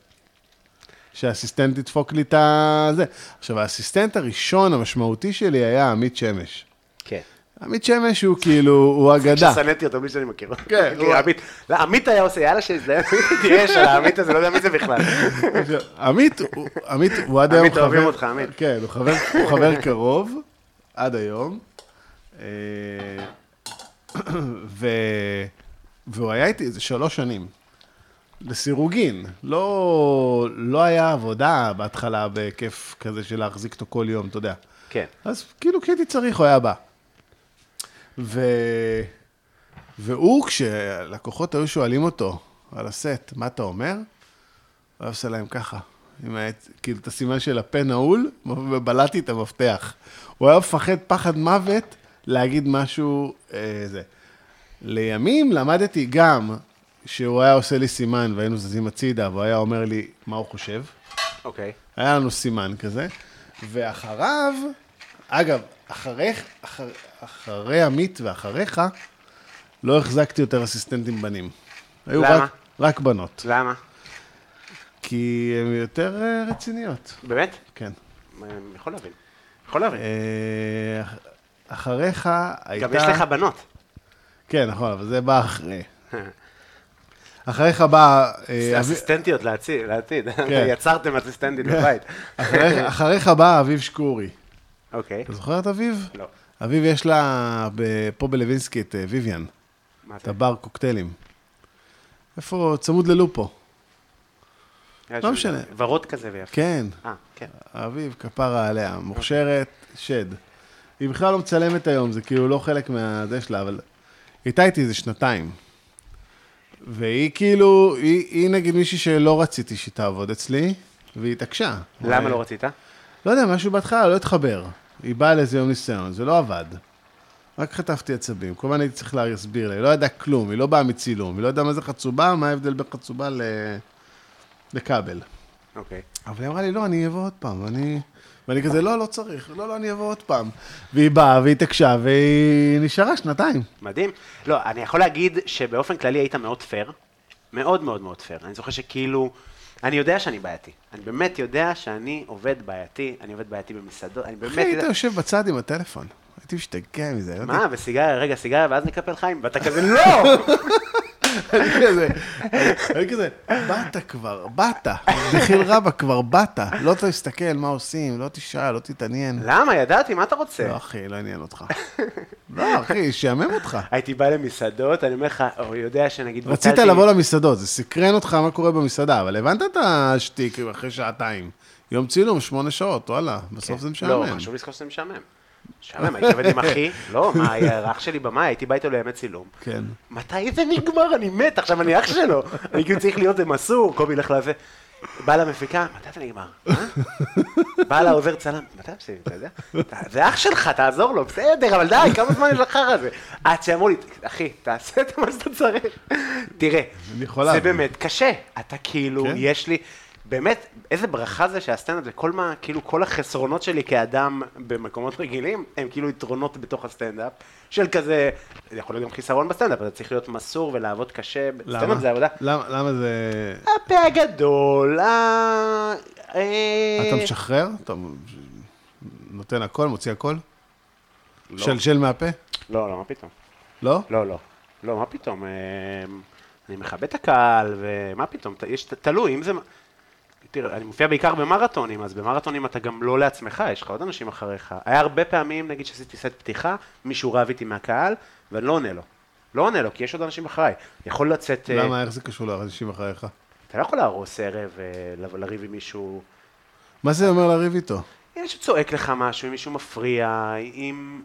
[SPEAKER 3] שהאסיסטנט ידפוק לי את ה... זה. עכשיו, האסיסטנט הראשון המשמעותי שלי היה עמית שמש.
[SPEAKER 2] כן.
[SPEAKER 3] עמית שמש הוא כאילו, הוא אגדה.
[SPEAKER 2] ששנאתי אותו, מי שאני מכיר. [LAUGHS]
[SPEAKER 3] כן,
[SPEAKER 2] כי
[SPEAKER 3] הוא-
[SPEAKER 2] עמית, לא, עמית היה עושה, יאללה שיזדיין, תהיה של
[SPEAKER 3] [LAUGHS]
[SPEAKER 2] העמית הזה, לא יודע מי זה בכלל.
[SPEAKER 3] עמית, הוא- עמית, הוא עד היום
[SPEAKER 2] עמית,
[SPEAKER 3] חבר...
[SPEAKER 2] אוהבים אותך, עמית.
[SPEAKER 3] כן, הוא חבר- הוא חבר קרוב, עד היום. אה, ו... והוא היה איתי איזה שלוש שנים. לסירוגין. לא, לא היה עבודה בהתחלה בהיקף כזה של להחזיק אותו כל יום, אתה יודע.
[SPEAKER 2] כן.
[SPEAKER 3] אז כאילו כשהייתי צריך, הוא היה בא. ו... והוא, כשלקוחות היו שואלים אותו על הסט, מה אתה אומר? הוא היה עושה להם ככה, עם העץ, כאילו את הסימן של הפה נעול, ובלעתי את המפתח. הוא היה מפחד פחד מוות להגיד משהו, אה, זה. לימים למדתי גם שהוא היה עושה לי סימן והיינו זזים הצידה, והוא היה אומר לי מה הוא חושב.
[SPEAKER 2] אוקיי.
[SPEAKER 3] היה לנו סימן כזה, ואחריו, אגב, אחריך, אחר, אחרי עמית ואחריך, לא החזקתי יותר אסיסטנטים בנים. היו
[SPEAKER 2] למה?
[SPEAKER 3] רק, רק בנות,
[SPEAKER 2] למה?
[SPEAKER 3] כי הן יותר אה, רציניות,
[SPEAKER 2] באמת? אה,
[SPEAKER 3] כן.
[SPEAKER 2] אני יכול להבין. יכול להבין.
[SPEAKER 3] אה, אח- אחריך הייתה...
[SPEAKER 2] גם יש לך בנות.
[SPEAKER 3] כן, נכון, אבל זה בא
[SPEAKER 2] [LAUGHS]
[SPEAKER 3] אחרי. אחריך בא... אה, אבי-
[SPEAKER 2] אסיסטנטיות לעצי- לעתיד.
[SPEAKER 3] כן.
[SPEAKER 2] [LAUGHS] יצרתם אסיסטנטית
[SPEAKER 3] [LAUGHS]
[SPEAKER 2] בבית. [LAUGHS]
[SPEAKER 3] אחריך- אחריך בא אביב שקורי.
[SPEAKER 2] אוקיי.
[SPEAKER 3] אתה זוכר את אביב?
[SPEAKER 2] לא.
[SPEAKER 3] אביב יש לה ב- פה בלווינסקי את אה, ויויאן.
[SPEAKER 2] מה
[SPEAKER 3] את
[SPEAKER 2] זה?
[SPEAKER 3] הבר קוקטיילים. איפה? צמוד ללופו.
[SPEAKER 2] יש
[SPEAKER 3] לא
[SPEAKER 2] שם
[SPEAKER 3] משנה.
[SPEAKER 2] ורוד כזה ויפה.
[SPEAKER 3] כן,
[SPEAKER 2] אה, כן.
[SPEAKER 3] אביב כפרה עליה, מוכשרת, שד. היא בכלל לא מצלמת היום, זה כאילו לא חלק מהזה שלה, אבל... היא הייתה איתי איזה שנתיים. והיא כאילו, היא, היא נגיד מישהי שלא רציתי שהיא תעבוד אצלי, והיא התעקשה.
[SPEAKER 2] למה
[SPEAKER 3] אולי-
[SPEAKER 2] לא רצית?
[SPEAKER 3] לא יודע, משהו בהתחלה לא התחבר. היא באה לאיזה יום ניסיון, זה לא עבד. רק חטפתי עצבים, כל הזמן הייתי צריך להסביר לה, היא לא ידעה כלום, היא לא באה מצילום, היא לא ידעה מה זה חצובה, מה ההבדל בין חצובה ל... לכבל.
[SPEAKER 2] אוקיי.
[SPEAKER 3] אבל היא אמרה לי, לא, אני אבוא עוד פעם, אני... ואני כזה, לא, לא צריך, לא, לא, אני אבוא עוד פעם. והיא באה, והיא התעקשה, והיא נשארה שנתיים.
[SPEAKER 2] מדהים. לא, אני יכול להגיד שבאופן כללי היית מאוד פייר. מאוד מאוד מאוד פייר. אני זוכר שכאילו, אני יודע שאני בעייתי. אני באמת יודע שאני עובד בעייתי, אני עובד בעייתי במסעדות, אני באמת...
[SPEAKER 3] אחי, היית יושב בצד עם הטלפון, הייתי משתגע מזה. לא
[SPEAKER 2] לא- מה, וסיגריה, רגע, סיגריה, ואז נקפל חיים, ואתה כזה, לא!
[SPEAKER 3] [LAUGHS] אני כזה, אני כזה, באת כבר, באת, דחיל רבא כבר באת, לא תסתכל מה עושים, לא תשאל, לא תתעניין.
[SPEAKER 2] למה, ידעתי, מה אתה רוצה?
[SPEAKER 3] לא, אחי, לא עניין אותך. לא, אחי, שיאמם אותך.
[SPEAKER 2] הייתי בא למסעדות, אני אומר לך, או יודע שנגיד...
[SPEAKER 3] רצית
[SPEAKER 2] ביטלתי-
[SPEAKER 3] לבוא למסעדות, זה סקרן אותך מה קורה במסעדה, אבל הבנת את השטיק אחרי שעתיים. יום צילום, שמונה שעות, וואלה, בסוף זה משעמם.
[SPEAKER 2] לא, חשוב לזכור שזה משעמם.
[SPEAKER 3] [LAUGHS]
[SPEAKER 2] משעמם, הייתי עובד עם אחי, לא, מה, היה אח שלי במאי, הייתי בא איתו לימי צילום.
[SPEAKER 3] כן.
[SPEAKER 2] מתי זה נגמר? אני מת, עכשיו אני אח שלו. אני כאילו צריך להיות זה מסור, קובי לך לזה. בא למפיקה, מתי זה נגמר? אה? בא לעוזר צלם, מתי זה אתה יודע? אתה- זה אח שלך, תעזור לו, בסדר, אבל די, כמה זמן יש לך הזה? עד שאמרו לי, אחי, תעשה את מה שאתה צריך. תראה,
[SPEAKER 3] אני יכול
[SPEAKER 2] זה
[SPEAKER 3] להבין.
[SPEAKER 2] באמת קשה. אתה כאילו,
[SPEAKER 3] כן.
[SPEAKER 2] יש לי... באמת, איזה ברכה זה שהסטנדאפ זה כל מה, כאילו כל החסרונות שלי כאדם במקומות רגילים, הם כאילו יתרונות בתוך הסטנדאפ, של כזה, זה יכול להיות גם חיסרון בסטנדאפ, אתה צריך להיות מסור ולעבוד קשה,
[SPEAKER 3] למה?
[SPEAKER 2] סטנדאפ זה עבודה.
[SPEAKER 3] למה למה זה...
[SPEAKER 2] הפה הגדול, ה... אה,
[SPEAKER 3] אתה משחרר? אתה נותן הכל, מוציא הכל?
[SPEAKER 2] לא.
[SPEAKER 3] שלשל מהפה?
[SPEAKER 2] לא, לא, מה פתאום.
[SPEAKER 3] לא?
[SPEAKER 2] לא, לא. לא, מה פתאום? אה, אני מכבד את הקהל, ומה פתאום? ת- יש, ת- תלוי, אם זה... תראה, אני מופיע בעיקר במרתונים, אז במרתונים אתה גם לא לעצמך, יש לך עוד אנשים אחריך. היה הרבה פעמים, נגיד שעשיתי סט פתיחה, מישהו רב איתי מהקהל, ואני לא עונה לו. לא עונה לו, כי יש עוד אנשים אחריי. יכול לצאת... אה,
[SPEAKER 3] למה, איך זה קשור לאנשים אחריך?
[SPEAKER 2] אתה לא יכול להרוס ערב, אה, לב- לריב עם מישהו...
[SPEAKER 3] מה זה אומר לריב איתו?
[SPEAKER 2] אם מישהו צועק לך משהו, אם מישהו מפריע, אם...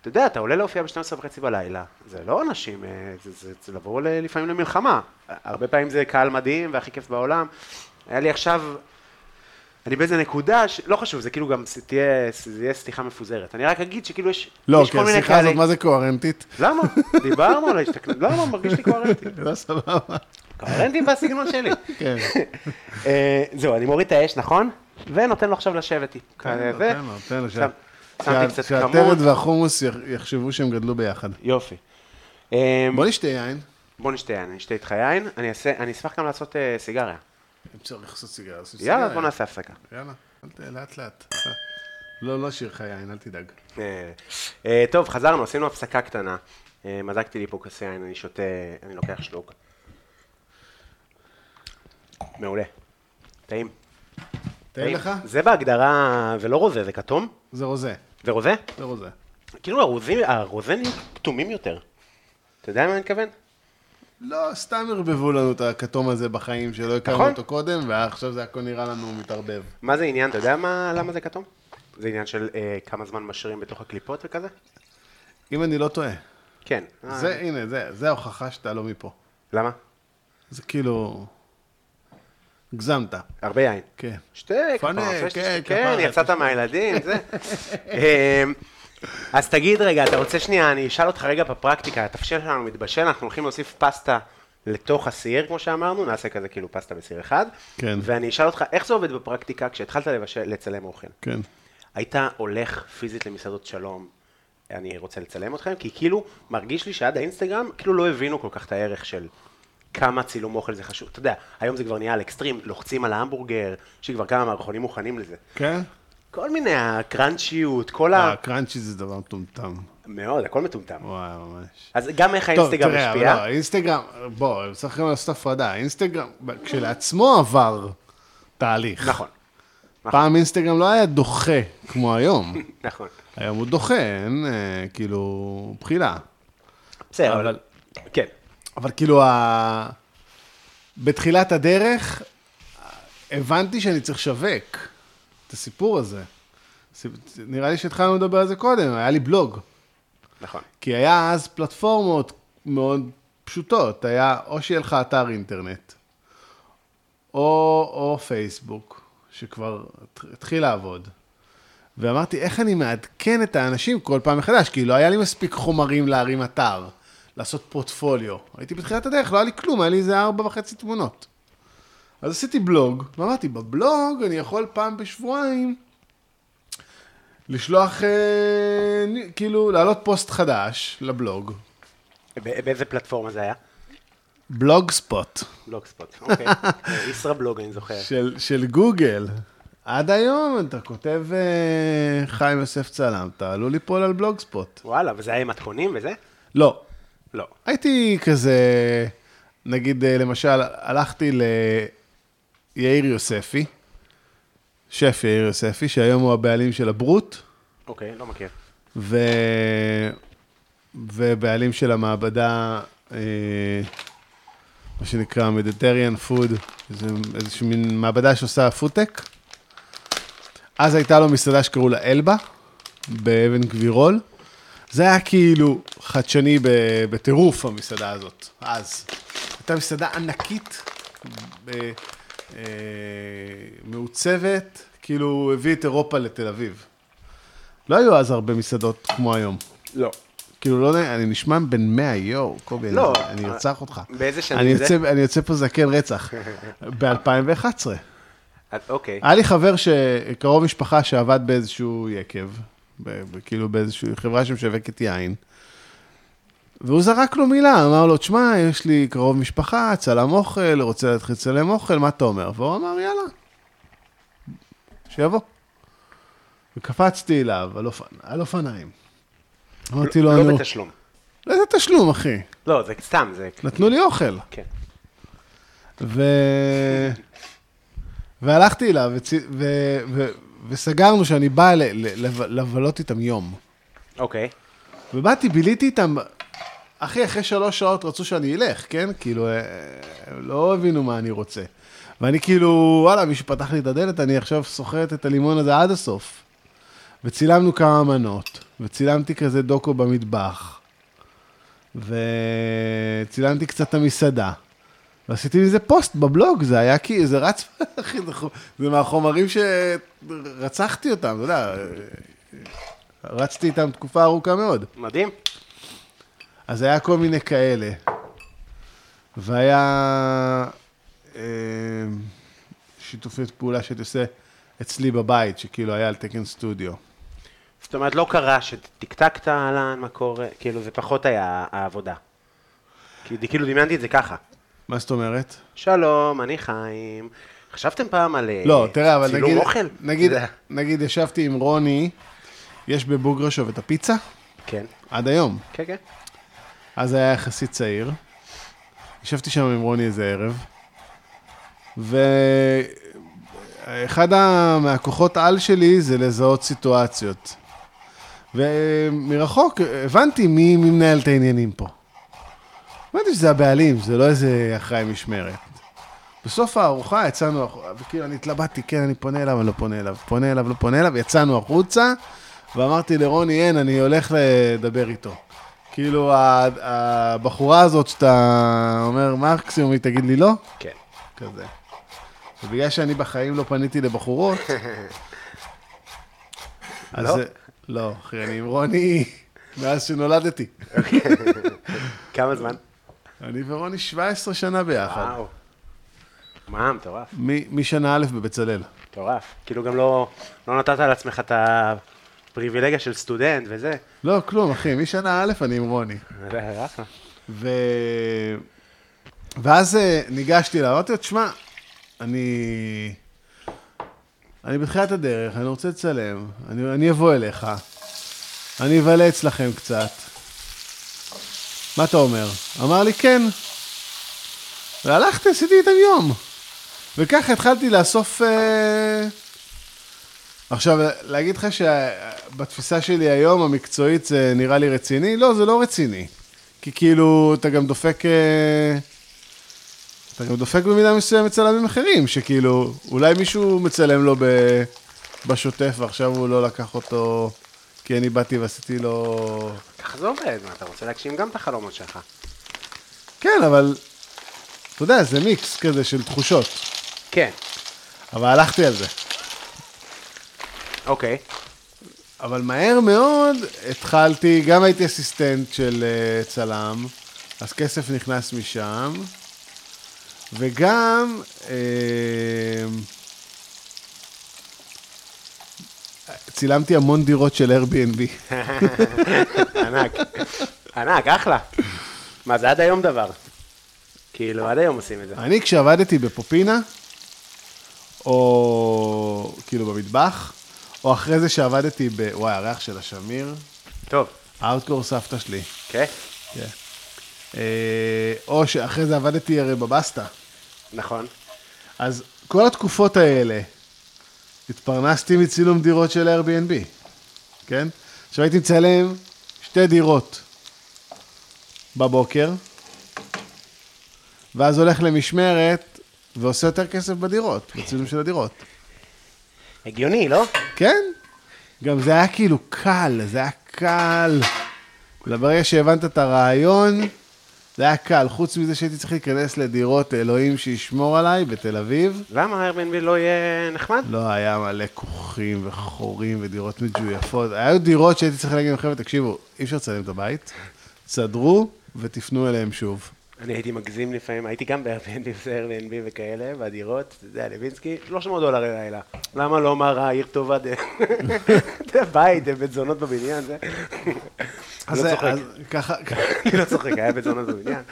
[SPEAKER 2] אתה יודע, אתה עולה להופיע ב-12 וחצי בלילה, זה לא אנשים, אה, זה, זה, זה לבוא ל- לפעמים למלחמה. הרבה פעמים זה קהל מדהים והכי כיף בעולם. היה לי עכשיו, אני באיזה נקודה, ש... לא חשוב, זה כאילו גם ס- תהיה, זה יהיה סליחה מפוזרת. אני רק אגיד שכאילו יש,
[SPEAKER 3] לא,
[SPEAKER 2] יש
[SPEAKER 3] כי השיחה הזאת, מה זה קוהרנטית?
[SPEAKER 2] למה? דיברנו על ההשתכנות, למה? מרגיש לי קוהרנטי.
[SPEAKER 3] לא, סבבה.
[SPEAKER 2] קוהרנטי בסגנון שלי. [LAUGHS]
[SPEAKER 3] כן.
[SPEAKER 2] אה, זהו, אני מוריד את האש, נכון? ונותן לו עכשיו לשבת איתי.
[SPEAKER 3] תן לו,
[SPEAKER 2] זה.
[SPEAKER 3] תן לו, תן לו. שה-
[SPEAKER 2] שם- שמתי
[SPEAKER 3] שה-
[SPEAKER 2] קצת
[SPEAKER 3] שהטרד
[SPEAKER 2] כמון.
[SPEAKER 3] והחומוס יח- יחשבו שהם גדלו ביחד.
[SPEAKER 2] יופי. אמ,
[SPEAKER 3] בוא נשתה יין.
[SPEAKER 2] בוא נשתה יין, אני אשתה איתך יין, אני אעשה- אני אשמח גם לעשות אה, סיגריה.
[SPEAKER 3] אם צריך לעשות סיגריה, עושים
[SPEAKER 2] יאללה, אז בוא נעשה הפסקה.
[SPEAKER 3] יאללה, לאט לאט. לא, לא שיר חיי, אל תדאג.
[SPEAKER 2] אה, אה, טוב, חזרנו, עשינו הפסקה קטנה. אה, מזגתי לי פה כוס יין, אני שותה, אני לוקח שלוק. מעולה. טעים.
[SPEAKER 3] תן לך?
[SPEAKER 2] זה בהגדרה, זה לא רוזה, זה כתום?
[SPEAKER 3] זה רוזה,
[SPEAKER 2] זה רוזה?
[SPEAKER 3] זה רוזה.
[SPEAKER 2] כאילו הרוזים, הרוזה נהיו כתומים יותר. אתה יודע מה אני מתכוון?
[SPEAKER 3] לא, סתם ערבבו לנו את הכתום הזה בחיים, שלא הכרנו
[SPEAKER 2] נכון.
[SPEAKER 3] אותו קודם, ועכשיו זה הכל נראה לנו מתערבב.
[SPEAKER 2] מה זה עניין, אתה יודע מה, למה זה כתום? זה עניין של אה, כמה זמן משאירים בתוך הקליפות וכזה?
[SPEAKER 3] אם אני לא טועה.
[SPEAKER 2] כן. אה,
[SPEAKER 3] זה, הנה, זה, זה ההוכחה שאתה לא מפה.
[SPEAKER 2] למה?
[SPEAKER 3] זה כאילו... הגזמת.
[SPEAKER 2] הרבה יין.
[SPEAKER 3] כן.
[SPEAKER 2] שתי
[SPEAKER 3] פאנה,
[SPEAKER 2] כפרה,
[SPEAKER 3] כן,
[SPEAKER 2] כן, כן,
[SPEAKER 3] כפרה.
[SPEAKER 2] יצאת מהילדים, זה. אמ, אז תגיד רגע, אתה רוצה שנייה, אני אשאל אותך רגע בפרקטיקה, התפשיל שלנו מתבשל, אנחנו הולכים להוסיף פסטה לתוך הסיר, כמו שאמרנו, נעשה כזה כאילו פסטה בסיר אחד.
[SPEAKER 3] כן.
[SPEAKER 2] ואני אשאל אותך, איך זה עובד בפרקטיקה כשהתחלת לבשל, לצלם אוכל?
[SPEAKER 3] כן.
[SPEAKER 2] היית הולך פיזית למסעדות שלום, אני רוצה לצלם אתכם, כי כאילו, מרגיש לי שעד האינסטגרם, כאילו לא הבינו כל כך את הערך של כמה צילום אוכל זה חשוב. אתה יודע, היום זה כבר נהיה על אקסטרים, לוחצים על ההמבורגר, יש לי כבר כמה מערכונים מוכנים לזה.
[SPEAKER 3] כן?
[SPEAKER 2] כל מיני הקראנצ'יות, כל ה...
[SPEAKER 3] אה, קראנצ'י זה דבר מטומטם.
[SPEAKER 2] מאוד, הכל מטומטם.
[SPEAKER 3] וואי, ממש.
[SPEAKER 2] אז גם איך
[SPEAKER 3] טוב,
[SPEAKER 2] האינסטגרם
[SPEAKER 3] תראה, אבל לא,
[SPEAKER 2] השפיע,
[SPEAKER 3] אינסטגרם, בוא, צריך גם לעשות הפרדה. אינסטגרם כשלעצמו עבר תהליך.
[SPEAKER 2] נכון,
[SPEAKER 3] פעם אינסטגרם לא היה דוחה כמו היום.
[SPEAKER 2] [LAUGHS] נכון.
[SPEAKER 3] היום הוא דוחה, אין אה, כאילו בחילה.
[SPEAKER 2] בסדר,
[SPEAKER 3] אבל-
[SPEAKER 2] אבל... כן,
[SPEAKER 3] אבל כאילו, ה... בתחילת הדרך, הבנתי שאני צריך לשווק את הסיפור הזה. ס- נראה לי שהתחלנו לדבר על זה קודם, היה לי בלוג.
[SPEAKER 2] נכון.
[SPEAKER 3] כי היה אז פלטפורמות מאוד פשוטות, היה או שיהיה לך אתר אינטרנט, או, או פייסבוק, שכבר הת- התחיל לעבוד. ואמרתי, איך אני מעדכן את האנשים כל פעם מחדש? כי לא היה לי מספיק חומרים להרים אתר, לעשות פורטפוליו. הייתי בתחילת הדרך, לא היה לי כלום, היה לי איזה ארבע וחצי תמונות. אז עשיתי בלוג, ואמרתי, בבלוג אני יכול פעם בשבועיים לשלוח, אה, נ- כאילו, להעלות פוסט חדש לבלוג.
[SPEAKER 2] בא- באיזה פלטפורמה זה היה?
[SPEAKER 3] בלוג ספוט
[SPEAKER 2] בלוגספוט,
[SPEAKER 3] [LAUGHS]
[SPEAKER 2] אוקיי. ישראבלוג, אני זוכר.
[SPEAKER 3] של, של גוגל. עד היום אתה כותב אה, חיים יוסף צלם, אתה עלול ליפול על בלוג ספוט.
[SPEAKER 2] וואלה, וזה היה עם מתכונים וזה?
[SPEAKER 3] לא,
[SPEAKER 2] לא.
[SPEAKER 3] הייתי כזה, נגיד, אה, למשל, הלכתי ליאיר יוספי, שף יאיר יוספי, שהיום הוא הבעלים של הברוט,
[SPEAKER 2] אוקיי, לא מכיר.
[SPEAKER 3] ו... ובעלים של המעבדה, אה, מה שנקרא Mediterranean Food, שזה איזושהי מין מעבדה שעושה פודטק. אז הייתה לו מסעדה שקראו לה אלבה, באבן גבירול. זה היה כאילו חדשני ב- בטירוף, המסעדה הזאת, אז. הייתה מסעדה ענקית, ב- אה, מעוצבת, כאילו הביא את אירופה לתל אביב. לא היו אז הרבה מסעדות כמו היום.
[SPEAKER 2] לא.
[SPEAKER 3] כאילו, לא יודע, אני נשמע בן 100, יואו, קובי, אני-
[SPEAKER 2] לא,
[SPEAKER 3] אני ארצח אותך.
[SPEAKER 2] באיזה שנים
[SPEAKER 3] אני
[SPEAKER 2] זה?
[SPEAKER 3] יוצא- אני יוצא פה זקן
[SPEAKER 2] [LAUGHS]
[SPEAKER 3] רצח, ב-2011.
[SPEAKER 2] אז אוקיי,
[SPEAKER 3] היה לי חבר שקרוב משפחה שעבד באיזשהו יקב, ב- ב- כאילו באיזושהי חברה שמשווקת יין, והוא זרק לו מילה, אמר לו, תשמע, יש לי קרוב משפחה, צלם אוכל, רוצה להתחיל לצלם אוכל, מה אתה אומר? והוא אמר, יאללה, שיבוא. וקפצתי אליו על אופ- על אופניים. אמרתי לו,
[SPEAKER 2] לא
[SPEAKER 3] נו,
[SPEAKER 2] בתשלום.
[SPEAKER 3] איזה תשלום, אחי?
[SPEAKER 2] לא, זה סתם, זה...
[SPEAKER 3] נתנו לי אוכל.
[SPEAKER 2] כן.
[SPEAKER 3] ו... והלכתי אליו, וצ... ו... ו... וסגרנו שאני בא ל... ל... לב- לבלות איתם יום.
[SPEAKER 2] אוקיי.
[SPEAKER 3] ובאתי, ביליתי איתם, אחי, אחרי שלוש שעות רצו שאני אלך, כן? כאילו, אה, הם לא הבינו מה אני רוצה. ואני כאילו, וואלה, מי שפתח לי את הדלת, אני עכשיו סוחט את הלימון הזה עד הסוף. וצילמנו כמה מנות, וצילמתי כזה דוקו במטבח, וצילמתי קצת את המסעדה. ועשיתי מזה פוסט בבלוג, זה היה כי, זה רץ, [LAUGHS] אחי, זה חו- זה מהחומרים שרצחתי אותם, אתה יודע, רצתי איתם תקופה ארוכה מאוד.
[SPEAKER 2] מדהים.
[SPEAKER 3] אז היה כל מיני כאלה. והיה אה, שיתופי פעולה שהייתי עושה אצלי בבית, שכאילו היה על תקן סטודיו.
[SPEAKER 2] זאת אומרת, לא קרה שטקטקת על מה קורה, כאילו, זה פחות היה העבודה. כי- כאילו, דמיינתי את זה ככה.
[SPEAKER 3] מה זאת אומרת?
[SPEAKER 2] שלום, אני חיים. חשבתם פעם על אה,
[SPEAKER 3] לא, תראה, אבל
[SPEAKER 2] צילום
[SPEAKER 3] נגיד,
[SPEAKER 2] אוכל?
[SPEAKER 3] נגיד,
[SPEAKER 2] אתה יודע.
[SPEAKER 3] נגיד ישבתי עם רוני, יש בבוגרשוב את הפיצה,
[SPEAKER 2] כן,
[SPEAKER 3] עד היום.
[SPEAKER 2] כן, כן.
[SPEAKER 3] אז היה יחסית צעיר. ישבתי שם עם רוני איזה ערב, ואחד ה- מהכוחות על שלי זה לזהות סיטואציות. ומרחוק הבנתי מי, מי מנהל את העניינים פה. הבנתי שזה הבעלים, זה לא איזה אחראי משמרת. בסוף הארוחה יצאנו החוצה, וכאילו אני התלבטתי, כן, אני פונה אליו, אני לא פונה אליו, פונה אליו, לא פונה אליו, יצאנו החוצה, ואמרתי לרוני, אין, אני הולך לדבר איתו. כאילו, ה- הבחורה הזאת שאתה אומר, מקסימום היא תגיד לי לא,
[SPEAKER 2] כן.
[SPEAKER 3] כזה. ובגלל שאני בחיים לא פניתי לבחורות,
[SPEAKER 2] [LAUGHS]
[SPEAKER 3] אז...
[SPEAKER 2] לא?
[SPEAKER 3] זה- לא, אחי, אני עם רוני מאז שנולדתי.
[SPEAKER 2] כמה זמן?
[SPEAKER 3] אני ורוני 17 שנה ביחד.
[SPEAKER 2] וואו. מה, מטורף,
[SPEAKER 3] מ- משנה א' בבצלאל.
[SPEAKER 2] מטורף. כאילו גם לא, לא נתת על עצמך את הפריבילגיה של סטודנט וזה.
[SPEAKER 3] לא, כלום, אחי, משנה א' אני עם רוני. אה,
[SPEAKER 2] זה אחלה.
[SPEAKER 3] ו... ואז אה, ניגשתי אליו, אמרתי לו, תשמע, אני... אני בתחילת הדרך, אני רוצה לצלם, אני, אני אבוא אליך, אני אבלה אצלכם קצת. מה אתה אומר? אמר לי, כן. והלכתי, עשיתי איתם יום. וככה התחלתי לאסוף... אה... עכשיו, להגיד לך שבתפיסה שלי היום, המקצועית, זה נראה לי רציני? לא, זה לא רציני. כי כאילו, אתה גם דופק... אה, אתה גם דופק במידה מסוימת צלמים אחרים, שכאילו, אולי מישהו מצלם לו ב... בשוטף, ועכשיו הוא לא לקח אותו, כי אני באתי ועשיתי לו...
[SPEAKER 2] ככה זה עובד, מה, אתה רוצה להגשים גם את החלומות שלך.
[SPEAKER 3] כן, אבל... אתה יודע, זה מיקס כזה של תחושות.
[SPEAKER 2] כן,
[SPEAKER 3] אבל הלכתי על זה.
[SPEAKER 2] אוקיי. [LAUGHS]
[SPEAKER 3] אבל מהר מאוד התחלתי, גם הייתי אסיסטנט של אה, צלם, אז כסף נכנס משם, וגם... אה, צילמתי המון דירות של Airbnb.
[SPEAKER 2] ענק. ענק, אחלה. מה, זה עד היום דבר. כאילו, עד היום עושים את זה.
[SPEAKER 3] אני, כשעבדתי בפופינה, או כאילו במטבח, או אחרי זה שעבדתי ב... וואי, הריח של השמיר,
[SPEAKER 2] טוב,
[SPEAKER 3] הארדקור סבתא שלי.
[SPEAKER 2] כן,
[SPEAKER 3] כן. אה, או שאחרי זה עבדתי הרי בבסטה.
[SPEAKER 2] נכון.
[SPEAKER 3] אז כל התקופות האלה, התפרנסתי מצילום דירות של Airbnb, כן? עכשיו הייתי מצלם שתי דירות בבוקר, ואז הולך למשמרת ועושה יותר כסף בדירות, בצילום של הדירות.
[SPEAKER 2] הגיוני, לא?
[SPEAKER 3] כן? גם זה היה כאילו קל, זה היה קל. ברגע שהבנת את הרעיון, זה היה קל. חוץ מזה שהייתי צריך להיכנס לדירות אלוהים שישמור עליי בתל אביב.
[SPEAKER 2] למה Airbnb לא יהיה נחמד?
[SPEAKER 3] לא, היה מלא כוכים וחורים ודירות מג'ויפות. היו דירות שהייתי צריך להגיד לכם, תקשיבו, אי אפשר לצלם את הבית, סדרו ותפנו אליהם שוב.
[SPEAKER 2] אני הייתי מגזים לפעמים, הייתי גם ב-Airbnb ו-Airbnb וכאלה, והדירות, אתה יודע, לוינסקי, 300 דולר ללילה. למה לא מרה, עיר טובה, ד- [LAUGHS] אתה יודע, בית, בית זונות בבניין, זה... אני
[SPEAKER 3] אז
[SPEAKER 2] לא
[SPEAKER 3] זה-
[SPEAKER 2] צוחק,
[SPEAKER 3] אז ככה,
[SPEAKER 2] אני לא צוחק, היה בית זונות בבניין.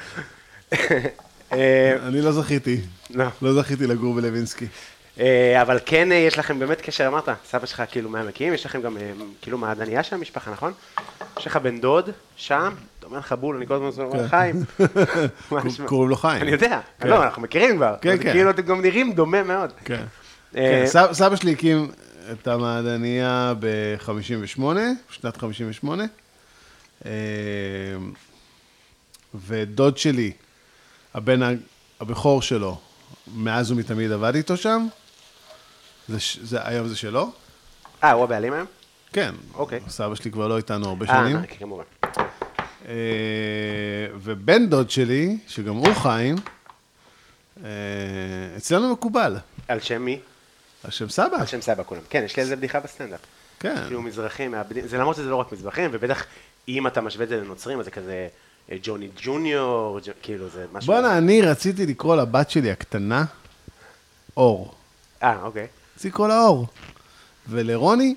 [SPEAKER 2] אה,
[SPEAKER 3] [LAUGHS] אני לא זכיתי.
[SPEAKER 2] לא.
[SPEAKER 3] לא זכיתי לגור בלווינסקי.
[SPEAKER 2] אה, אבל כן אה, יש לכם באמת קשר, אמרת, סבא שלך כאילו מהעמקים, יש לכם גם אה, כאילו מעדניה של המשפחה, נכון? יש לך בן דוד שם, אתה אומר לך בול, אני כל הזמן אומר לך
[SPEAKER 3] [LAUGHS]
[SPEAKER 2] חיים. מה נשמע?
[SPEAKER 3] כן. קוראים לו חיים.
[SPEAKER 2] אני יודע,
[SPEAKER 3] כן.
[SPEAKER 2] לא, אנחנו מכירים כבר.
[SPEAKER 3] כן,
[SPEAKER 2] זה
[SPEAKER 3] כן.
[SPEAKER 2] כאילו אתם גם נראים דומה מאוד.
[SPEAKER 3] כן.
[SPEAKER 2] אה,
[SPEAKER 3] כן, סב- סבא שלי הקים את המעדניה ב-58, בשנת 58. אה, ודוד שלי, הבן ה- הבכור שלו, מאז ומתמיד עבד איתו שם. זה, ש- זה, היום זה שלו?
[SPEAKER 2] אה, הוא הבעלים היום?
[SPEAKER 3] כן.
[SPEAKER 2] אוקיי.
[SPEAKER 3] סבא שלי כבר לא איתנו הרבה שנים.
[SPEAKER 2] אה, כן, כמובן.
[SPEAKER 3] אה, ובן דוד שלי, שגם הוא חיים, אה, אצלנו מקובל.
[SPEAKER 2] על שם מי?
[SPEAKER 3] על שם סבא.
[SPEAKER 2] על שם סבא כולם. כן, יש לי על זה בדיחה בסטנדאפ.
[SPEAKER 3] כן.
[SPEAKER 2] כאילו מזרחים, מאבדים- זה למרות שזה לא רק מזרחים, ובטח אם אתה משווה את זה לנוצרים, אז זה כזה אה, ג'וני ג'וניור, ג'- כאילו זה משהו...
[SPEAKER 3] בואנה, אני רציתי לקרוא לבת שלי הקטנה אור.
[SPEAKER 2] אה, אוקיי.
[SPEAKER 3] רציתי לקרוא לה אור. ולרוני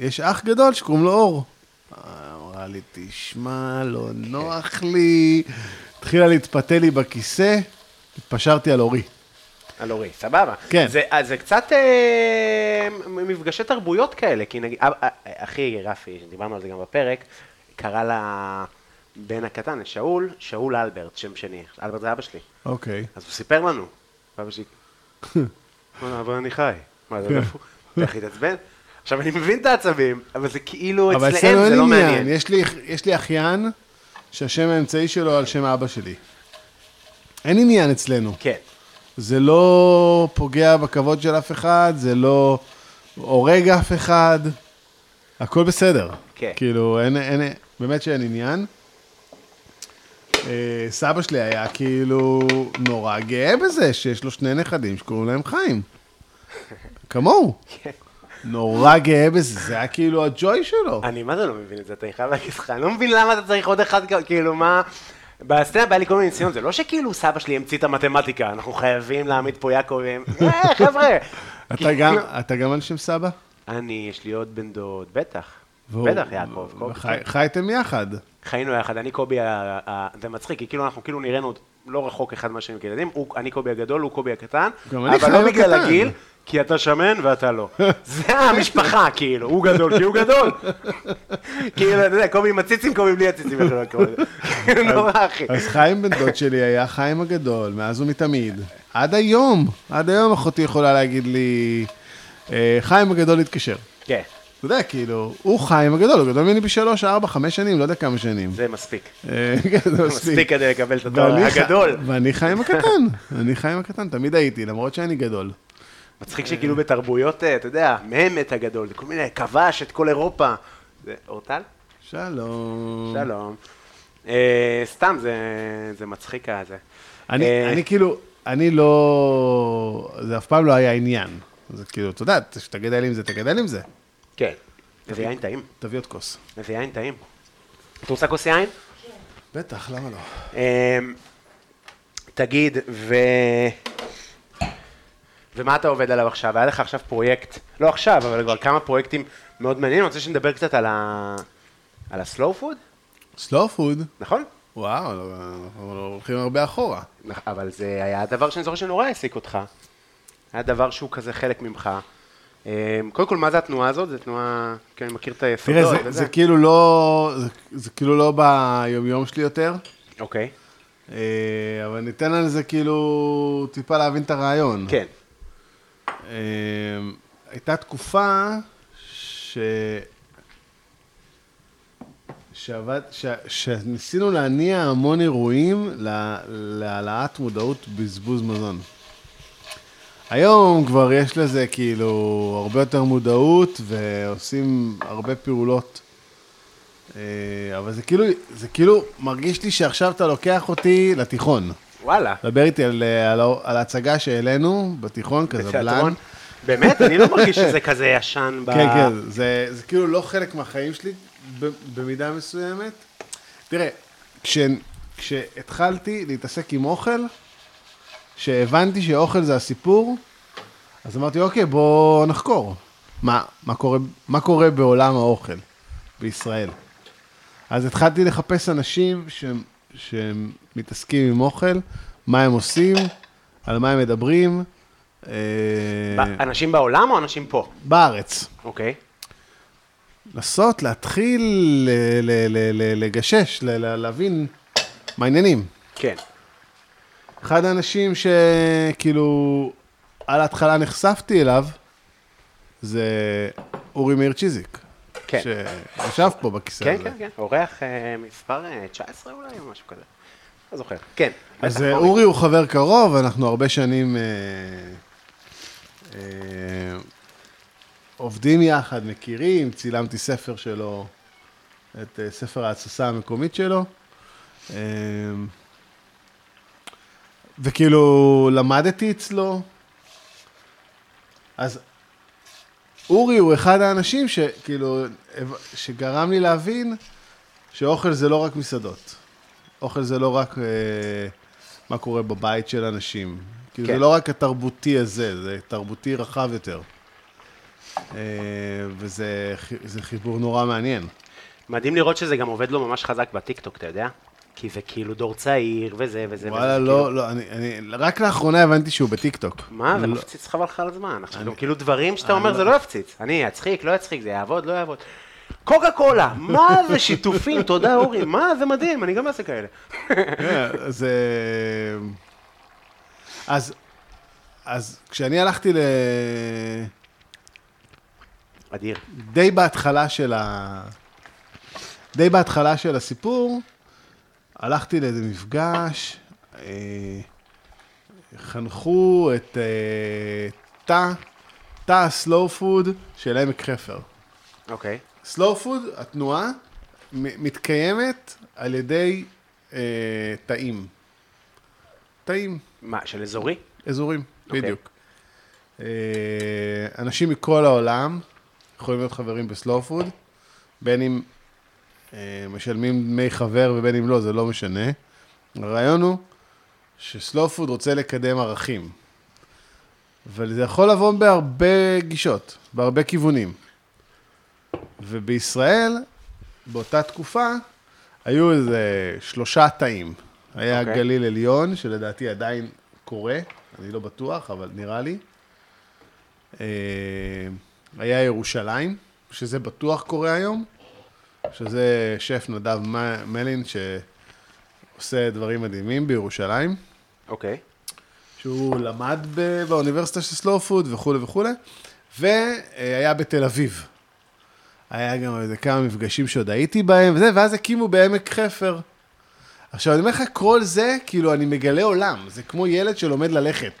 [SPEAKER 3] יש אח גדול שקוראים לו אור. אה, אמרה לי, תשמע, לא
[SPEAKER 2] כן.
[SPEAKER 3] נוח לי. התחילה להתפתה לי בכיסא, התפשרתי על אורי.
[SPEAKER 2] על אורי, סבבה.
[SPEAKER 3] כן.
[SPEAKER 2] זה, אז זה קצת אה, מפגשי תרבויות כאלה, כי נגיד, אה, אה, אחי רפי, דיברנו על זה גם בפרק, קרא לבן הקטן, לשאול, שאול אלברט, שם שני, אלברט זה אבא שלי.
[SPEAKER 3] אוקיי.
[SPEAKER 2] אז הוא סיפר לנו, ואבא
[SPEAKER 3] [LAUGHS]
[SPEAKER 2] שלי, "וואלה, אבל אני חי, מה זה לא
[SPEAKER 3] כן.
[SPEAKER 2] דפוק, איך התעצבן? עכשיו אני מבין את העצבים, אבל זה כאילו
[SPEAKER 3] אבל
[SPEAKER 2] אצלם
[SPEAKER 3] אצלנו
[SPEAKER 2] זה
[SPEAKER 3] אין
[SPEAKER 2] לא
[SPEAKER 3] עניין,
[SPEAKER 2] מעניין.
[SPEAKER 3] יש לי- יש לי אחיין שהשם האמצעי שלו על שם אבא שלי. אין עניין אצלנו.
[SPEAKER 2] כן,
[SPEAKER 3] זה לא פוגע בכבוד של אף אחד, זה לא הורג אף אחד, הכל בסדר.
[SPEAKER 2] כן.
[SPEAKER 3] כאילו, אין, אין, באמת שאין עניין. אה, סבא שלי היה כאילו נורא גאה בזה שיש לו שני נכדים שקוראים להם חיים. כמוהו.
[SPEAKER 2] כן.
[SPEAKER 3] נורא גאה בזה, זה היה כאילו הג'וי שלו.
[SPEAKER 2] אני מה זה לא מבין את זה, אתה חייב להגיד לך, אני לא מבין למה אתה צריך עוד אחד, כ- כאילו מה... בסצנה היה לי כל מיני ניסיון, זה לא שכאילו סבא שלי המציא את המתמטיקה, אנחנו חייבים להעמיד פה
[SPEAKER 3] [LAUGHS]
[SPEAKER 2] יעקבים, אה, חבר'ה. כאילו,
[SPEAKER 3] אתה גם, אתה גם על שם סבא?
[SPEAKER 2] אני, יש לי עוד בן דוד, בטח.
[SPEAKER 3] והוא-
[SPEAKER 2] בטח, יעקב, קובי.
[SPEAKER 3] חי- חייתם יחד.
[SPEAKER 2] חיינו יחד, אני קובי, ה- ה- זה מצחיק, כי כאילו אנחנו כאילו נראינו לא רחוק אחד מהשני כילדים, הוא- אני קובי הגדול, הוא קובי הקטן,
[SPEAKER 3] גם אני
[SPEAKER 2] אבל
[SPEAKER 3] חיים
[SPEAKER 2] לא בגלל
[SPEAKER 3] הקטן.
[SPEAKER 2] הגיל, כי אתה שמן ואתה
[SPEAKER 3] [LAUGHS]
[SPEAKER 2] לא. זה המשפחה, כאילו, הוא גדול, כי הוא גדול. [LAUGHS] כאילו, אתה יודע, קובי עם הציצים, קובי בלי הציצים, איך לא קוראים
[SPEAKER 3] [LAUGHS]
[SPEAKER 2] לזה. [LAUGHS] כאילו, נורא, אחי.
[SPEAKER 3] אז חיים בן דוד שלי היה חיים הגדול, מאז ומתמיד. עד היום, עד היום אחותי יכולה להגיד לי, "אה, חיים הגדול התקשר.
[SPEAKER 2] כן,
[SPEAKER 3] אתה יודע, כאילו, הוא חיים הגדול, הוא גדול ממני בשלוש, ארבע, חמש שנים, לא יודע כמה שנים.
[SPEAKER 2] זה מספיק.
[SPEAKER 3] אה, כן, זה
[SPEAKER 2] מספיק כדי לקבל את התואר
[SPEAKER 3] ואני ח-
[SPEAKER 2] הגדול.
[SPEAKER 3] ואני חיים הקטן, אני חיים הקטן, תמיד הייתי, למרות שאני גדול.
[SPEAKER 2] מצחיק שכאילו בתרבויות, אה, אתה יודע, ממת הגדול, כל מיני, כבש את כל אירופה. זה- אורטל?
[SPEAKER 3] שלום.
[SPEAKER 2] שלום. אה, סתם, זה- זה מצחיק הזה.
[SPEAKER 3] אני,
[SPEAKER 2] אה,
[SPEAKER 3] אני כאילו, אני לא, זה אף פעם לא היה עניין. זה כאילו, אתה יודע, תגדל עם זה, תגדל עם זה.
[SPEAKER 2] כן. איזה יין טעים,
[SPEAKER 3] תביא עוד כוס.
[SPEAKER 2] איזה יין טעים. את רוצה כוס יין?
[SPEAKER 3] בטח, למה לא?
[SPEAKER 2] אמ, תגיד, ו... ומה אתה עובד עליו עכשיו? היה לך עכשיו פרויקט, לא עכשיו, אבל כבר כמה פרויקטים מאוד מעניינים, אני רוצה שנדבר קצת על ה... על הסלואו פוד,
[SPEAKER 3] סלואו פוד?
[SPEAKER 2] נכון?
[SPEAKER 3] וואו, לא- אנחנו לא הולכים הרבה אחורה.
[SPEAKER 2] נכ- אבל זה היה הדבר שאני זוכר שנורא העסיק אותך. היה דבר שהוא כזה חלק ממך. אמ, קודם כל, מה זה התנועה הזאת? זו תנועה, כן, אני מכיר את היסודות.
[SPEAKER 3] תראה, זה,
[SPEAKER 2] וזה.
[SPEAKER 3] זה כאילו לא, זה, זה כאילו לא ביומיום שלי יותר,
[SPEAKER 2] אוקיי,
[SPEAKER 3] אה, אבל ניתן על זה כאילו טיפה להבין את הרעיון.
[SPEAKER 2] כן,
[SPEAKER 3] אה, הייתה תקופה ש... שעבד, ש... שניסינו להניע המון אירועים לה... להעלאת מודעות בזבוז מזון. היום כבר יש לזה כאילו הרבה יותר מודעות ועושים הרבה פעולות. אה, אבל זה כאילו, זה כאילו מרגיש לי שעכשיו אתה לוקח אותי לתיכון.
[SPEAKER 2] וואלה.
[SPEAKER 3] דבר איתי על, אה, על, ה- על ההצגה שהעלינו בתיכון, כזה בלן.
[SPEAKER 2] בתיאטרון. באמת? אני לא מרגיש שזה כזה ישן ב...
[SPEAKER 3] כן, כן, זה, זה כאילו לא חלק מהחיים שלי ב, במידה מסוימת. תראה, כש, כשהתחלתי להתעסק עם אוכל, שהבנתי שאוכל זה הסיפור, אז אמרתי, אוקיי, בוא נחקור. מה, מה, קורה, מה קורה בעולם האוכל בישראל? אז התחלתי לחפש אנשים שהם, שהם מתעסקים עם אוכל, מה הם עושים, על מה הם מדברים, אה,
[SPEAKER 2] ב- אנשים בעולם או אנשים פה?
[SPEAKER 3] בארץ.
[SPEAKER 2] אוקיי.
[SPEAKER 3] לנסות, להתחיל אה, ל- ל- ל- ל- לגשש, ל- ל- להבין מה העניינים.
[SPEAKER 2] כן.
[SPEAKER 3] אחד האנשים שכאילו על ההתחלה נחשפתי אליו, זה אורי מאיר צ'יזיק.
[SPEAKER 2] כן.
[SPEAKER 3] שישב פה בכיסא
[SPEAKER 2] כן,
[SPEAKER 3] הזה.
[SPEAKER 2] כן, כן. אורח אה, מספר אה, 19 אולי או משהו כזה. לא זוכר. כן.
[SPEAKER 3] אז
[SPEAKER 2] בטח,
[SPEAKER 3] אה, אורי הוא חבר קרוב, אנחנו הרבה שנים אה, אה, עובדים יחד, מכירים, צילמתי ספר שלו, את אה, ספר ההתססה המקומית שלו. אה, וכאילו, למדתי אצלו. אז אורי הוא אחד האנשים שכאילו, הב- שגרם לי להבין שאוכל זה לא רק מסעדות. אוכל זה לא רק אה, מה קורה בבית של אנשים. כאילו,
[SPEAKER 2] כן.
[SPEAKER 3] זה לא רק התרבותי הזה, זה תרבותי רחב יותר. אה, וזה חי- זה חיבור נורא מעניין.
[SPEAKER 2] מדהים לראות שזה גם עובד לו ממש חזק בטיקטוק, אתה יודע? כי זה כאילו דור צעיר, וזה וזה. כאילו-
[SPEAKER 3] וואלה,
[SPEAKER 2] וזה,
[SPEAKER 3] לא, לא, אני, אני, רק לאחרונה הבנתי שהוא בטיקטוק.
[SPEAKER 2] מה, זה
[SPEAKER 3] לא-
[SPEAKER 2] מפציץ חבל לך על הזמן. עכשיו, גם כאילו דברים שאתה אומר, זה לא יפציץ. אני אצחיק, לא אצחיק, זה יעבוד, לא יעבוד. קוקה קולה, מה זה שיתופים, [LAUGHS] תודה אורי, מה זה מדהים, אני גם אעשה כאלה.
[SPEAKER 3] כן, זה... אז, אז כשאני הלכתי ל...
[SPEAKER 2] אדיר.
[SPEAKER 3] די בהתחלה של ה... די בהתחלה של הסיפור, הלכתי לאיזה מפגש, אה, חנכו את אה, תא, תא הסלואו פוד של עמק חפר.
[SPEAKER 2] אוקיי.
[SPEAKER 3] סלואו פוד, התנועה, מ- מתקיימת על ידי אה, תאים. תאים,
[SPEAKER 2] מה, של אזורי?
[SPEAKER 3] אזורים,
[SPEAKER 2] אוקיי.
[SPEAKER 3] בדיוק. אה, אנשים מכל העולם יכולים להיות חברים בסלואו פוד, בין אם אה, משלמים דמי חבר ובין אם לא, זה לא משנה. הרעיון הוא שסלואו פוד רוצה לקדם ערכים. אבל זה יכול לבוא בהרבה גישות, בהרבה כיוונים. ובישראל, באותה תקופה, היו איזה שלושה תאים. היה okay.
[SPEAKER 2] אוקיי.
[SPEAKER 3] גליל עליון, שלדעתי עדיין קורה, אני לא בטוח, אבל נראה לי. אה, היה ירושלים, שזה בטוח קורה היום, שזה שף נדב מ- מלין, שעושה דברים מדהימים בירושלים.
[SPEAKER 2] אוקיי.
[SPEAKER 3] שהוא למד ב- באוניברסיטה של סלואו פוד וכולי וכולי, והיה בתל אביב. היה גם איזה כמה מפגשים שעוד הייתי בהם וזה, ואז הקימו בעמק חפר. עכשיו, אני אומר לך, כל זה, כאילו, אני מגלה עולם. זה כמו ילד שלומד ללכת.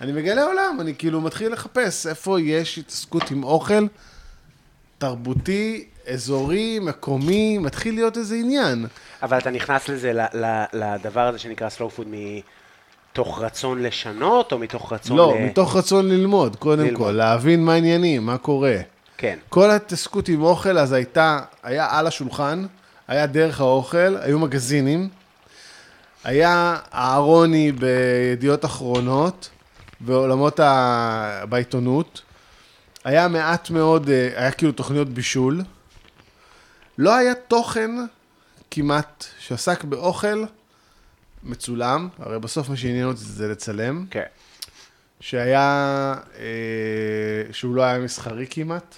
[SPEAKER 3] אני מגלה עולם, אני כאילו מתחיל לחפש איפה יש התעסקות עם אוכל תרבותי, אזורי, מקומי, מתחיל להיות איזה עניין.
[SPEAKER 2] אבל אתה נכנס לזה, ל- ל- לדבר הזה שנקרא slow food מתוך רצון לשנות, או מתוך רצון...
[SPEAKER 3] לא,
[SPEAKER 2] ל-
[SPEAKER 3] מתוך רצון ללמוד, קודם
[SPEAKER 2] ללמוד.
[SPEAKER 3] כל, להבין מה העניינים, מה קורה.
[SPEAKER 2] כן.
[SPEAKER 3] כל ההתעסקות עם אוכל אז הייתה, היה על השולחן, היה דרך האוכל, היו מגזינים, היה אהרוני בידיעות אחרונות, בעולמות ה... בעיתונות, היה מעט מאוד, אה, היה כאילו תוכניות בישול, לא היה תוכן כמעט שעסק באוכל מצולם, הרי בסוף מה שעניין אותי זה לצלם,
[SPEAKER 2] כן.
[SPEAKER 3] שהיה, אה, שהוא לא היה מסחרי כמעט,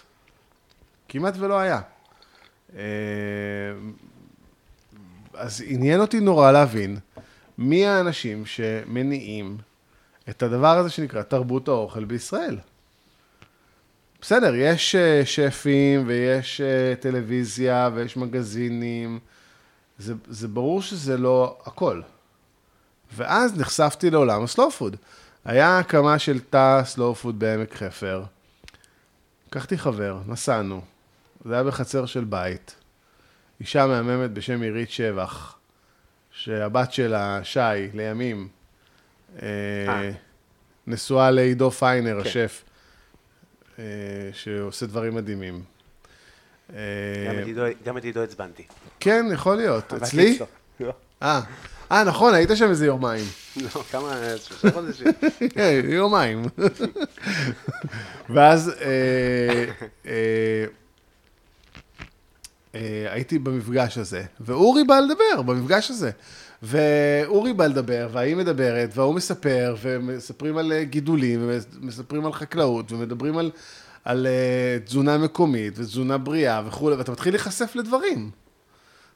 [SPEAKER 3] כמעט ולא היה. אה, אז עניין אותי נורא להבין מי האנשים שמניעים את הדבר הזה שנקרא תרבות האוכל בישראל. בסדר, יש אה, שפים ויש אה, טלוויזיה ויש מגזינים, זה, זה ברור שזה לא הכל. ואז נחשפתי לעולם הסלואו-פוד. היה הקמה של תא סלואו-פוד בעמק חפר. לקחתי חבר, נסענו. זה היה בחצר של בית. אישה מהממת בשם עירית שבח, שהבת שלה, שי, לימים, אה,
[SPEAKER 2] אה.
[SPEAKER 3] נשואה לעידו פיינר,
[SPEAKER 2] כן.
[SPEAKER 3] השף, אה, שעושה דברים מדהימים. אה,
[SPEAKER 2] גם את עידו- גם את עידו עצבנתי.
[SPEAKER 3] כן, יכול להיות.
[SPEAKER 2] עבדתי
[SPEAKER 3] אצלי?
[SPEAKER 2] אצלו. לא,
[SPEAKER 3] אה, אה, נכון, היית שם איזה יומיים.
[SPEAKER 2] לא, כמה, שלושה
[SPEAKER 3] [LAUGHS]
[SPEAKER 2] חודשים.
[SPEAKER 3] כן, יומיים. ואז אה, אה, אה, הייתי במפגש הזה, ואורי בא לדבר במפגש הזה. ואורי בא לדבר, וההיא מדברת, וההוא מספר, ומספרים על אה, גידולים, ומספרים על חקלאות, ומדברים על, על אה, תזונה מקומית, ותזונה בריאה וכולי, ואתה מתחיל להיחשף לדברים.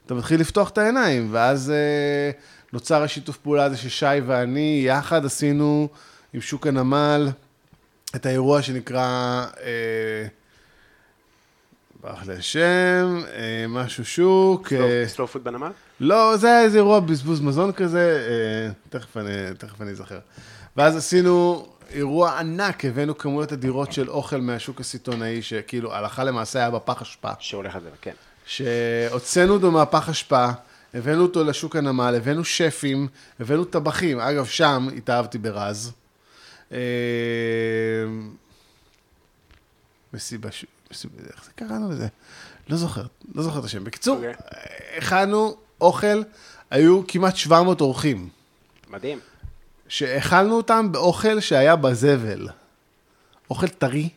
[SPEAKER 3] אתה מתחיל לפתוח את העיניים, ואז אה, נוצר השיתוף פעולה הזה ששי ואני יחד עשינו עם שוק הנמל את האירוע שנקרא, אה, ברח לי השם, אה, משהו שוק. אה,
[SPEAKER 2] סלואו פוד בנמל?
[SPEAKER 3] לא, זה היה איזה אירוע בזבוז מזון כזה, אה, תכף אני, תכף אני אזכר. ואז עשינו אירוע ענק, הבאנו כמויות אדירות של אוכל מהשוק הסיטונאי, שכאילו הלכה למעשה היה בפח אשפה.
[SPEAKER 2] שהולך על זה, כן.
[SPEAKER 3] שהוצאנו אותו מהפח אשפה, הבאנו אותו לשוק הנמל, הבאנו שפים, הבאנו טבחים. אגב, שם התאהבתי ברז. אה, מסיבה ש... מסיבה... איך זה קראנו לזה? לא זוכר, לא זוכר את השם. בקיצור,
[SPEAKER 2] אוקיי.
[SPEAKER 3] אה, הכנו אוכל, היו כמעט 700 אורחים,
[SPEAKER 2] מדהים.
[SPEAKER 3] שהאכלנו אותם באוכל שהיה בזבל. אוכל טרי,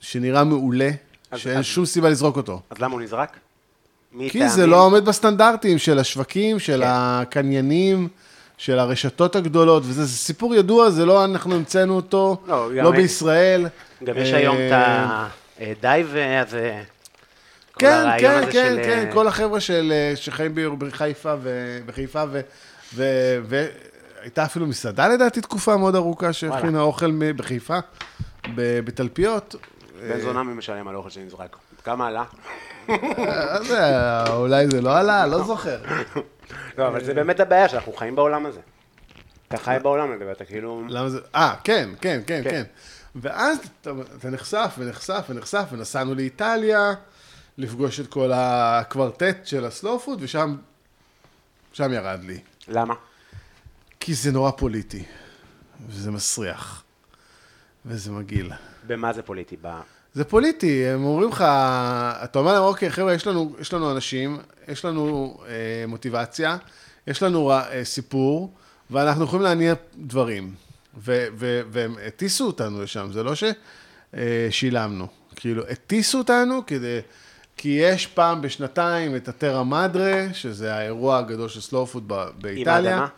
[SPEAKER 3] שנראה מעולה,
[SPEAKER 2] אז-
[SPEAKER 3] שאין
[SPEAKER 2] אז-
[SPEAKER 3] שום סיבה לזרוק אותו.
[SPEAKER 2] אז למה הוא נזרק?
[SPEAKER 3] כי זה לא עומד בסטנדרטים של השווקים, של
[SPEAKER 2] כן.
[SPEAKER 3] הקניינים, של הרשתות הגדולות, וזה זה סיפור ידוע, זה לא אנחנו המצאנו אותו,
[SPEAKER 2] לא, גם
[SPEAKER 3] לא
[SPEAKER 2] אין-
[SPEAKER 3] בישראל.
[SPEAKER 2] גם יש
[SPEAKER 3] אה,
[SPEAKER 2] היום את הדייב אה, הזה. כל
[SPEAKER 3] כן,
[SPEAKER 2] הרעיון
[SPEAKER 3] כן,
[SPEAKER 2] הזה
[SPEAKER 3] כן,
[SPEAKER 2] של,
[SPEAKER 3] כן,
[SPEAKER 2] אה,
[SPEAKER 3] כל החבר'ה של, אה, שחיים ביר- בחיפה, ו- בחיפה, ו- ו- והייתה אפילו מסעדה לדעתי תקופה מאוד ארוכה שהכינה
[SPEAKER 2] וואלה.
[SPEAKER 3] אוכל מ- בחיפה, ב- בתלפיות.
[SPEAKER 2] בן זונה לא מי משלם על אוכל שנזרק. כמה עלה?
[SPEAKER 3] אה, זה היה- אולי זה לא עלה, לא זוכר.
[SPEAKER 2] לא, אבל זה באמת הבעיה שאנחנו חיים בעולם הזה. אתה חי בעולם לגבי, אתה כאילו...
[SPEAKER 3] למה זה... אה, כן, כן, כן,
[SPEAKER 2] כן.
[SPEAKER 3] כן. ואז אתה, אתה נחשף ונחשף ונחשף, ונסענו לאיטליה לפגוש את כל הקוורטט של הסלואו פוד, ושם שם ירד לי.
[SPEAKER 2] למה?
[SPEAKER 3] כי זה נורא פוליטי, וזה מסריח, וזה מגעיל.
[SPEAKER 2] במה זה פוליטי? ב...
[SPEAKER 3] זה פוליטי, הם אומרים לך, אתה אומר להם, אוקיי, חבר'ה, יש לנו, יש לנו אנשים, יש לנו אה, מוטיבציה, יש לנו אה, סיפור, ואנחנו יכולים להניע דברים. ו, ו, והם הטיסו אותנו לשם, זה לא ששילמנו. כאילו, הטיסו אותנו כדי... כי יש פעם בשנתיים את הטרה מדרה, שזה האירוע הגדול של סלורפוד באיטליה.
[SPEAKER 2] האדמה?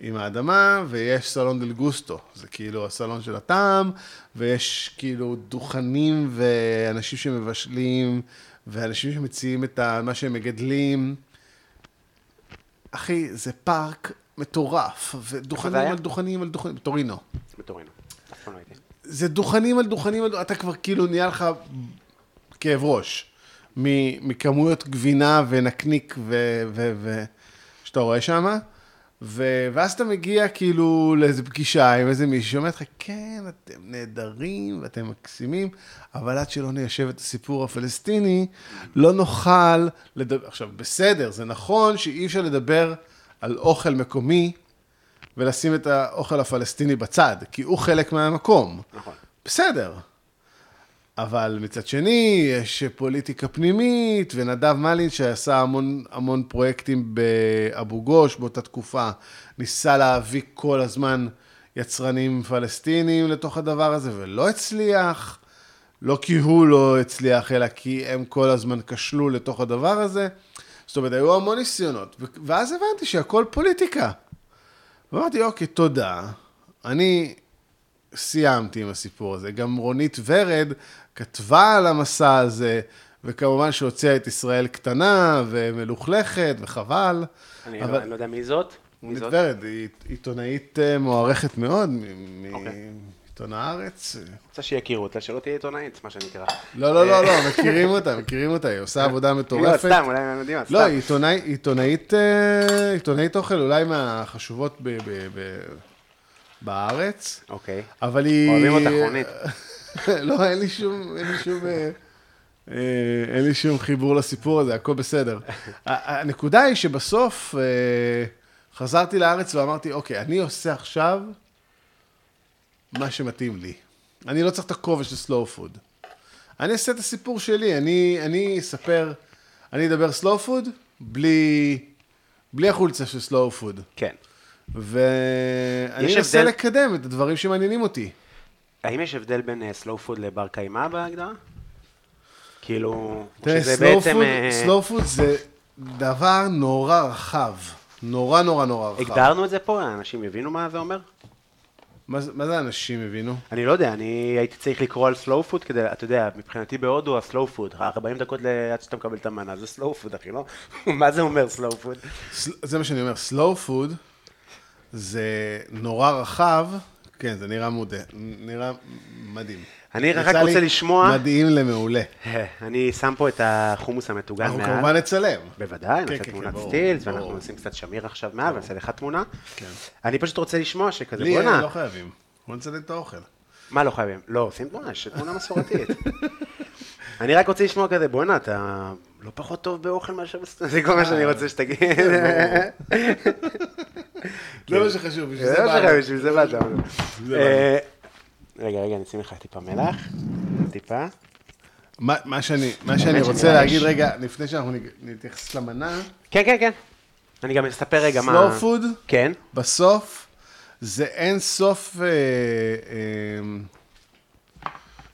[SPEAKER 3] עם האדמה, ויש סלון דל גוסטו, זה כאילו הסלון של הטעם, ויש כאילו דוכנים ואנשים שמבשלים, ואנשים שמציעים את ה- מה שהם מגדלים. אחי, זה פארק מטורף,
[SPEAKER 2] זה
[SPEAKER 3] ודוכנים
[SPEAKER 2] היה?
[SPEAKER 3] על דוכנים על דוכנים, טורינו.
[SPEAKER 2] בטורינו. אף פעם לא הייתי.
[SPEAKER 3] זה דוכנים על דוכנים, על דוכנים, אתה כבר כאילו נהיה לך כאב ראש מ- מכמויות גבינה ונקניק ו... ו, ו שאתה רואה שם, ו- ואז אתה מגיע כאילו לאיזו פגישה עם איזה מישהו שאומר לך, כן, אתם נהדרים ואתם מקסימים, אבל עד שלא ניישב את הסיפור הפלסטיני, לא נוכל לדבר... עכשיו, בסדר, זה נכון שאי אפשר לדבר על אוכל מקומי, ולשים את האוכל הפלסטיני בצד, כי הוא חלק מהמקום.
[SPEAKER 2] נכון.
[SPEAKER 3] בסדר. אבל מצד שני, יש פוליטיקה פנימית, ונדב מלין, שעשה המון, המון פרויקטים באבו גוש באותה תקופה, ניסה להביא כל הזמן יצרנים פלסטינים לתוך הדבר הזה, ולא הצליח. לא כי הוא לא הצליח, אלא כי הם כל הזמן כשלו לתוך הדבר הזה. זאת אומרת, היו המון ניסיונות, ו- ואז הבנתי שהכל פוליטיקה. ואמרתי, אוקיי, תודה. אני סיימתי עם הסיפור הזה. גם רונית ורד כתבה על המסע הזה, וכמובן שהוציאה את ישראל קטנה ומלוכלכת, וחבל.
[SPEAKER 2] אני לא- אני לא יודע מי זאת. מי
[SPEAKER 3] רונית
[SPEAKER 2] זאת?
[SPEAKER 3] ורד היא עיתונאית אה, מוערכת מאוד, מ-
[SPEAKER 2] אוקיי.
[SPEAKER 3] מעיתון הארץ.
[SPEAKER 2] רוצה שיכירו אותה, שלא תהיה עיתונאית, מה שנקרא.
[SPEAKER 3] לא, לא, לא, לא, מכירים אותה, מכירים אותה, היא עושה עבודה
[SPEAKER 2] לא,
[SPEAKER 3] מטורפת.
[SPEAKER 2] סתם, אולי הם יודעים, אז סתם.
[SPEAKER 3] לא, היא עיתונאי- עיתונאית, אה, עיתונאית אוכל, אולי מהחשובות ב- ב- ב- בארץ.
[SPEAKER 2] אוקיי.
[SPEAKER 3] אבל היא...
[SPEAKER 2] אוהבים אותך, רונית.
[SPEAKER 3] [LAUGHS] לא, אין לי שום, אין לי שום, אה, אה, אין לי שום חיבור לסיפור הזה, הכל בסדר. ה- הנקודה היא שבסוף אה, חזרתי לארץ ואמרתי, אוקיי, אני עושה עכשיו מה שמתאים לי. אני לא צריך את הכובע של סלואו פוד. אני אעשה את הסיפור שלי, אני, אני אספר, אני אדבר סלואו פוד בלי, בלי החולצה של סלואו פוד.
[SPEAKER 2] כן. יש
[SPEAKER 3] ואני אנסה
[SPEAKER 2] הבדל-
[SPEAKER 3] לקדם את הדברים שמעניינים אותי.
[SPEAKER 2] האם יש הבדל בין סלואו פוד לבר קיימא בהגדרה? כאילו, או
[SPEAKER 3] תראה,
[SPEAKER 2] שזה
[SPEAKER 3] סלואו
[SPEAKER 2] בעצם...
[SPEAKER 3] פוד-
[SPEAKER 2] אה,
[SPEAKER 3] סלואו פוד זה דבר נורא רחב. נורא נורא נורא רחב.
[SPEAKER 2] הגדרנו את זה פה, האנשים הבינו מה זה אומר?
[SPEAKER 3] מה זה- מה זה אנשים הבינו?
[SPEAKER 2] אני לא יודע, אני הייתי צריך לקרוא על סלואו פוד כדי, אתה יודע, מבחינתי בהודו הסלואו פוד, 40 דקות ל- עד שאתה מקבל את המנה, זה סלואו פוד אחי, לא? [LAUGHS] מה זה אומר סלואו פוד?
[SPEAKER 3] סל- זה מה שאני אומר, סלואו פוד זה נורא רחב. כן, זה נראה מודה, נראה מדהים.
[SPEAKER 2] אני רק
[SPEAKER 3] יצא לי
[SPEAKER 2] רוצה לשמוע-
[SPEAKER 3] מדהים למעולה.
[SPEAKER 2] [LAUGHS] אני שם פה את החומוס המטוגן
[SPEAKER 3] אנחנו
[SPEAKER 2] מעל.
[SPEAKER 3] כמובן נצלם.
[SPEAKER 2] בוודאי,
[SPEAKER 3] כן,
[SPEAKER 2] נעשה
[SPEAKER 3] כן,
[SPEAKER 2] תמונת
[SPEAKER 3] כן, ברור,
[SPEAKER 2] סטילס, ואנחנו
[SPEAKER 3] ברור. כן.
[SPEAKER 2] נשים קצת שמיר עכשיו מעל, ונעשה לך תמונה. אני פשוט רוצה לשמוע שכזה,
[SPEAKER 3] לי אה,
[SPEAKER 2] בואנה,
[SPEAKER 3] לא חייבים. בוא נצלם
[SPEAKER 2] [LAUGHS]
[SPEAKER 3] את האוכל.
[SPEAKER 2] מה לא חייבים? לא, עושים תמונה, יש תמונה
[SPEAKER 3] [LAUGHS]
[SPEAKER 2] מסורתית. אני רק רוצה לשמוע כזה, בואנה, אתה לא פחות טוב באוכל מאשר... בס- זה כל מה שאני
[SPEAKER 3] אה.
[SPEAKER 2] רוצה שתגיד.
[SPEAKER 3] זה מה שחשוב, בשביל
[SPEAKER 2] זה
[SPEAKER 3] זה
[SPEAKER 2] לא שלך,
[SPEAKER 3] באנו.
[SPEAKER 2] בשביל זה באת.
[SPEAKER 3] זה
[SPEAKER 2] אה, רגע, רגע, אני אשים לך טיפה מלח. טיפה.
[SPEAKER 3] מה מה שאני- מה שאני
[SPEAKER 2] [LAUGHS] באמת
[SPEAKER 3] רוצה
[SPEAKER 2] שנראה
[SPEAKER 3] להגיד
[SPEAKER 2] איש.
[SPEAKER 3] רגע, לפני שאנחנו נג- נתייחס למנה,
[SPEAKER 2] כן, כן, כן. אני גם אספר רגע מה...
[SPEAKER 3] סלואו פוד?
[SPEAKER 2] כן.
[SPEAKER 3] בסוף זה אין סוף אה, אה,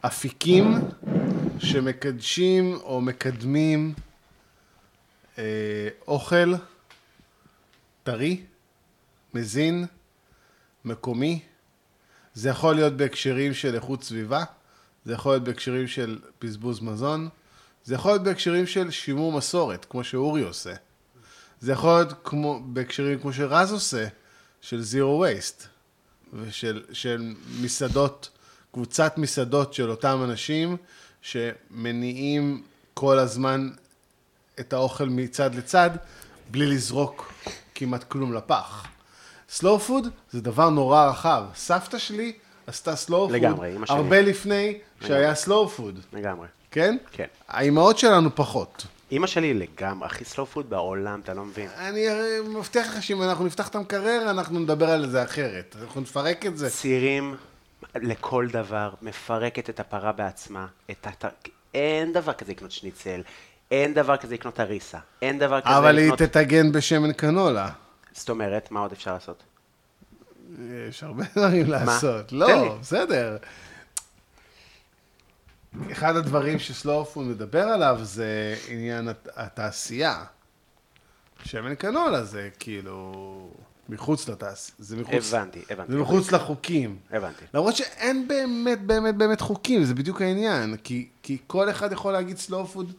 [SPEAKER 3] אפיקים שמקדשים או מקדמים אה, אוכל טרי, מזין, מקומי. זה יכול להיות בהקשרים של איכות סביבה, זה יכול להיות בהקשרים של בזבוז מזון, זה יכול להיות בהקשרים של שימור מסורת, כמו שאורי עושה. זה יכול להיות כמו, בהקשרים כמו שרז עושה, של זירו וייסט, ושל של מסעדות, קבוצת מסעדות של אותם אנשים שמניעים כל הזמן את האוכל מצד לצד, בלי לזרוק כמעט כלום לפח. סלואו פוד זה דבר נורא רחב. סבתא שלי עשתה סלואו פוד
[SPEAKER 2] לגמרי, אמא שלי.
[SPEAKER 3] הרבה לפני שהיה סלואו פוד,
[SPEAKER 2] לגמרי.
[SPEAKER 3] כן?
[SPEAKER 2] כן.
[SPEAKER 3] האימהות שלנו פחות.
[SPEAKER 2] אימא שלי לגמרי, הכי סלואו פוד בעולם, אתה לא מבין.
[SPEAKER 3] אני הרי מבטיח לך שאם אנחנו נפתח את המקרר, אנחנו נדבר על זה אחרת. אנחנו נפרק את זה.
[SPEAKER 2] צירים לכל דבר, מפרקת את הפרה בעצמה, את הת... אין דבר כזה לקנות שניצל, אין דבר כזה לקנות אריסה, אין דבר כזה
[SPEAKER 3] אבל היא
[SPEAKER 2] לקנות...
[SPEAKER 3] תטגן בשמן קנולה.
[SPEAKER 2] זאת אומרת, מה עוד אפשר לעשות?
[SPEAKER 3] יש הרבה [LAUGHS] דברים לעשות.
[SPEAKER 2] תן לי.
[SPEAKER 3] לא, בסדר. אחד הדברים שסלורפון מדבר עליו זה עניין הת- התעשייה. שמן קנולה זה כאילו מחוץ לתעשייה. זה מחוץ...
[SPEAKER 2] הבנתי, הבנתי.
[SPEAKER 3] זה מחוץ לחוקים.
[SPEAKER 2] הבנתי.
[SPEAKER 3] למרות שאין באמת באמת באמת חוקים, זה בדיוק העניין. כי, כי כל אחד יכול להגיד סלואו פוד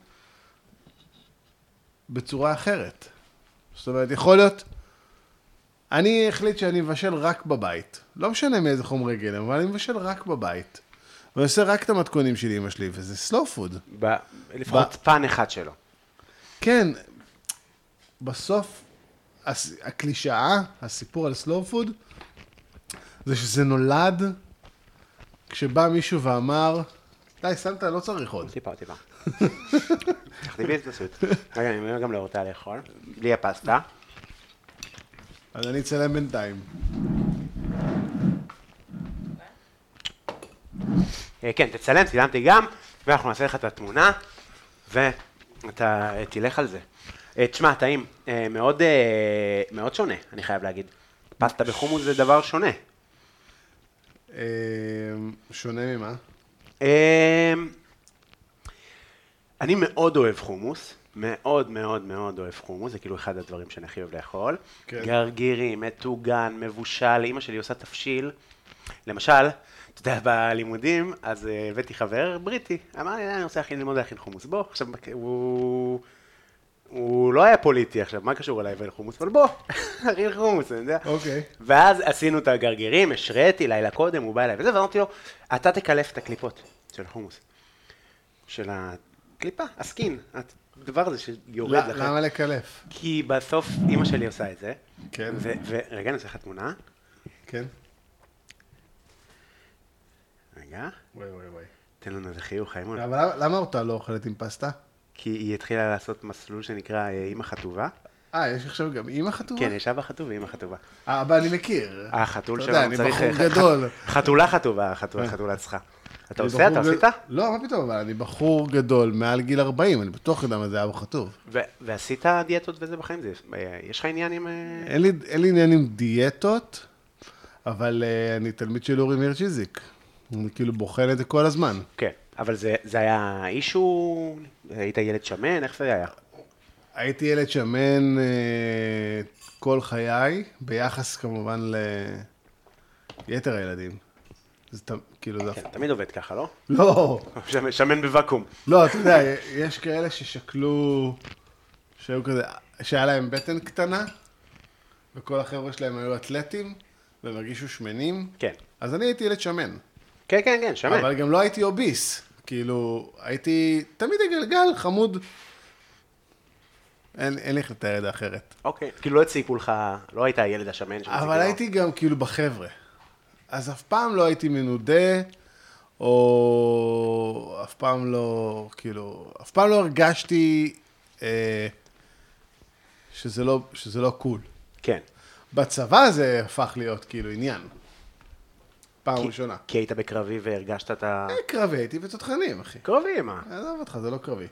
[SPEAKER 3] בצורה אחרת. זאת אומרת, יכול להיות... אני החליט שאני מבשל רק בבית. לא משנה מאיזה חומרי גלם, אבל אני מבשל רק בבית. ואני עושה רק את המתכונים של אמא שלי, וזה סלואו פוד.
[SPEAKER 2] ב... לפחות
[SPEAKER 3] ב-
[SPEAKER 2] פן אחד שלו.
[SPEAKER 3] כן, בסוף הס- הקלישאה, הסיפור על סלואו פוד, זה שזה נולד כשבא מישהו ואמר, די, שמת, לא צריך עוד.
[SPEAKER 2] טיפה, טיפה. תכתיבי התנסות. רגע, אני אומר גם להורתה לאכול, בלי הפסטה.
[SPEAKER 3] אז אני אצלם בינתיים.
[SPEAKER 2] אה, כן, תצלם, צילמתי גם, ואנחנו נעשה לך את התמונה, ואתה אה, תלך על זה. אה, תשמע, טעים, אה, מאוד, אה, מאוד שונה, אני חייב להגיד. פסטה בחומוס זה דבר שונה.
[SPEAKER 3] אה, שונה ממה?
[SPEAKER 2] אה, אני מאוד אוהב חומוס, מאוד מאוד מאוד אוהב חומוס, זה כאילו אחד הדברים שאני הכי אוהב לאכול.
[SPEAKER 3] כן.
[SPEAKER 2] גרגירים, מטוגן, מבושל, אימא שלי עושה תבשיל. למשל, אתה יודע, בלימודים, אז אה, הבאתי חבר בריטי, אמר לי, אני רוצה להכין- ללמוד להכין חומוס. בוא, עכשיו, הוא... הוא לא היה פוליטי עכשיו, מה קשור אליי ואל חומוס? אבל בוא, [LAUGHS] נכין חומוס, אני יודע.
[SPEAKER 3] אוקיי.
[SPEAKER 2] ואז עשינו את הגרגירים, השריתי לילה קודם, הוא בא אליי וזה, ואמרתי לו, אתה תקלף את הקליפות של חומוס. של הקליפה, הסקין, הדבר הזה שיורד
[SPEAKER 3] ל-
[SPEAKER 2] לך.
[SPEAKER 3] למה לקלף?
[SPEAKER 2] כי בסוף אימא שלי עושה את זה.
[SPEAKER 3] כן.
[SPEAKER 2] ו- ורגע, אני עושה לך תמונה.
[SPEAKER 3] כן?
[SPEAKER 2] רגע,
[SPEAKER 3] וואי וואי וואי.
[SPEAKER 2] תן לנו איזה חיוך, האמון.
[SPEAKER 3] אבל למה- למה אותה לא אוכלת עם פסטה?
[SPEAKER 2] כי היא התחילה לעשות מסלול שנקרא אה, אימא חטובה.
[SPEAKER 3] אה, יש עכשיו גם אימא חתומה?
[SPEAKER 2] כן, יש אבא חטוב ואימא חטובה.
[SPEAKER 3] אה, אבל אני מכיר.
[SPEAKER 2] החתול
[SPEAKER 3] אתה יודע,
[SPEAKER 2] שלנו
[SPEAKER 3] אני
[SPEAKER 2] צריך...
[SPEAKER 3] בחור
[SPEAKER 2] אה, ח-
[SPEAKER 3] גדול. אה.
[SPEAKER 2] ח- [LAUGHS] חתולה חטובה, החתול- החתולה צריכה. אתה
[SPEAKER 3] אני
[SPEAKER 2] עושה? אתה
[SPEAKER 3] בחור
[SPEAKER 2] עשית?
[SPEAKER 3] גד- לא, מה פתאום, אבל אני בחור גדול, מעל גיל 40, אני בטוח יודע מה זה אבא חטוב.
[SPEAKER 2] ו- ועשית דיאטות וזה בחיים? זה- אה, יש לך עניין עם... אה,
[SPEAKER 3] אין לי, אין לי עניין עם דיאטות, אבל uh, אני תלמיד של אורי מירצ'יזיק. אני כאילו בוחן את זה כל הזמן.
[SPEAKER 2] כן, אבל זה, זה היה אישו, היית ילד שמן, איך זה היה?
[SPEAKER 3] הייתי ילד שמן uh, כל חיי, ביחס כמובן ליתר הילדים. זה ת... כאילו זה...
[SPEAKER 2] כן, תמיד עובד ככה, לא? [LAUGHS]
[SPEAKER 3] לא,
[SPEAKER 2] שמן- שמן בוואקום.
[SPEAKER 3] לא, אתה יודע, יש כאלה ששקלו, שהיו כזה, שהיה להם בטן קטנה, וכל החבר'ה שלהם היו אתלטים, והם הרגישו שמנים.
[SPEAKER 2] כן.
[SPEAKER 3] אז אני הייתי ילד שמן.
[SPEAKER 2] כן, כן, כן, שמן.
[SPEAKER 3] אבל גם לא הייתי אוביס. כאילו, הייתי תמיד הגלגל, חמוד. אין, אין לי איך לתאר את זה אחרת.
[SPEAKER 2] אוקיי, כאילו לא הציקו לך, לא היית הילד השמן שהציקו
[SPEAKER 3] אבל
[SPEAKER 2] לו.
[SPEAKER 3] הייתי גם כאילו בחבר'ה. אז אף פעם לא הייתי מנודה, או אף פעם לא, כאילו, אף פעם לא הרגשתי אה, שזה, לא, שזה לא קול.
[SPEAKER 2] כן.
[SPEAKER 3] בצבא זה הפך להיות כאילו עניין. פעם
[SPEAKER 2] כי-
[SPEAKER 3] ראשונה.
[SPEAKER 2] כי היית בקרבי והרגשת את ה...
[SPEAKER 3] אה, קרבי, הייתי בתותחנים, אחי.
[SPEAKER 2] קרבי, מה?
[SPEAKER 3] עזוב אותך, זה לא קרבי.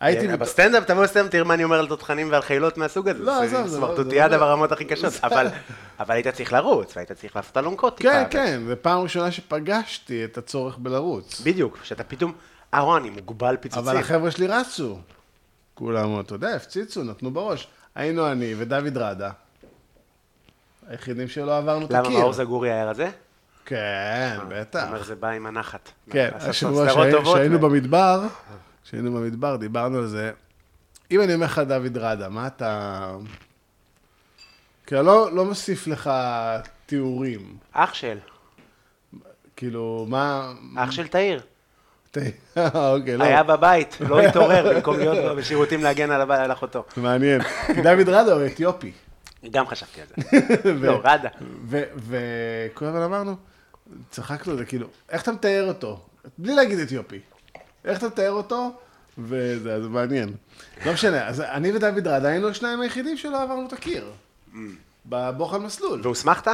[SPEAKER 3] הייתי...
[SPEAKER 2] כן,
[SPEAKER 3] בת-
[SPEAKER 2] בסטנדאפ, תבוא לסטנדאפ, תראה מה אני אומר על תותחנים ועל חילות מהסוג הזה.
[SPEAKER 3] לא, עזוב, זה לא-
[SPEAKER 2] סמרטוטיאדה
[SPEAKER 3] זה לא-
[SPEAKER 2] ברמות הכי
[SPEAKER 3] [LAUGHS]
[SPEAKER 2] קשות,
[SPEAKER 3] זה-
[SPEAKER 2] אבל- אבל היית צריך לרוץ, והיית צריך לעשות אלונקות טיפה.
[SPEAKER 3] כן,
[SPEAKER 2] ו-
[SPEAKER 3] כן, זו פעם ראשונה שפגשתי את הצורך בלרוץ.
[SPEAKER 2] בדיוק, שאתה פתאום, אה, וואי, אני מוגבל פיצוצים.
[SPEAKER 3] אבל החבר'ה שלי רצו. כולם, אתה יודע, הפציצו, נתנו בראש. היינו אני ודוד רדה, היחידים שלא עברנו את
[SPEAKER 2] למה
[SPEAKER 3] הקיר.
[SPEAKER 2] מאור זגורי היה רזה?
[SPEAKER 3] כן,
[SPEAKER 2] אתה אומר,
[SPEAKER 3] בטח.
[SPEAKER 2] זה בא עם הנחת.
[SPEAKER 3] כן,
[SPEAKER 2] עשה
[SPEAKER 3] השבוע
[SPEAKER 2] סדרות
[SPEAKER 3] שהי-
[SPEAKER 2] טובות, אה.
[SPEAKER 3] שהיינו
[SPEAKER 2] ו-
[SPEAKER 3] במדבר, שהיינו במדבר, דיברנו על זה. אם אני אומר לך דוד רדה, מה אתה... כאילו, לא, לא מוסיף לך תיאורים.
[SPEAKER 2] אח של,
[SPEAKER 3] כאילו, מה...
[SPEAKER 2] אח של תאיר.
[SPEAKER 3] [LAUGHS] אוקיי, לא.
[SPEAKER 2] היה בבית,
[SPEAKER 3] [LAUGHS]
[SPEAKER 2] לא התעורר במקום להיות בשירותים להגן על הב- על אחותו.
[SPEAKER 3] מעניין. דוד רדה הוא אתיופי.
[SPEAKER 2] גם חשבתי על
[SPEAKER 3] [LAUGHS]
[SPEAKER 2] זה.
[SPEAKER 3] ו-
[SPEAKER 2] לא, רדה.
[SPEAKER 3] ו- וכל הזמן אמרנו, צחקנו על זה, כאילו, איך אתה מתאר אותו? בלי להגיד אתיופי. איך אתה מתאר אותו? וזה אז מעניין. לא משנה, אז אני ודוד רדה היינו השניים היחידים שלא עברנו את הקיר. בבוחן מסלול.
[SPEAKER 2] והוסמכת?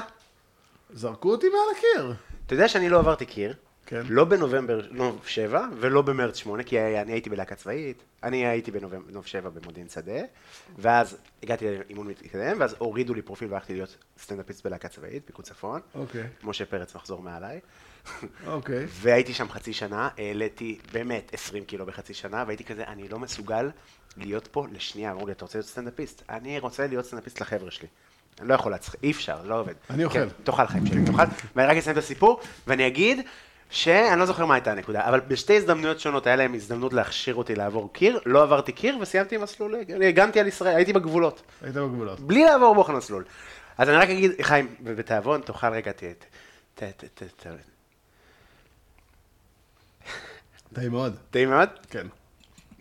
[SPEAKER 3] זרקו אותי מעל הקיר.
[SPEAKER 2] אתה יודע שאני לא עברתי קיר,
[SPEAKER 3] כן.
[SPEAKER 2] לא בנובמבר נוב 7 ולא במרץ 8, כי היה- אני הייתי בלהקה צבאית, אני הייתי בנובמבר נוב 7 במודיעין שדה, ואז הגעתי לאימון מתקדם, ואז הורידו לי פרופיל והלכתי להיות סטנדאפיסט בלהקה צבאית, פיקוד צפון.
[SPEAKER 3] אוקיי.
[SPEAKER 2] משה פרץ מחזור מעליי.
[SPEAKER 3] אוקיי.
[SPEAKER 2] והייתי שם חצי שנה, העליתי באמת 20 קילו בחצי שנה, והייתי כזה, אני לא מסוגל להיות פה לשנייה. אמרו לי, אתה רוצה להיות סטנדאפיסט? אני רוצה להיות סטנדאפיסט לחבר'ה שלי. אני לא יכול להצחיק, אי אפשר, לא עובד.
[SPEAKER 3] אני אוכל.
[SPEAKER 2] כן, תאכל חיים שלי, תאכל. ואני רק אסיים את הסיפור, ואני אגיד שאני לא זוכר מה הייתה הנקודה, אבל בשתי הזדמנויות שונות היה להם הזדמנות להכשיר אותי לעבור קיר, לא עברתי קיר וסיימתי מסלול, אני הגנתי על ישראל, הייתי בגבולות.
[SPEAKER 3] היית בגבולות.
[SPEAKER 2] בלי לעבור בוחן מסלול. אז אני רק אגיד, חיים, בתיאבון, תאכל רגע, ת... ת... ת... ת... ת...
[SPEAKER 3] די מאוד.
[SPEAKER 2] טעים מאוד?
[SPEAKER 3] כן.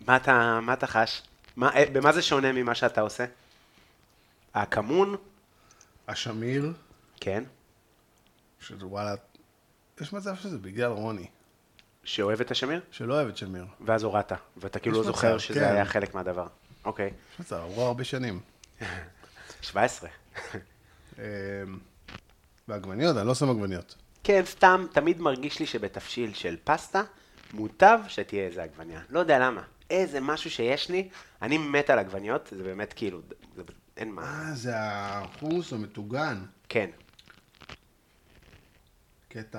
[SPEAKER 2] מה אתה, מה אתה חש? מה, אה, במה זה שונה ממה שאתה עושה? הכמון,
[SPEAKER 3] השמיר,
[SPEAKER 2] כן,
[SPEAKER 3] שוואלה, יש מצב שזה בגלל רוני,
[SPEAKER 2] שאוהב את השמיר,
[SPEAKER 3] שלא אוהב את שמיר.
[SPEAKER 2] ואז הורדת, ואתה כאילו לא
[SPEAKER 3] יש מצב,
[SPEAKER 2] זוכר שזה
[SPEAKER 3] כן.
[SPEAKER 2] היה חלק מהדבר. אוקיי,
[SPEAKER 3] יש מצב, עברו הרבה שנים.
[SPEAKER 2] 17.
[SPEAKER 3] אמ, ועגבניות, אני לא שם עגבניות.
[SPEAKER 2] כן, סתם, תמיד מרגיש לי שבתבשיל של פסטה, מוטב שתהיה איזה עגבניה. לא יודע למה. איזה משהו שיש לי, אני מת על עגבניות, זה באמת כאילו, זה, אין מה.
[SPEAKER 3] אה, זה החומוס המטוגן.
[SPEAKER 2] כן,
[SPEAKER 3] קטע.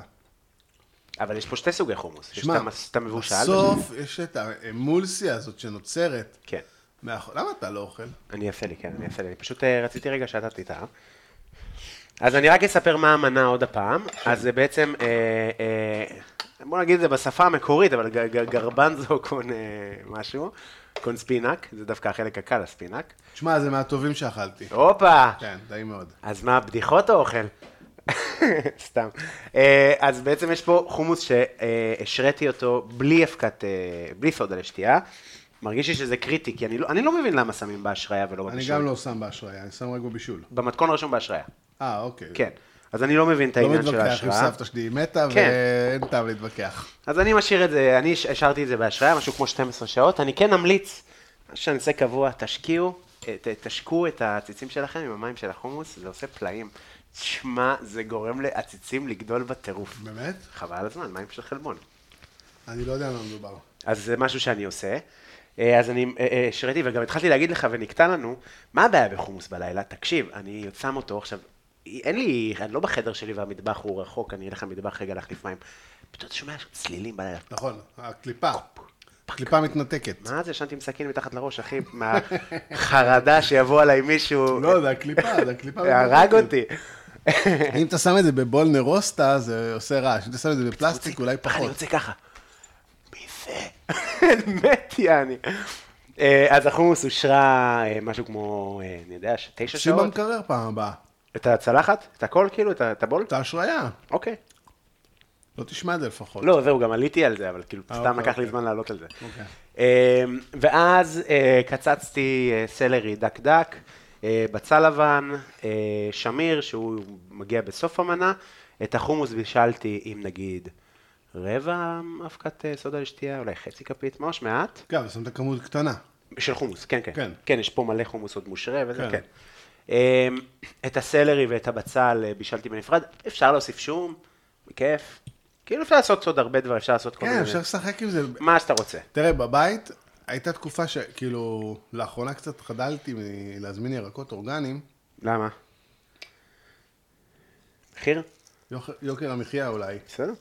[SPEAKER 2] אבל יש פה שתי סוגי חומוס. יש
[SPEAKER 3] שמע,
[SPEAKER 2] את המס- את המבושל.
[SPEAKER 3] בסוף יש את האמולסיה הזאת שנוצרת.
[SPEAKER 2] כן.
[SPEAKER 3] מאח- למה אתה לא אוכל?
[SPEAKER 2] אני אעשה לי, כן, אני אעשה לי. אני פשוט אה, רציתי רגע שאתה תטעה. אז אני רק אספר מה המנה עוד הפעם. אז זה בעצם, אה, אה, בוא נגיד את זה בשפה המקורית, אבל ג- ג- גרבנזו [LAUGHS] קון אה, משהו, קון ספינק, זה דווקא החלק הקל, הספינק.
[SPEAKER 3] תשמע, זה מהטובים שאכלתי.
[SPEAKER 2] הופה!
[SPEAKER 3] כן, די מאוד.
[SPEAKER 2] אז מה, בדיחות או אוכל? [LAUGHS] סתם. אה, אז בעצם יש פה חומוס שהשריתי אותו בלי אבקת, אה, בלי סודה לשתייה. מרגיש לי שזה קריטי, כי אני לא, אני לא מבין למה שמים בהשריה ולא בבישול.
[SPEAKER 3] אני גם לא שם באשראי, אני שם רק בבישול.
[SPEAKER 2] במתכון רשום בהשריה.
[SPEAKER 3] אה, אוקיי.
[SPEAKER 2] כן. אז אני לא מבין את
[SPEAKER 3] לא
[SPEAKER 2] העניין של
[SPEAKER 3] מתווכח עם
[SPEAKER 2] ההשראה.
[SPEAKER 3] סבתא שלי, היא מתה,
[SPEAKER 2] כן.
[SPEAKER 3] ואין טעם להתווכח.
[SPEAKER 2] אז אני משאיר את זה, אני הש- השארתי את זה בהשראה, משהו כמו 12 שעות. אני כן אמליץ, מה שאני עושה קבוע, תשקיעו, אה, ת- תשקו את העציצים שלכם עם המים של החומוס, זה עושה פלאים. תשמע, זה גורם לעציצים לגדול בטירוף.
[SPEAKER 3] באמת?
[SPEAKER 2] חבל על הזמן, מים של חלבון.
[SPEAKER 3] אני לא יודע על מה מדובר.
[SPEAKER 2] אז זה משהו שאני עושה. אה, אז אני אה, אה, השריתי, וגם התחלתי להגיד לך, ונקטע לנו, מה הבעיה בחומוס בלילה? תקשיב, אני שם אותו עכשיו, אין לי, אני לא בחדר שלי והמטבח הוא רחוק, אני אלך למטבח רגע להחליף מים. פתאום אתה שומע צלילים בלילה.
[SPEAKER 3] נכון, הקליפה. הקליפה מתנתקת.
[SPEAKER 2] מה זה, ישנתי עם סכין מתחת לראש, אחי, מהחרדה שיבוא עליי מישהו,
[SPEAKER 3] לא, זה הקליפה, זה הקליפה.
[SPEAKER 2] [LAUGHS] הרג
[SPEAKER 3] מתנתקת.
[SPEAKER 2] אותי.
[SPEAKER 3] אם אתה שם את זה בבול נרוסטה, זה עושה רעש. אם אתה שם את זה בפלסטיק, אולי
[SPEAKER 2] אני
[SPEAKER 3] פחות.
[SPEAKER 2] יוצא ככה. מי זה? [LAUGHS] מת יעני. אה, אז החומוס אושרה אה, משהו כמו, אה, אני יודע, ש- תשע
[SPEAKER 3] שים
[SPEAKER 2] שעות.
[SPEAKER 3] במקרר פעם הבאה.
[SPEAKER 2] את הצלחת? את הכל כאילו? את ה- את הבול?
[SPEAKER 3] את האשריה.
[SPEAKER 2] אוקיי.
[SPEAKER 3] לא תשמע את זה לפחות.
[SPEAKER 2] לא, זהו, גם עליתי על זה, אבל כאילו,
[SPEAKER 3] אה,
[SPEAKER 2] סתם
[SPEAKER 3] אוקיי,
[SPEAKER 2] לקח לי
[SPEAKER 3] אוקיי.
[SPEAKER 2] זמן לעלות על זה.
[SPEAKER 3] אוקיי.
[SPEAKER 2] אה, ואז אה, קצצתי אה, סלרי דק-דק, אה, בצל לבן, אה, שמיר, שהוא מגיע בסוף המנה, את החומוס בישלתי עם נגיד רבע אבקת אה, סודה לשתייה, אולי חצי כפית, ממש מעט.
[SPEAKER 3] כן, אבל שמת כמות קטנה.
[SPEAKER 2] של חומוס, כן, כן.
[SPEAKER 3] כן.
[SPEAKER 2] כן, כן יש פה מלא חומוס עוד מושרה וזה,
[SPEAKER 3] כן.
[SPEAKER 2] כן. כן. את הסלרי ואת הבצל אה, בישלתי בנפרד, אפשר להוסיף שום, בכיף. כאילו אפשר לעשות עוד הרבה דברים, אפשר לעשות כל
[SPEAKER 3] כן,
[SPEAKER 2] מיני...
[SPEAKER 3] אפשר לשחק עם זה.
[SPEAKER 2] מה שאתה רוצה.
[SPEAKER 3] תראה, בבית הייתה תקופה שכאילו, לאחרונה קצת חדלתי מלהזמין ירקות אורגניים.
[SPEAKER 2] למה? מחיר?
[SPEAKER 3] יוק- יוקר המחיה אולי.
[SPEAKER 2] בסדר.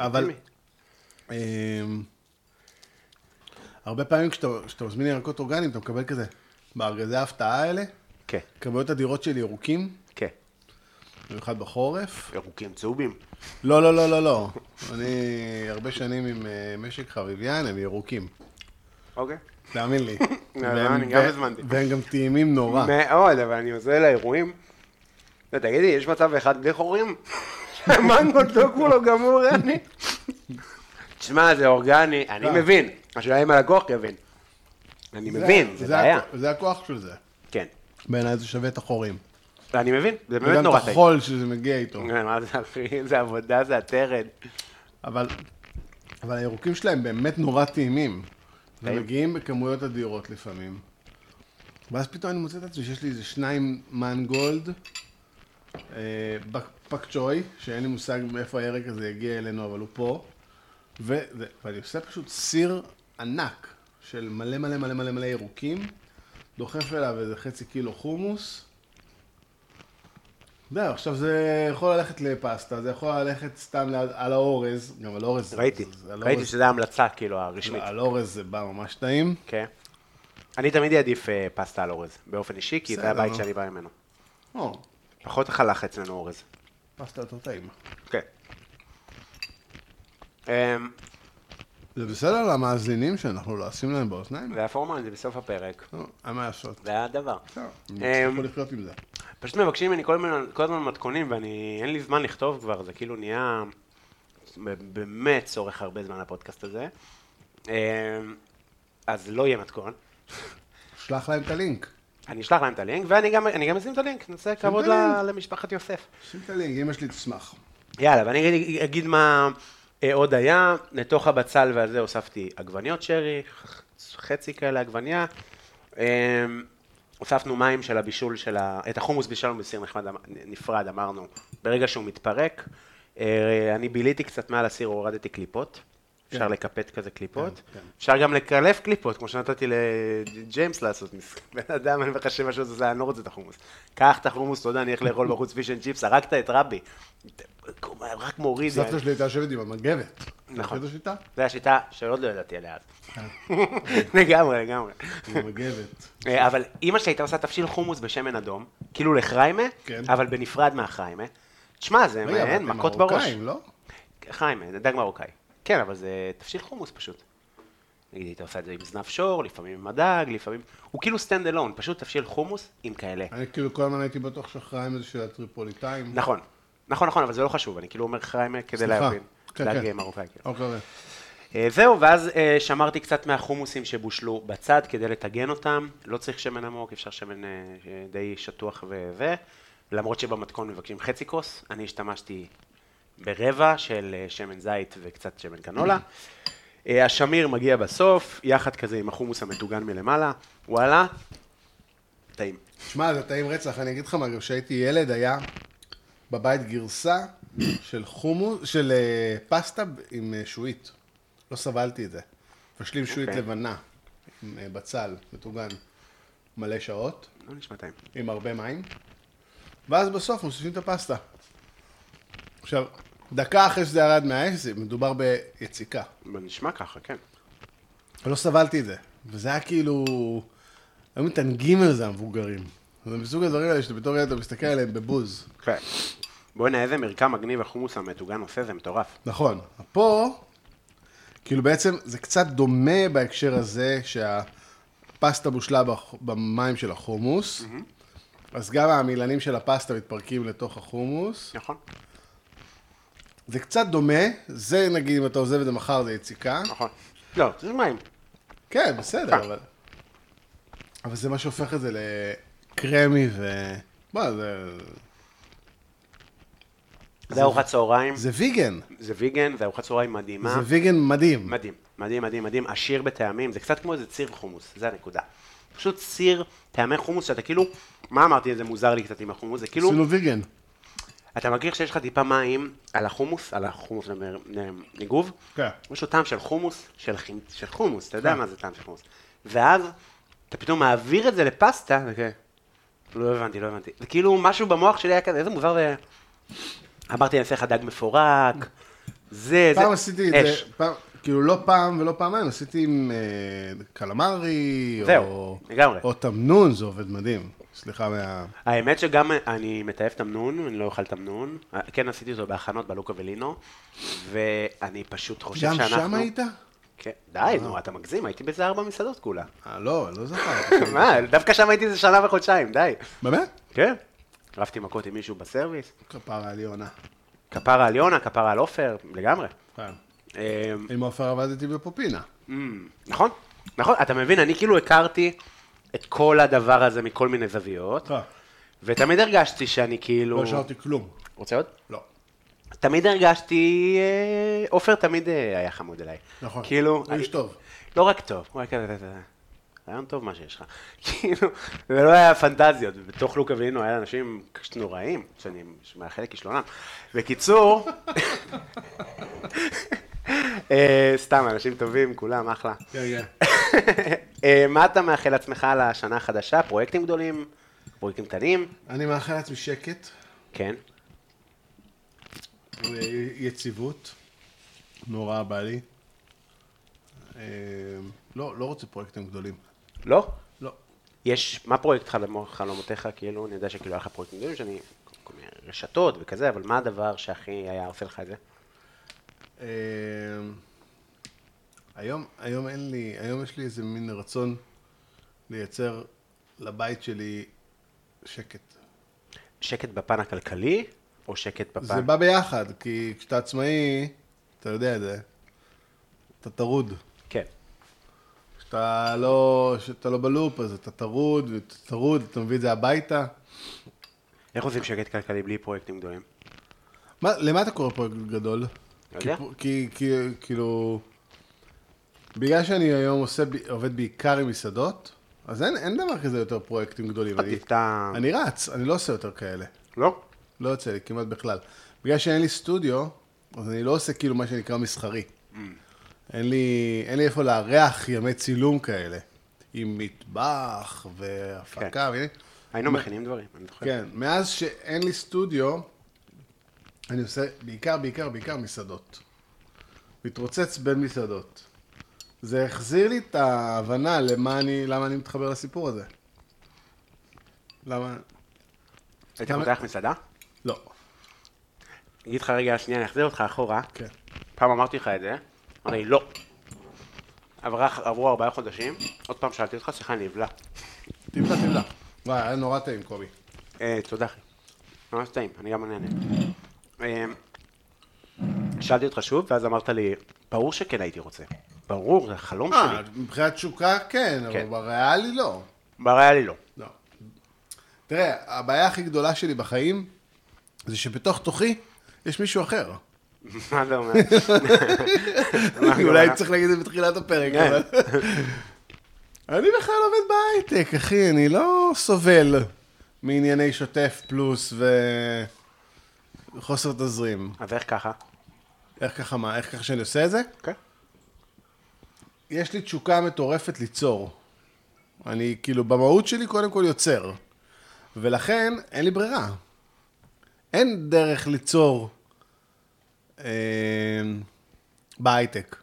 [SPEAKER 3] אבל...
[SPEAKER 2] לגיטימי.
[SPEAKER 3] אמ, הרבה פעמים כשאתה כשאתה מזמין ירקות אורגניים, אתה מקבל כזה, בארגזי ההפתעה האלה,
[SPEAKER 2] כן,
[SPEAKER 3] כמויות אדירות של ירוקים,
[SPEAKER 2] כן.
[SPEAKER 3] במיוחד בחורף.
[SPEAKER 2] ירוקים צהובים.
[SPEAKER 3] לא, לא, לא, לא, לא. אני הרבה שנים עם אה, משק חביביין, הם ירוקים.
[SPEAKER 2] אוקיי.
[SPEAKER 3] תאמין לי.
[SPEAKER 2] [LAUGHS] לא,
[SPEAKER 3] והם-
[SPEAKER 2] אני גם
[SPEAKER 3] ו-
[SPEAKER 2] הזמנתי.
[SPEAKER 3] והם גם טעימים נורא.
[SPEAKER 2] מאוד, אבל אני עוזר לאירועים. לא, תגידי, יש מצב אחד בלי חורים? מנגו לא כולו גמור, אני. תשמע, זה אורגני, אני
[SPEAKER 3] אה.
[SPEAKER 2] מבין. השאלה אם הלקוח יבין. אני מבין, זה בעיה.
[SPEAKER 3] הכ- זה הכוח של זה.
[SPEAKER 2] כן.
[SPEAKER 3] בעיניי זה שווה את החורים.
[SPEAKER 2] אני מבין, זה באמת
[SPEAKER 3] וגם
[SPEAKER 2] נורא
[SPEAKER 3] את
[SPEAKER 2] טעים. כן.
[SPEAKER 3] החול שזה מגיע איתו.
[SPEAKER 2] מה זה, אחי? זה עבודה, זה הטרד.
[SPEAKER 3] אבל, אבל הירוקים שלהם באמת נורא טעימים. הם מגיעים בכמויות אדירות לפעמים. ואז פתאום אני מוצא את עצמי שיש לי איזה שניים מנגולד, אה, בק- פק צ'וי, שאין לי מושג מאיפה הירק הזה הגיע אלינו, אבל הוא פה. ו- ו- ואני עושה פשוט סיר ענק של מלא מלא מלא מלא מלא ירוקים, דוחף אליו איזה חצי קילו חומוס. זהו, עכשיו זה יכול ללכת לפסטה, זה יכול ללכת סתם ל- על האורז, גם על אורז.
[SPEAKER 2] ראיתי,
[SPEAKER 3] זה- על
[SPEAKER 2] ראיתי
[SPEAKER 3] אורז-
[SPEAKER 2] שזו ההמלצה, כאילו, הרשמית.
[SPEAKER 3] על אורז זה בא ממש טעים.
[SPEAKER 2] כן. אני תמיד אעדיף אה, פסטה על אורז, באופן אישי, כי זה
[SPEAKER 3] בסדר.
[SPEAKER 2] הבית שאני בא ממנו.
[SPEAKER 3] או,
[SPEAKER 2] פחות חלך אצלנו אורז.
[SPEAKER 3] פסטה יותר טעים.
[SPEAKER 2] כן. אמ,
[SPEAKER 3] זה בסדר למאזינים שאנחנו לא עושים להם באוזניים?
[SPEAKER 2] זה היה פורמל, זה בסוף הפרק.
[SPEAKER 3] לא, אין מה לעשות.
[SPEAKER 2] זה היה הדבר.
[SPEAKER 3] בסדר, הם
[SPEAKER 2] אה,
[SPEAKER 3] יצטרכו לחיות עם זה.
[SPEAKER 2] פשוט מבקשים ממני כל הזמן- כל הזמן מתכונים, ואני, אין לי זמן לכתוב כבר, זה כאילו נהיה... ב- באמת צורך הרבה זמן הפודקאסט הזה. אמ, אז לא יהיה מתכון.
[SPEAKER 3] שלח להם את הלינק.
[SPEAKER 2] אני אשלח להם את הלינק, ואני גם, אני גם אשים את הלינק, נעשה כבוד
[SPEAKER 3] את הלינק.
[SPEAKER 2] ל- למשפחת יוסף.
[SPEAKER 3] שים את הלינק, אמא שלי תשמח.
[SPEAKER 2] כן. יאללה, ואני אגיד, אגיד מה אה, עוד היה, לתוך הבצל והזה הוספתי עגבניות שרי, ח- חצי כאלה עגבניה, אה, הוספנו מים של הבישול של ה... את החומוס בישלנו בסיר נחמד, אמ- נפרד, אמרנו, ברגע שהוא מתפרק, אה, אני ביליתי קצת מעל הסיר, הורדתי קליפות. אפשר
[SPEAKER 3] כן.
[SPEAKER 2] לקפט כזה קליפות,
[SPEAKER 3] כן.
[SPEAKER 2] אפשר גם לקלף קליפות, כמו שנתתי לג'יימס לעשות משחק. [LAUGHS] בן אדם, אני מחשב משהו, זה, זה, אני לא רוצה את החומוס. קח את החומוס, תודה, אני הולך
[SPEAKER 3] [LAUGHS]
[SPEAKER 2] לאכול בחוץ פיש אנד צ'יפס, הרגת את רבי. רק מוריד.
[SPEAKER 3] סבתא שלי הייתה יושבת עם המגבת.
[SPEAKER 2] נכון.
[SPEAKER 3] מכיר את השיטה?
[SPEAKER 2] זו השיטה שעוד לא ידעתי עליה
[SPEAKER 3] כן.
[SPEAKER 2] אז. [LAUGHS] לגמרי, לגמרי.
[SPEAKER 3] עם המגבת.
[SPEAKER 2] [LAUGHS] אה, אבל אימא שלי הייתה עושה תבשיל חומוס בשמן אדום, כאילו לחריימה,
[SPEAKER 3] כן.
[SPEAKER 2] אבל בנפרד מהחריימה. תשמע, זה
[SPEAKER 3] רגע, אבל
[SPEAKER 2] מעין,
[SPEAKER 3] אתם
[SPEAKER 2] מכות בראש.
[SPEAKER 3] מרוקאים, לא?
[SPEAKER 2] חיים, זה דג מרוקאי. כן, אבל זה תבשיל חומוס פשוט. נגיד, היית עושה את זה עם זנב שור, לפעמים עם הדג, לפעמים... הוא כאילו stand alone, פשוט תבשיל חומוס עם כאלה.
[SPEAKER 3] אני כאילו כל הזמן הייתי בטוח שחריים איזה של הטריפוליטאים.
[SPEAKER 2] נכון. נכון, נכון, אבל זה לא חשוב, אני כאילו אומר חיים כדי
[SPEAKER 3] סליחה.
[SPEAKER 2] להבין.
[SPEAKER 3] כן,
[SPEAKER 2] דג
[SPEAKER 3] כן.
[SPEAKER 2] מרוקאי, כאילו.
[SPEAKER 3] אוקיי, אוקיי.
[SPEAKER 2] אה, זהו, ואז אה, שמרתי קצת מהחומוסים שבושלו בצד כדי לטגן אותם. לא צריך שמן עמוק, אפשר שמן אה, אה, די שטוח וזה. למרות שבמתכון מבקשים חצי כוס, אני השתמשתי ברבע של אה, שמן זית וקצת שמן קנולה. אה, השמיר מגיע בסוף, יחד כזה עם החומוס המטוגן מלמעלה. וואלה, טעים.
[SPEAKER 3] שמע, זה טעים רצח. אני אגיד לך מה, גם כשהייתי ילד היה בבית גרסה של חומוס, של אה, פסטה עם אה, שועית. לא סבלתי את זה. מבשלים שועית
[SPEAKER 2] אוקיי.
[SPEAKER 3] לבנה, עם אה, בצל, מטוגן, מלא שעות,
[SPEAKER 2] לא נשמע טעים.
[SPEAKER 3] עם הרבה מים, ואז בסוף מוסיפים את הפסטה. עכשיו, דקה אחרי שזה ירד מהאש, זה מדובר ביציקה.
[SPEAKER 2] אבל נשמע ככה, כן.
[SPEAKER 3] אבל לא סבלתי את זה. וזה היה כאילו... היו מתענגים על זה המבוגרים. זה מסוג הדברים האלה שאתה בתור ילד אתה מסתכל עליהם בבוז.
[SPEAKER 2] כן. בוא'נה, איזה מרקם מגניב החומוס המטוגן עושה, זה מטורף.
[SPEAKER 3] נכון. פה, כאילו בעצם זה קצת דומה בהקשר הזה שהפסטה בושלה בח- במים של החומוס, אז גם המילנים של הפסטה מתפרקים לתוך החומוס.
[SPEAKER 2] נכון?
[SPEAKER 3] זה קצת דומה, זה נגיד אם אתה עוזב את זה מחר זה יציקה.
[SPEAKER 2] נכון. לא, זה מים.
[SPEAKER 3] כן, בסדר, אבל... אבל זה מה שהופך את זה לקרמי ו... מה, זה...
[SPEAKER 2] זה ארוחת צהריים,
[SPEAKER 3] זה ויגן.
[SPEAKER 2] זה ויגן, זה ארוחת צהריים מדהימה.
[SPEAKER 3] זה ויגן מדהים.
[SPEAKER 2] מדהים, מדהים, מדהים, מדהים, עשיר בטעמים, זה קצת כמו איזה ציר חומוס, זה הנקודה. פשוט ציר טעמי חומוס שאתה כאילו, מה אמרתי, זה מוזר לי קצת עם החומוס, זה כאילו,
[SPEAKER 3] עשינו ויגן.
[SPEAKER 2] אתה מרגיש שיש לך טיפה מים על החומוס, על החומוס נמר- נ- ניגוב,
[SPEAKER 3] כן.
[SPEAKER 2] יש לו טעם של חומוס, של, חימ... של חומוס, אתה יודע מה זה טעם של חומוס. ואז אתה פתאום מעביר את זה לפסטה, וכן, לא הבנתי, לא הבנתי. זה כאילו משהו במוח שלי היה כזה, איזה מוזר זה... אמרתי, אני אעשה לך דג מפורק, זה, זה,
[SPEAKER 3] פעם עשיתי את זה,
[SPEAKER 2] אש.
[SPEAKER 3] פעם- כאילו לא פעם ולא פעמיים, עשיתי עם אה, קלמרי,
[SPEAKER 2] זהו,
[SPEAKER 3] או,
[SPEAKER 2] לגמרי.
[SPEAKER 3] או תמנון, זה עובד מדהים. סליחה מה...
[SPEAKER 2] האמת שגם אני מתעב תמנון, אני לא אוכל תמנון. כן עשיתי אותו בהכנות בלוקה ולינו, ואני פשוט חושב
[SPEAKER 3] גם
[SPEAKER 2] שאנחנו...
[SPEAKER 3] שם היית?
[SPEAKER 2] כן, די, נו, אתה מגזים, הייתי באיזה ארבע מסעדות כולה.
[SPEAKER 3] אה, לא, לא זכרתי.
[SPEAKER 2] [LAUGHS] מה, דווקא שם הייתי איזה שנה וחודשיים, די.
[SPEAKER 3] באמת?
[SPEAKER 2] כן. רבתי מכות עם מישהו בסרוויס.
[SPEAKER 3] כפרה על יונה.
[SPEAKER 2] כפרה על יונה, כפרה על עופר, לגמרי.
[SPEAKER 3] כן.
[SPEAKER 2] אה,
[SPEAKER 3] עם עופר עבדתי בפופינה.
[SPEAKER 2] אמ, נכון, נכון, אתה מבין, אני כאילו הכרתי את כל הדבר הזה מכל מיני זוויות,
[SPEAKER 3] אה,
[SPEAKER 2] ותמיד הרגשתי שאני כאילו...
[SPEAKER 3] לא השארתי כלום.
[SPEAKER 2] רוצה עוד?
[SPEAKER 3] לא.
[SPEAKER 2] תמיד הרגשתי, אה, עופר תמיד אה, היה חמוד אליי.
[SPEAKER 3] נכון.
[SPEAKER 2] כאילו...
[SPEAKER 3] הוא איש טוב.
[SPEAKER 2] לא רק טוב, הוא היה כזה, אתה יודע, רעיון טוב מה שיש לך. [LAUGHS] כאילו, זה לא היה פנטזיות, בתוך לוק אבינו היה אנשים נוראים, שאני מאחל לכישלונם. בקיצור, [LAUGHS] אה, סתם, אנשים טובים, כולם אחלה.
[SPEAKER 3] כן, כן.
[SPEAKER 2] אה, מה אתה מאחל לעצמך לשנה החדשה? פרויקטים גדולים? פרויקטים קטנים?
[SPEAKER 3] אני מאחל לעצמי שקט,
[SPEAKER 2] כן.
[SPEAKER 3] יציבות. נורא בא לי. אה, לא, לא רוצה פרויקטים גדולים.
[SPEAKER 2] לא?
[SPEAKER 3] לא.
[SPEAKER 2] יש, מה פרויקט חלומו- חלומותיך, כאילו, אני יודע שכאילו היה לך פרויקטים גדולים, שאני, כל מיני רשתות וכזה, אבל מה הדבר שהכי היה עושה לך את זה?
[SPEAKER 3] אה, היום, היום אין לי, היום יש לי איזה מין רצון לייצר לבית שלי שקט.
[SPEAKER 2] שקט בפן הכלכלי, או שקט בפן...
[SPEAKER 3] זה בא ביחד, כי כשאתה עצמאי, אתה יודע את זה, אתה טרוד.
[SPEAKER 2] כן.
[SPEAKER 3] כשאתה לא, כשאתה לא בלופ, אז אתה טרוד, ואתה טרוד, אתה מביא את זה הביתה.
[SPEAKER 2] איך עושים שקט כלכלי בלי פרויקטים גדולים?
[SPEAKER 3] מה, למה אתה קורא פרויקט גדול?
[SPEAKER 2] לא יודע.
[SPEAKER 3] כי, כי, כי, כאילו, בגלל שאני היום עושה, ב- עובד בעיקר עם מסעדות, אז אין, אין דבר כזה יותר פרויקטים גדולים. אני,
[SPEAKER 2] אתה...
[SPEAKER 3] אני רץ, אני לא עושה יותר כאלה.
[SPEAKER 2] לא?
[SPEAKER 3] לא יוצא לי כמעט בכלל. בגלל שאין לי סטודיו, אז אני לא עושה כאילו מה שנקרא מסחרי.
[SPEAKER 2] Mm.
[SPEAKER 3] אין לי, אין לי איפה לארח ימי צילום כאלה. עם מטבח והפקה. כן.
[SPEAKER 2] היינו מכינים דברים, אני זוכר.
[SPEAKER 3] כן, מאז שאין לי סטודיו, אני עושה בעיקר, בעיקר, בעיקר מסעדות. מתרוצץ בין מסעדות. זה החזיר לי את ההבנה למה אני, למה אני מתחבר לסיפור הזה. למה?
[SPEAKER 2] היית
[SPEAKER 3] למה-
[SPEAKER 2] פותח מסעדה?
[SPEAKER 3] לא.
[SPEAKER 2] אגיד לך רגע שנייה, אני אחזיר אותך אחורה.
[SPEAKER 3] כן.
[SPEAKER 2] פעם אמרתי לך את זה, אמרתי לא. עברה- עברו ארבעה חודשים, עוד פעם שאלתי אותך, סליחה, אני אבלע.
[SPEAKER 3] תבלע, תבלע. וואי, היה נורא טעים, קובי.
[SPEAKER 2] אה, תודה אחי. ממש טעים, אני גם נהנה. אה, שאלתי אותך שוב, ואז אמרת לי, ברור שכן הייתי רוצה. ברור, זה החלום
[SPEAKER 3] אה,
[SPEAKER 2] שלי.
[SPEAKER 3] מבחינת תשוקה כן, אבל
[SPEAKER 2] כן.
[SPEAKER 3] בריאלי לא.
[SPEAKER 2] בר היה לי לא. [LAUGHS]
[SPEAKER 3] לא. תראה, הבעיה הכי גדולה שלי בחיים, זה שבתוך תוכי יש מישהו אחר.
[SPEAKER 2] מה זה
[SPEAKER 3] [LAUGHS]
[SPEAKER 2] אומר?
[SPEAKER 3] אולי צריך להגיד את זה בתחילת הפרק,
[SPEAKER 2] כן.
[SPEAKER 3] אבל... אני בכלל עובד בהייטק, אחי, אני לא סובל מענייני שוטף פלוס וחוסר תזרים.
[SPEAKER 2] אז איך ככה?
[SPEAKER 3] איך ככה מה, איך ככה שאני עושה את זה?
[SPEAKER 2] כן.
[SPEAKER 3] יש לי תשוקה מטורפת ליצור. אני כאילו, במהות שלי קודם כל יוצר. ולכן אין לי ברירה. אין דרך ליצור אה, בהייטק.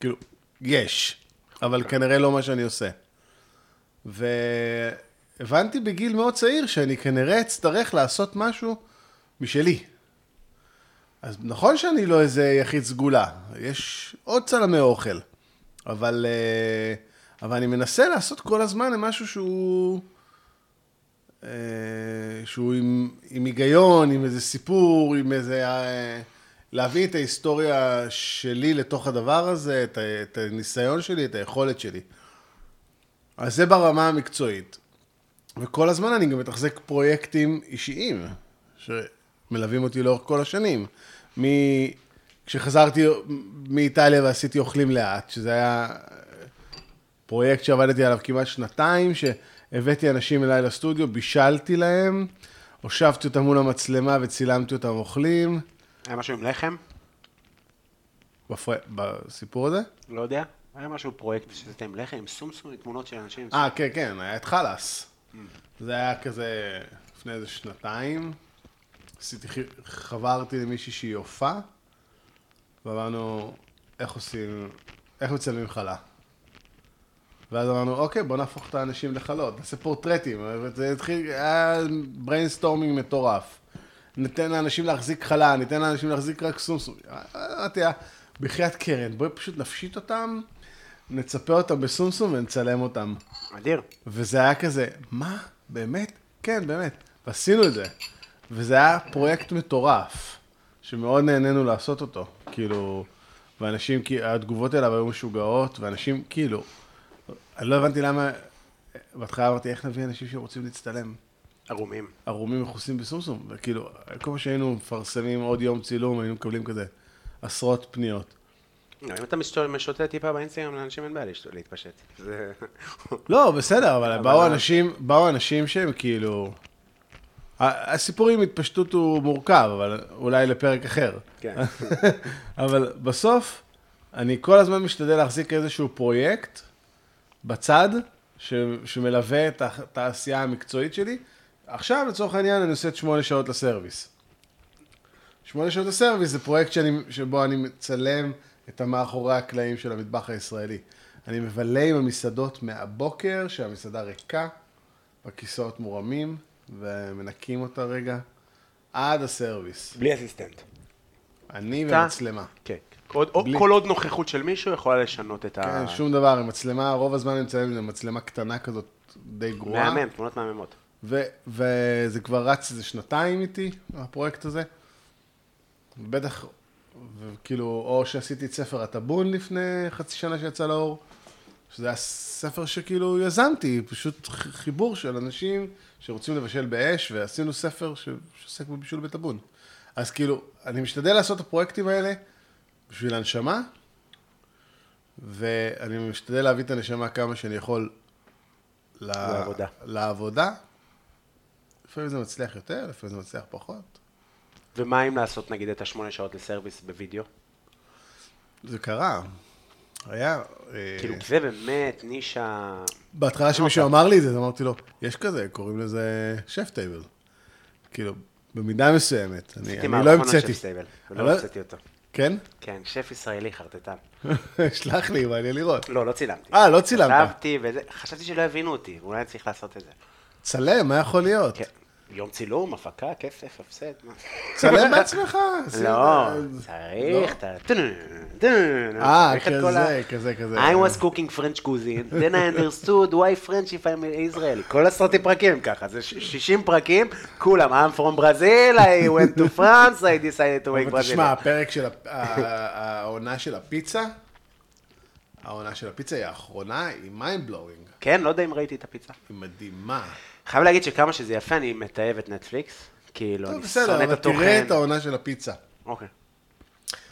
[SPEAKER 3] כאילו, יש, אבל כנראה לא מה שאני עושה. והבנתי בגיל מאוד צעיר שאני כנראה אצטרך לעשות משהו משלי. אז נכון שאני לא איזה יחיד סגולה, יש עוד צלמי אוכל, אבל, אה, אבל אני מנסה לעשות כל הזמן משהו שהוא, אה, שהוא עם, עם היגיון, עם איזה סיפור, עם איזה... אה, להביא את ההיסטוריה שלי לתוך הדבר הזה, את, ה- את הניסיון שלי, את היכולת שלי. אז זה ברמה המקצועית. וכל הזמן אני גם מתחזק פרויקטים אישיים, שמלווים אותי לאורך כל השנים. מ... כשחזרתי מאיטליה ועשיתי אוכלים לאט, שזה היה פרויקט שעבדתי עליו כמעט שנתיים, שהבאתי אנשים אליי לסטודיו, בישלתי להם, הושבתי אותם מול המצלמה וצילמתי אותם אוכלים,
[SPEAKER 2] היה משהו עם לחם?
[SPEAKER 3] בפר... בסיפור הזה.
[SPEAKER 2] לא יודע. היה משהו פרויקט שעשית עם לחם, עם סומסום, תמונות של אנשים.
[SPEAKER 3] אה, כן, כן, היה את חלאס. זה היה כזה לפני איזה שנתיים. עשיתי, חי- חברתי למישהי שהיא הופעה, ואמרנו, איך עושים, איך מצלמים חלה. ואז אמרנו, אוקיי, בוא נהפוך את האנשים לחלות, נעשה פורטרטים. זה התחיל, היה בריינסטורמינג מטורף. ניתן לאנשים להחזיק חלה, ניתן לאנשים להחזיק רק סומסום. אמרתי לה, בחייאת קרן, בואי פשוט נפשיט אותם, נצפה אותם בסומסום ונצלם אותם.
[SPEAKER 2] אדיר.
[SPEAKER 3] וזה היה כזה, מה? באמת? כן, באמת. ועשינו את זה. וזה היה פרויקט מטורף, שמאוד נהנינו לעשות אותו. כאילו, ואנשים, כי- התגובות אליו היו משוגעות, ואנשים, כאילו, אני לא הבנתי למה, בהתחלה אמרתי, איך נביא אנשים שרוצים להצטלם?
[SPEAKER 2] ערומים.
[SPEAKER 3] ערומים מכוסים בסומסום, וכאילו, כל פעם שהיינו מפרסמים עוד יום צילום, היינו מקבלים כזה עשרות פניות.
[SPEAKER 2] לא, אם אתה משתו- משוטט טיפה באינסטגרם, לאנשים אין בעיה להשת- להתפשט. זה... [LAUGHS]
[SPEAKER 3] לא, בסדר, אבל באו
[SPEAKER 2] אבל-
[SPEAKER 3] אנשים, באו אנשים שהם כאילו... ה- הסיפור עם התפשטות הוא מורכב, אבל אולי לפרק אחר.
[SPEAKER 2] כן.
[SPEAKER 3] [LAUGHS] אבל בסוף, אני כל הזמן משתדל להחזיק איזשהו פרויקט בצד, ש... שמלווה את הח- את העשייה המקצועית שלי. עכשיו, לצורך העניין, אני עושה את שמונה שעות לסרוויס. שמונה שעות הסרוויס זה פרויקט שאני, שבו אני מצלם את המאחורי הקלעים של המטבח הישראלי. אני מבלה עם המסעדות מהבוקר, שהמסעדה ריקה, הכיסאות מורמים, ומנקים אותה רגע, עד הסרוויס.
[SPEAKER 2] בלי אסיסטנט.
[SPEAKER 3] אני
[SPEAKER 2] אתה?
[SPEAKER 3] ומצלמה.
[SPEAKER 2] כן. עוד- או-
[SPEAKER 3] בלי-
[SPEAKER 2] כל עוד נוכחות של מישהו יכולה לשנות את ה...
[SPEAKER 3] כן, שום דבר, עם מצלמה, רוב הזמן אני מצלם עם מצלמה קטנה כזאת, די גרועה.
[SPEAKER 2] מהמם, תמונות מהממות.
[SPEAKER 3] ו- וזה כבר רץ איזה שנתיים איתי, הפרויקט הזה. בטח, כאילו, או שעשיתי את ספר הטאבון לפני חצי שנה שיצא לאור, שזה היה ספר שכאילו יזמתי, פשוט ח- חיבור של אנשים שרוצים לבשל באש, ועשינו ספר ש- שעוסק בבישול בטאבון. אז כאילו, אני משתדל לעשות את הפרויקטים האלה בשביל הנשמה, ואני משתדל להביא את הנשמה כמה שאני יכול ל-
[SPEAKER 2] לעבודה.
[SPEAKER 3] לעבודה. לפעמים זה מצליח יותר, לפעמים זה מצליח פחות.
[SPEAKER 2] ומה אם לעשות נגיד את השמונה שעות לסרוויס בווידאו?
[SPEAKER 3] אה. זה קרה. היה... אה, לא,
[SPEAKER 2] כאילו, זה באמת נישה...
[SPEAKER 3] בהתחלה שמישהו אמר לי את זה, אז אמרתי לו, יש כזה, קוראים לזה שף טייבל. כאילו, במידה מסוימת. אני
[SPEAKER 2] עשיתי
[SPEAKER 3] אני לא
[SPEAKER 2] מערכון על
[SPEAKER 3] המצאתי.
[SPEAKER 2] שף סטייבל,
[SPEAKER 3] אני
[SPEAKER 2] ולא
[SPEAKER 3] לא-
[SPEAKER 2] המצאתי אותו.
[SPEAKER 3] כן? [LAUGHS]
[SPEAKER 2] כן, שף ישראלי חרטטן.
[SPEAKER 3] שלח לי, מעניין לראות.
[SPEAKER 2] לא, לא צילמתי.
[SPEAKER 3] אה, לא צילמת.
[SPEAKER 2] כתבתי וזה, חשבתי שלא יבינו אותי, אולי אני צריך לעשות את זה.
[SPEAKER 3] צלם, מה יכול להיות?
[SPEAKER 2] כן. יום צילום, הפקה, כסף, הפסד, מה?
[SPEAKER 3] צלם
[SPEAKER 2] [LAUGHS]
[SPEAKER 3] בעצמך. עשית-
[SPEAKER 2] לא,
[SPEAKER 3] לא.
[SPEAKER 2] צריך את ה... טנן, טנן,
[SPEAKER 3] אה,
[SPEAKER 2] צריך את
[SPEAKER 3] כזה,
[SPEAKER 2] כל ה-
[SPEAKER 3] כזה, כזה.
[SPEAKER 2] I was cooking French cuisine, then I understood why French if I'm Israeli. כל הסרטים פרקים הם ככה, זה ש- 60 פרקים, כולם, I'm from Brazil, I went to France, I decided to make
[SPEAKER 3] אבל תשמע,
[SPEAKER 2] Brazil.
[SPEAKER 3] הפרק של הפ- ה- העונה של הפיצה, העונה של הפיצה היא האחרונה, היא mind blowing,
[SPEAKER 2] כן, לא יודע אם ראיתי את הפיצה.
[SPEAKER 3] היא מדהימה.
[SPEAKER 2] חייב להגיד שכמה שזה יפה, אני מתעב את נטפליקס. כאילו,
[SPEAKER 3] טוב,
[SPEAKER 2] אני שונא את
[SPEAKER 3] בסדר, אבל תראה
[SPEAKER 2] התוכן.
[SPEAKER 3] את העונה של הפיצה.
[SPEAKER 2] אוקיי.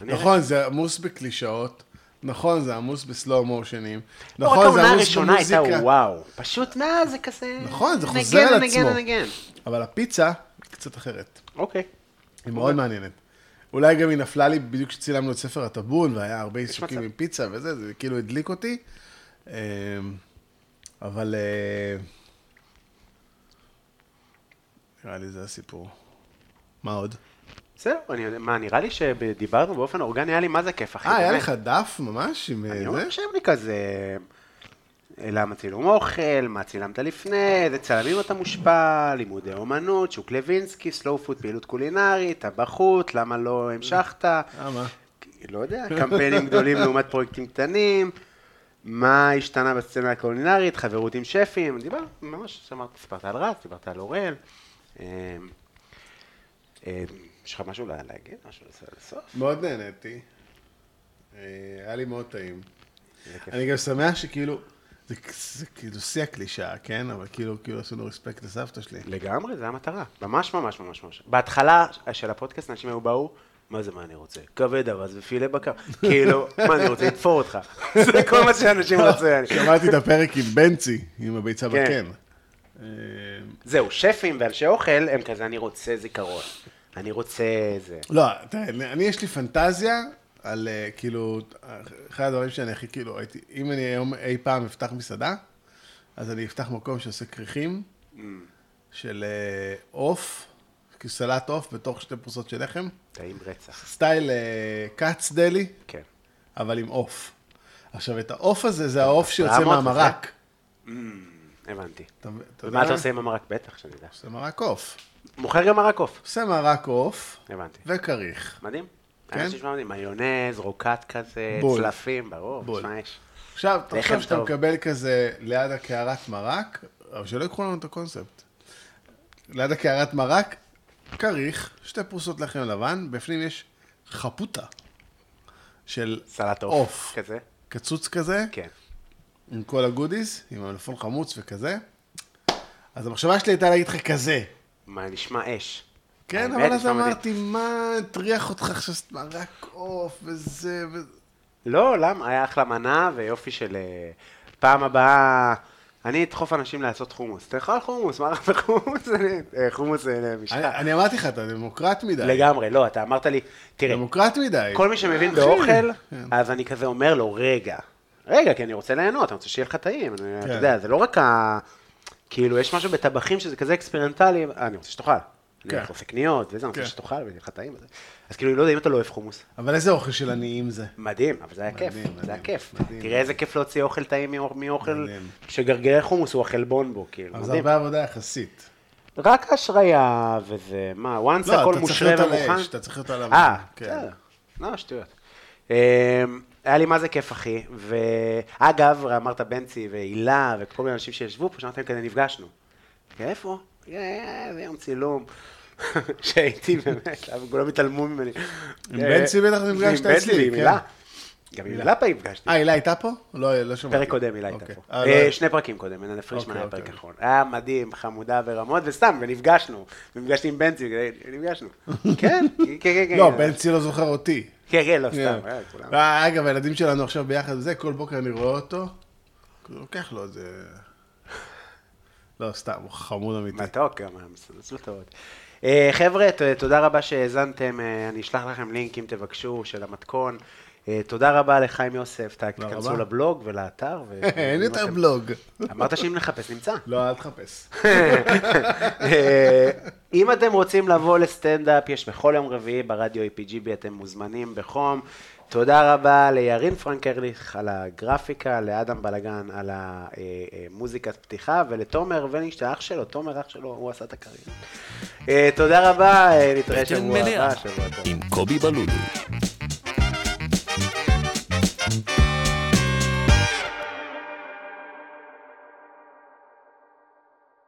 [SPEAKER 2] אני-
[SPEAKER 3] נכון, זה עמוס בקלישאות, נכון, זה עמוס בסלואו מושנים,
[SPEAKER 2] לא, רק
[SPEAKER 3] נכון, זה
[SPEAKER 2] העונה
[SPEAKER 3] עמוס
[SPEAKER 2] הראשונה הייתה
[SPEAKER 3] במוזיקה.
[SPEAKER 2] וואו. פשוט מה, זה כזה...
[SPEAKER 3] נכון, זה
[SPEAKER 2] נגן,
[SPEAKER 3] חוזר על
[SPEAKER 2] נגן,
[SPEAKER 3] עצמו.
[SPEAKER 2] נגן.
[SPEAKER 3] אבל הפיצה היא קצת אחרת,
[SPEAKER 2] אוקיי.
[SPEAKER 3] היא מאוד מעניינת. אולי גם היא נפלה לי בדיוק כשצילמנו את ספר הטאבון, והיה הרבה עיסוקים
[SPEAKER 2] מצב.
[SPEAKER 3] עם פיצה וזה, זה כאילו הדליק אותי. אמ, אבל אה, נראה לי זה הסיפור. מה עוד?
[SPEAKER 2] בסדר, אני יודע, מה, נראה לי שדיברנו באופן אורגני, היה לי מה זה כיף, אחי.
[SPEAKER 3] אה, היה
[SPEAKER 2] באמת.
[SPEAKER 3] לך דף ממש עם אה,
[SPEAKER 2] אני
[SPEAKER 3] זה?
[SPEAKER 2] לא חושב לי כזה... למה צילום אוכל, מה צילמת לפני, איזה צלמים אתה מושפע, לימודי אומנות, שוק לוינסקי, סלואו פוד, פעילות קולינרית, טבחות, למה לא המשכת,
[SPEAKER 3] למה?
[SPEAKER 2] לא יודע, קמפיינים גדולים לעומת פרויקטים קטנים, מה השתנה בסצנה הקולינרית, חברות עם שפים, דיברת, ממש, אמרת, סיפרת על רז, דיברת על אוראל. אה, אה, יש לך משהו לה- להגיד, משהו לסוף?
[SPEAKER 3] מאוד נהניתי. אה, היה לי מאוד טעים.
[SPEAKER 2] זה כיף.
[SPEAKER 3] אני גם שמח שכאילו, זה, זה כאילו שיא הקלישאה, כן? אבל כאילו, כאילו עשינו רספקט לסבתא
[SPEAKER 2] [LAUGHS]
[SPEAKER 3] שלי.
[SPEAKER 2] לגמרי, זה המטרה. ממש ממש ממש ממש. בהתחלה של הפודקאסט, אנשים היו באו, מה זה מה אני רוצה? כבד אבז ופילה בקר. כאילו, מה אני רוצה? לתפור אותך. זה כל מה שאנשים רצו. יעני.
[SPEAKER 3] שמעתי את הפרק עם בנצי, עם הביצה
[SPEAKER 2] לא כן.
[SPEAKER 3] בקן. אה,
[SPEAKER 2] זהו, שפים ואנשי אוכל, הם כזה, אני רוצה זיכרון. אני רוצה זה.
[SPEAKER 3] לא, תראה, אני יש לי פנטזיה על אה, כאילו, אחד הדברים שאני הכי כאילו הייתי, אם אני היום אי פעם אפתח מסעדה, אז אני אפתח מקום שעושה כריכים
[SPEAKER 2] Mm.
[SPEAKER 3] של אה, עוף, כאילו סלט עוף בתוך שתי פרוסות של לחם.
[SPEAKER 2] טעים רצח.
[SPEAKER 3] סטייל אה, כץ דלי,
[SPEAKER 2] כן.
[SPEAKER 3] אבל עם עוף. עכשיו, את העוף הזה, זה העוף שיוצא
[SPEAKER 2] טראומות
[SPEAKER 3] מהמרק.
[SPEAKER 2] הבנתי.
[SPEAKER 3] אתה- אתה
[SPEAKER 2] ומה אתה
[SPEAKER 3] יודע?
[SPEAKER 2] עושה עם המרק? בטח שאני יודע.
[SPEAKER 3] עושה מרק עוף.
[SPEAKER 2] מוכר גם מרק עוף.
[SPEAKER 3] עושה מרק עוף
[SPEAKER 2] הבנתי.
[SPEAKER 3] וכריך.
[SPEAKER 2] מדהים.
[SPEAKER 3] כן?
[SPEAKER 2] האמת שנשמע מדהים. מיונז, רוקט כזה,
[SPEAKER 3] בול.
[SPEAKER 2] צלפים, ברור.
[SPEAKER 3] בול.
[SPEAKER 2] נשמע אש.
[SPEAKER 3] עכשיו, אתה
[SPEAKER 2] לחם
[SPEAKER 3] חושב שאתה
[SPEAKER 2] טוב.
[SPEAKER 3] מקבל כזה ליד הקערת מרק, אבל שלא יקחו לנו את הקונספט. ליד הקערת מרק, כריך, שתי פרוסות לחם לבן, בפנים יש חפוטה של
[SPEAKER 2] סלט עוף.
[SPEAKER 3] עוף.
[SPEAKER 2] כזה.
[SPEAKER 3] קצוץ כזה,
[SPEAKER 2] כן.
[SPEAKER 3] עם כל הגודיז, עם המלפון חמוץ וכזה. אז המחשבה שלי הייתה להגיד לך כזה.
[SPEAKER 2] מה, נשמע אש.
[SPEAKER 3] כן,
[SPEAKER 2] האמת,
[SPEAKER 3] אבל אז
[SPEAKER 2] נשמע מדהים.
[SPEAKER 3] אמרתי, מה, הטריח אותך עכשיו שאתה מרק עוף וזה וזה.
[SPEAKER 2] לא, למה? היה אחלה מנה ויופי של... אה, פעם הבאה... אני אדחוף אנשים לעשות חומוס. תאכל חומוס, מה רע בחומוס? [LAUGHS] אני- אה, חומוס זה
[SPEAKER 3] אני-
[SPEAKER 2] משחק.
[SPEAKER 3] אני אמרתי לך, אתה דמוקרט מדי.
[SPEAKER 2] לגמרי, לא, אתה אמרת לי, תראה,
[SPEAKER 3] דמוקרט מדי.
[SPEAKER 2] כל מי שמבין
[SPEAKER 3] אחי,
[SPEAKER 2] באוכל,
[SPEAKER 3] כן.
[SPEAKER 2] אז אני כזה אומר לו, רגע, רגע, כי אני רוצה ליהנות, אני רוצה שיהיה לך טעים, אני-
[SPEAKER 3] כן.
[SPEAKER 2] אתה יודע, זה לא רק ה... כאילו, יש משהו בטבחים שזה כזה אקספרימנטלי, אה, אני רוצה שתאכל. אני
[SPEAKER 3] כן.
[SPEAKER 2] הולך לעשות קניות, וזה, אני
[SPEAKER 3] כן.
[SPEAKER 2] רוצה שתאכל, ויהיה לך טעים. וזה. אז כאילו, לא יודע אם אתה לא אוהב חומוס.
[SPEAKER 3] אבל איזה אוכל של עניים זה?
[SPEAKER 2] מדהים, אבל זה היה
[SPEAKER 3] מדהים,
[SPEAKER 2] כיף, זה
[SPEAKER 3] מדהים,
[SPEAKER 2] היה כיף.
[SPEAKER 3] מדהים.
[SPEAKER 2] תראה איזה כיף להוציא אוכל טעים מאוכ- מאוכל
[SPEAKER 3] מדהים.
[SPEAKER 2] שגרגרי חומוס הוא החלבון בו, כאילו,
[SPEAKER 3] אבל זה
[SPEAKER 2] מדהים.
[SPEAKER 3] הרבה עבודה יחסית.
[SPEAKER 2] רק אשריה וזה, מה, once
[SPEAKER 3] לא,
[SPEAKER 2] הכל
[SPEAKER 3] אתה צריך
[SPEAKER 2] מושרה
[SPEAKER 3] להיות על
[SPEAKER 2] ומוכן?
[SPEAKER 3] האש, אתה צריך להיות על המ...
[SPEAKER 2] אה,
[SPEAKER 3] כן.
[SPEAKER 2] בסדר. לא, שטויות. אמ, היה לי מה זה כיף, אחי. ואגב, אמרת בנצי והילה וכל מיני אנשים שישבו פה, שאמרתם כזה נפגשנו. "כן, איפה? אה, זה יום צילום. [LAUGHS] שהייתי באמת, אבל כולם התעלמו ממני.
[SPEAKER 3] עם
[SPEAKER 2] אה,
[SPEAKER 3] בנצי בטח
[SPEAKER 2] עם
[SPEAKER 3] נפגשת
[SPEAKER 2] בנצי
[SPEAKER 3] אצלי,
[SPEAKER 2] ועם
[SPEAKER 3] כן.
[SPEAKER 2] הילה. גם עם הילה פעם נפגשתי.
[SPEAKER 3] אה, הילה הייתה פה? לא, לא שמעתי.
[SPEAKER 2] פרק קודם הילה הייתה
[SPEAKER 3] אוקיי.
[SPEAKER 2] פה.
[SPEAKER 3] אה,
[SPEAKER 2] אה,
[SPEAKER 3] לא,
[SPEAKER 2] שני פרקים קודם, מנהל פרישמן
[SPEAKER 3] אוקיי,
[SPEAKER 2] היה פרק
[SPEAKER 3] אוקיי.
[SPEAKER 2] אחרון. היה מדהים, חמודה ורמות, וסתם, ונפגשנו. ונפגשתי עם בנצי,
[SPEAKER 3] [LAUGHS]
[SPEAKER 2] נפגשנו. כן, כן, כן. כן.
[SPEAKER 3] לא, בנצי לא זוכר אותי.
[SPEAKER 2] כן, כן, לא,
[SPEAKER 3] כן.
[SPEAKER 2] סתם, אה, כולם.
[SPEAKER 3] אה, אגב, הילדים שלנו עכשיו ביחד וזה, כל בוקר אני רואה אותו, כאילו, לוקח לו איזה... לא, סתם, הוא חמוד אמיתי.
[SPEAKER 2] מתוק אה, גם, המסלטות. אה, חבר'ה, ת- תודה רבה שהאזנתם, אה, אני אשלח לכם לינק אם תבקשו של המתכון. אה, תודה רבה לחיים יוסף, ת-
[SPEAKER 3] תודה
[SPEAKER 2] תיכנסו
[SPEAKER 3] רבה.
[SPEAKER 2] לבלוג ולאתר. ו-
[SPEAKER 3] [LAUGHS] אין יותר
[SPEAKER 2] ואתם-
[SPEAKER 3] בלוג.
[SPEAKER 2] אמרת שאם נחפש נמצא.
[SPEAKER 3] לא, אל תחפש.
[SPEAKER 2] אה, אם אתם רוצים לבוא לסטנדאפ, יש בכל יום רביעי ברדיו EPGB, אתם מוזמנים בחום. תודה רבה לירין פרנק ארליך על הגרפיקה, לאדם בלגן על המוזיקת פתיחה, ולתומר ולינשטיין, אח שלו, תומר אח שלו, הוא עשה את הקריירה. אה, תודה רבה, אה, נתראה
[SPEAKER 1] בטן
[SPEAKER 2] שבוע
[SPEAKER 1] מלאה
[SPEAKER 2] הבא, שבוע טוב.
[SPEAKER 1] עם קובי בלולו.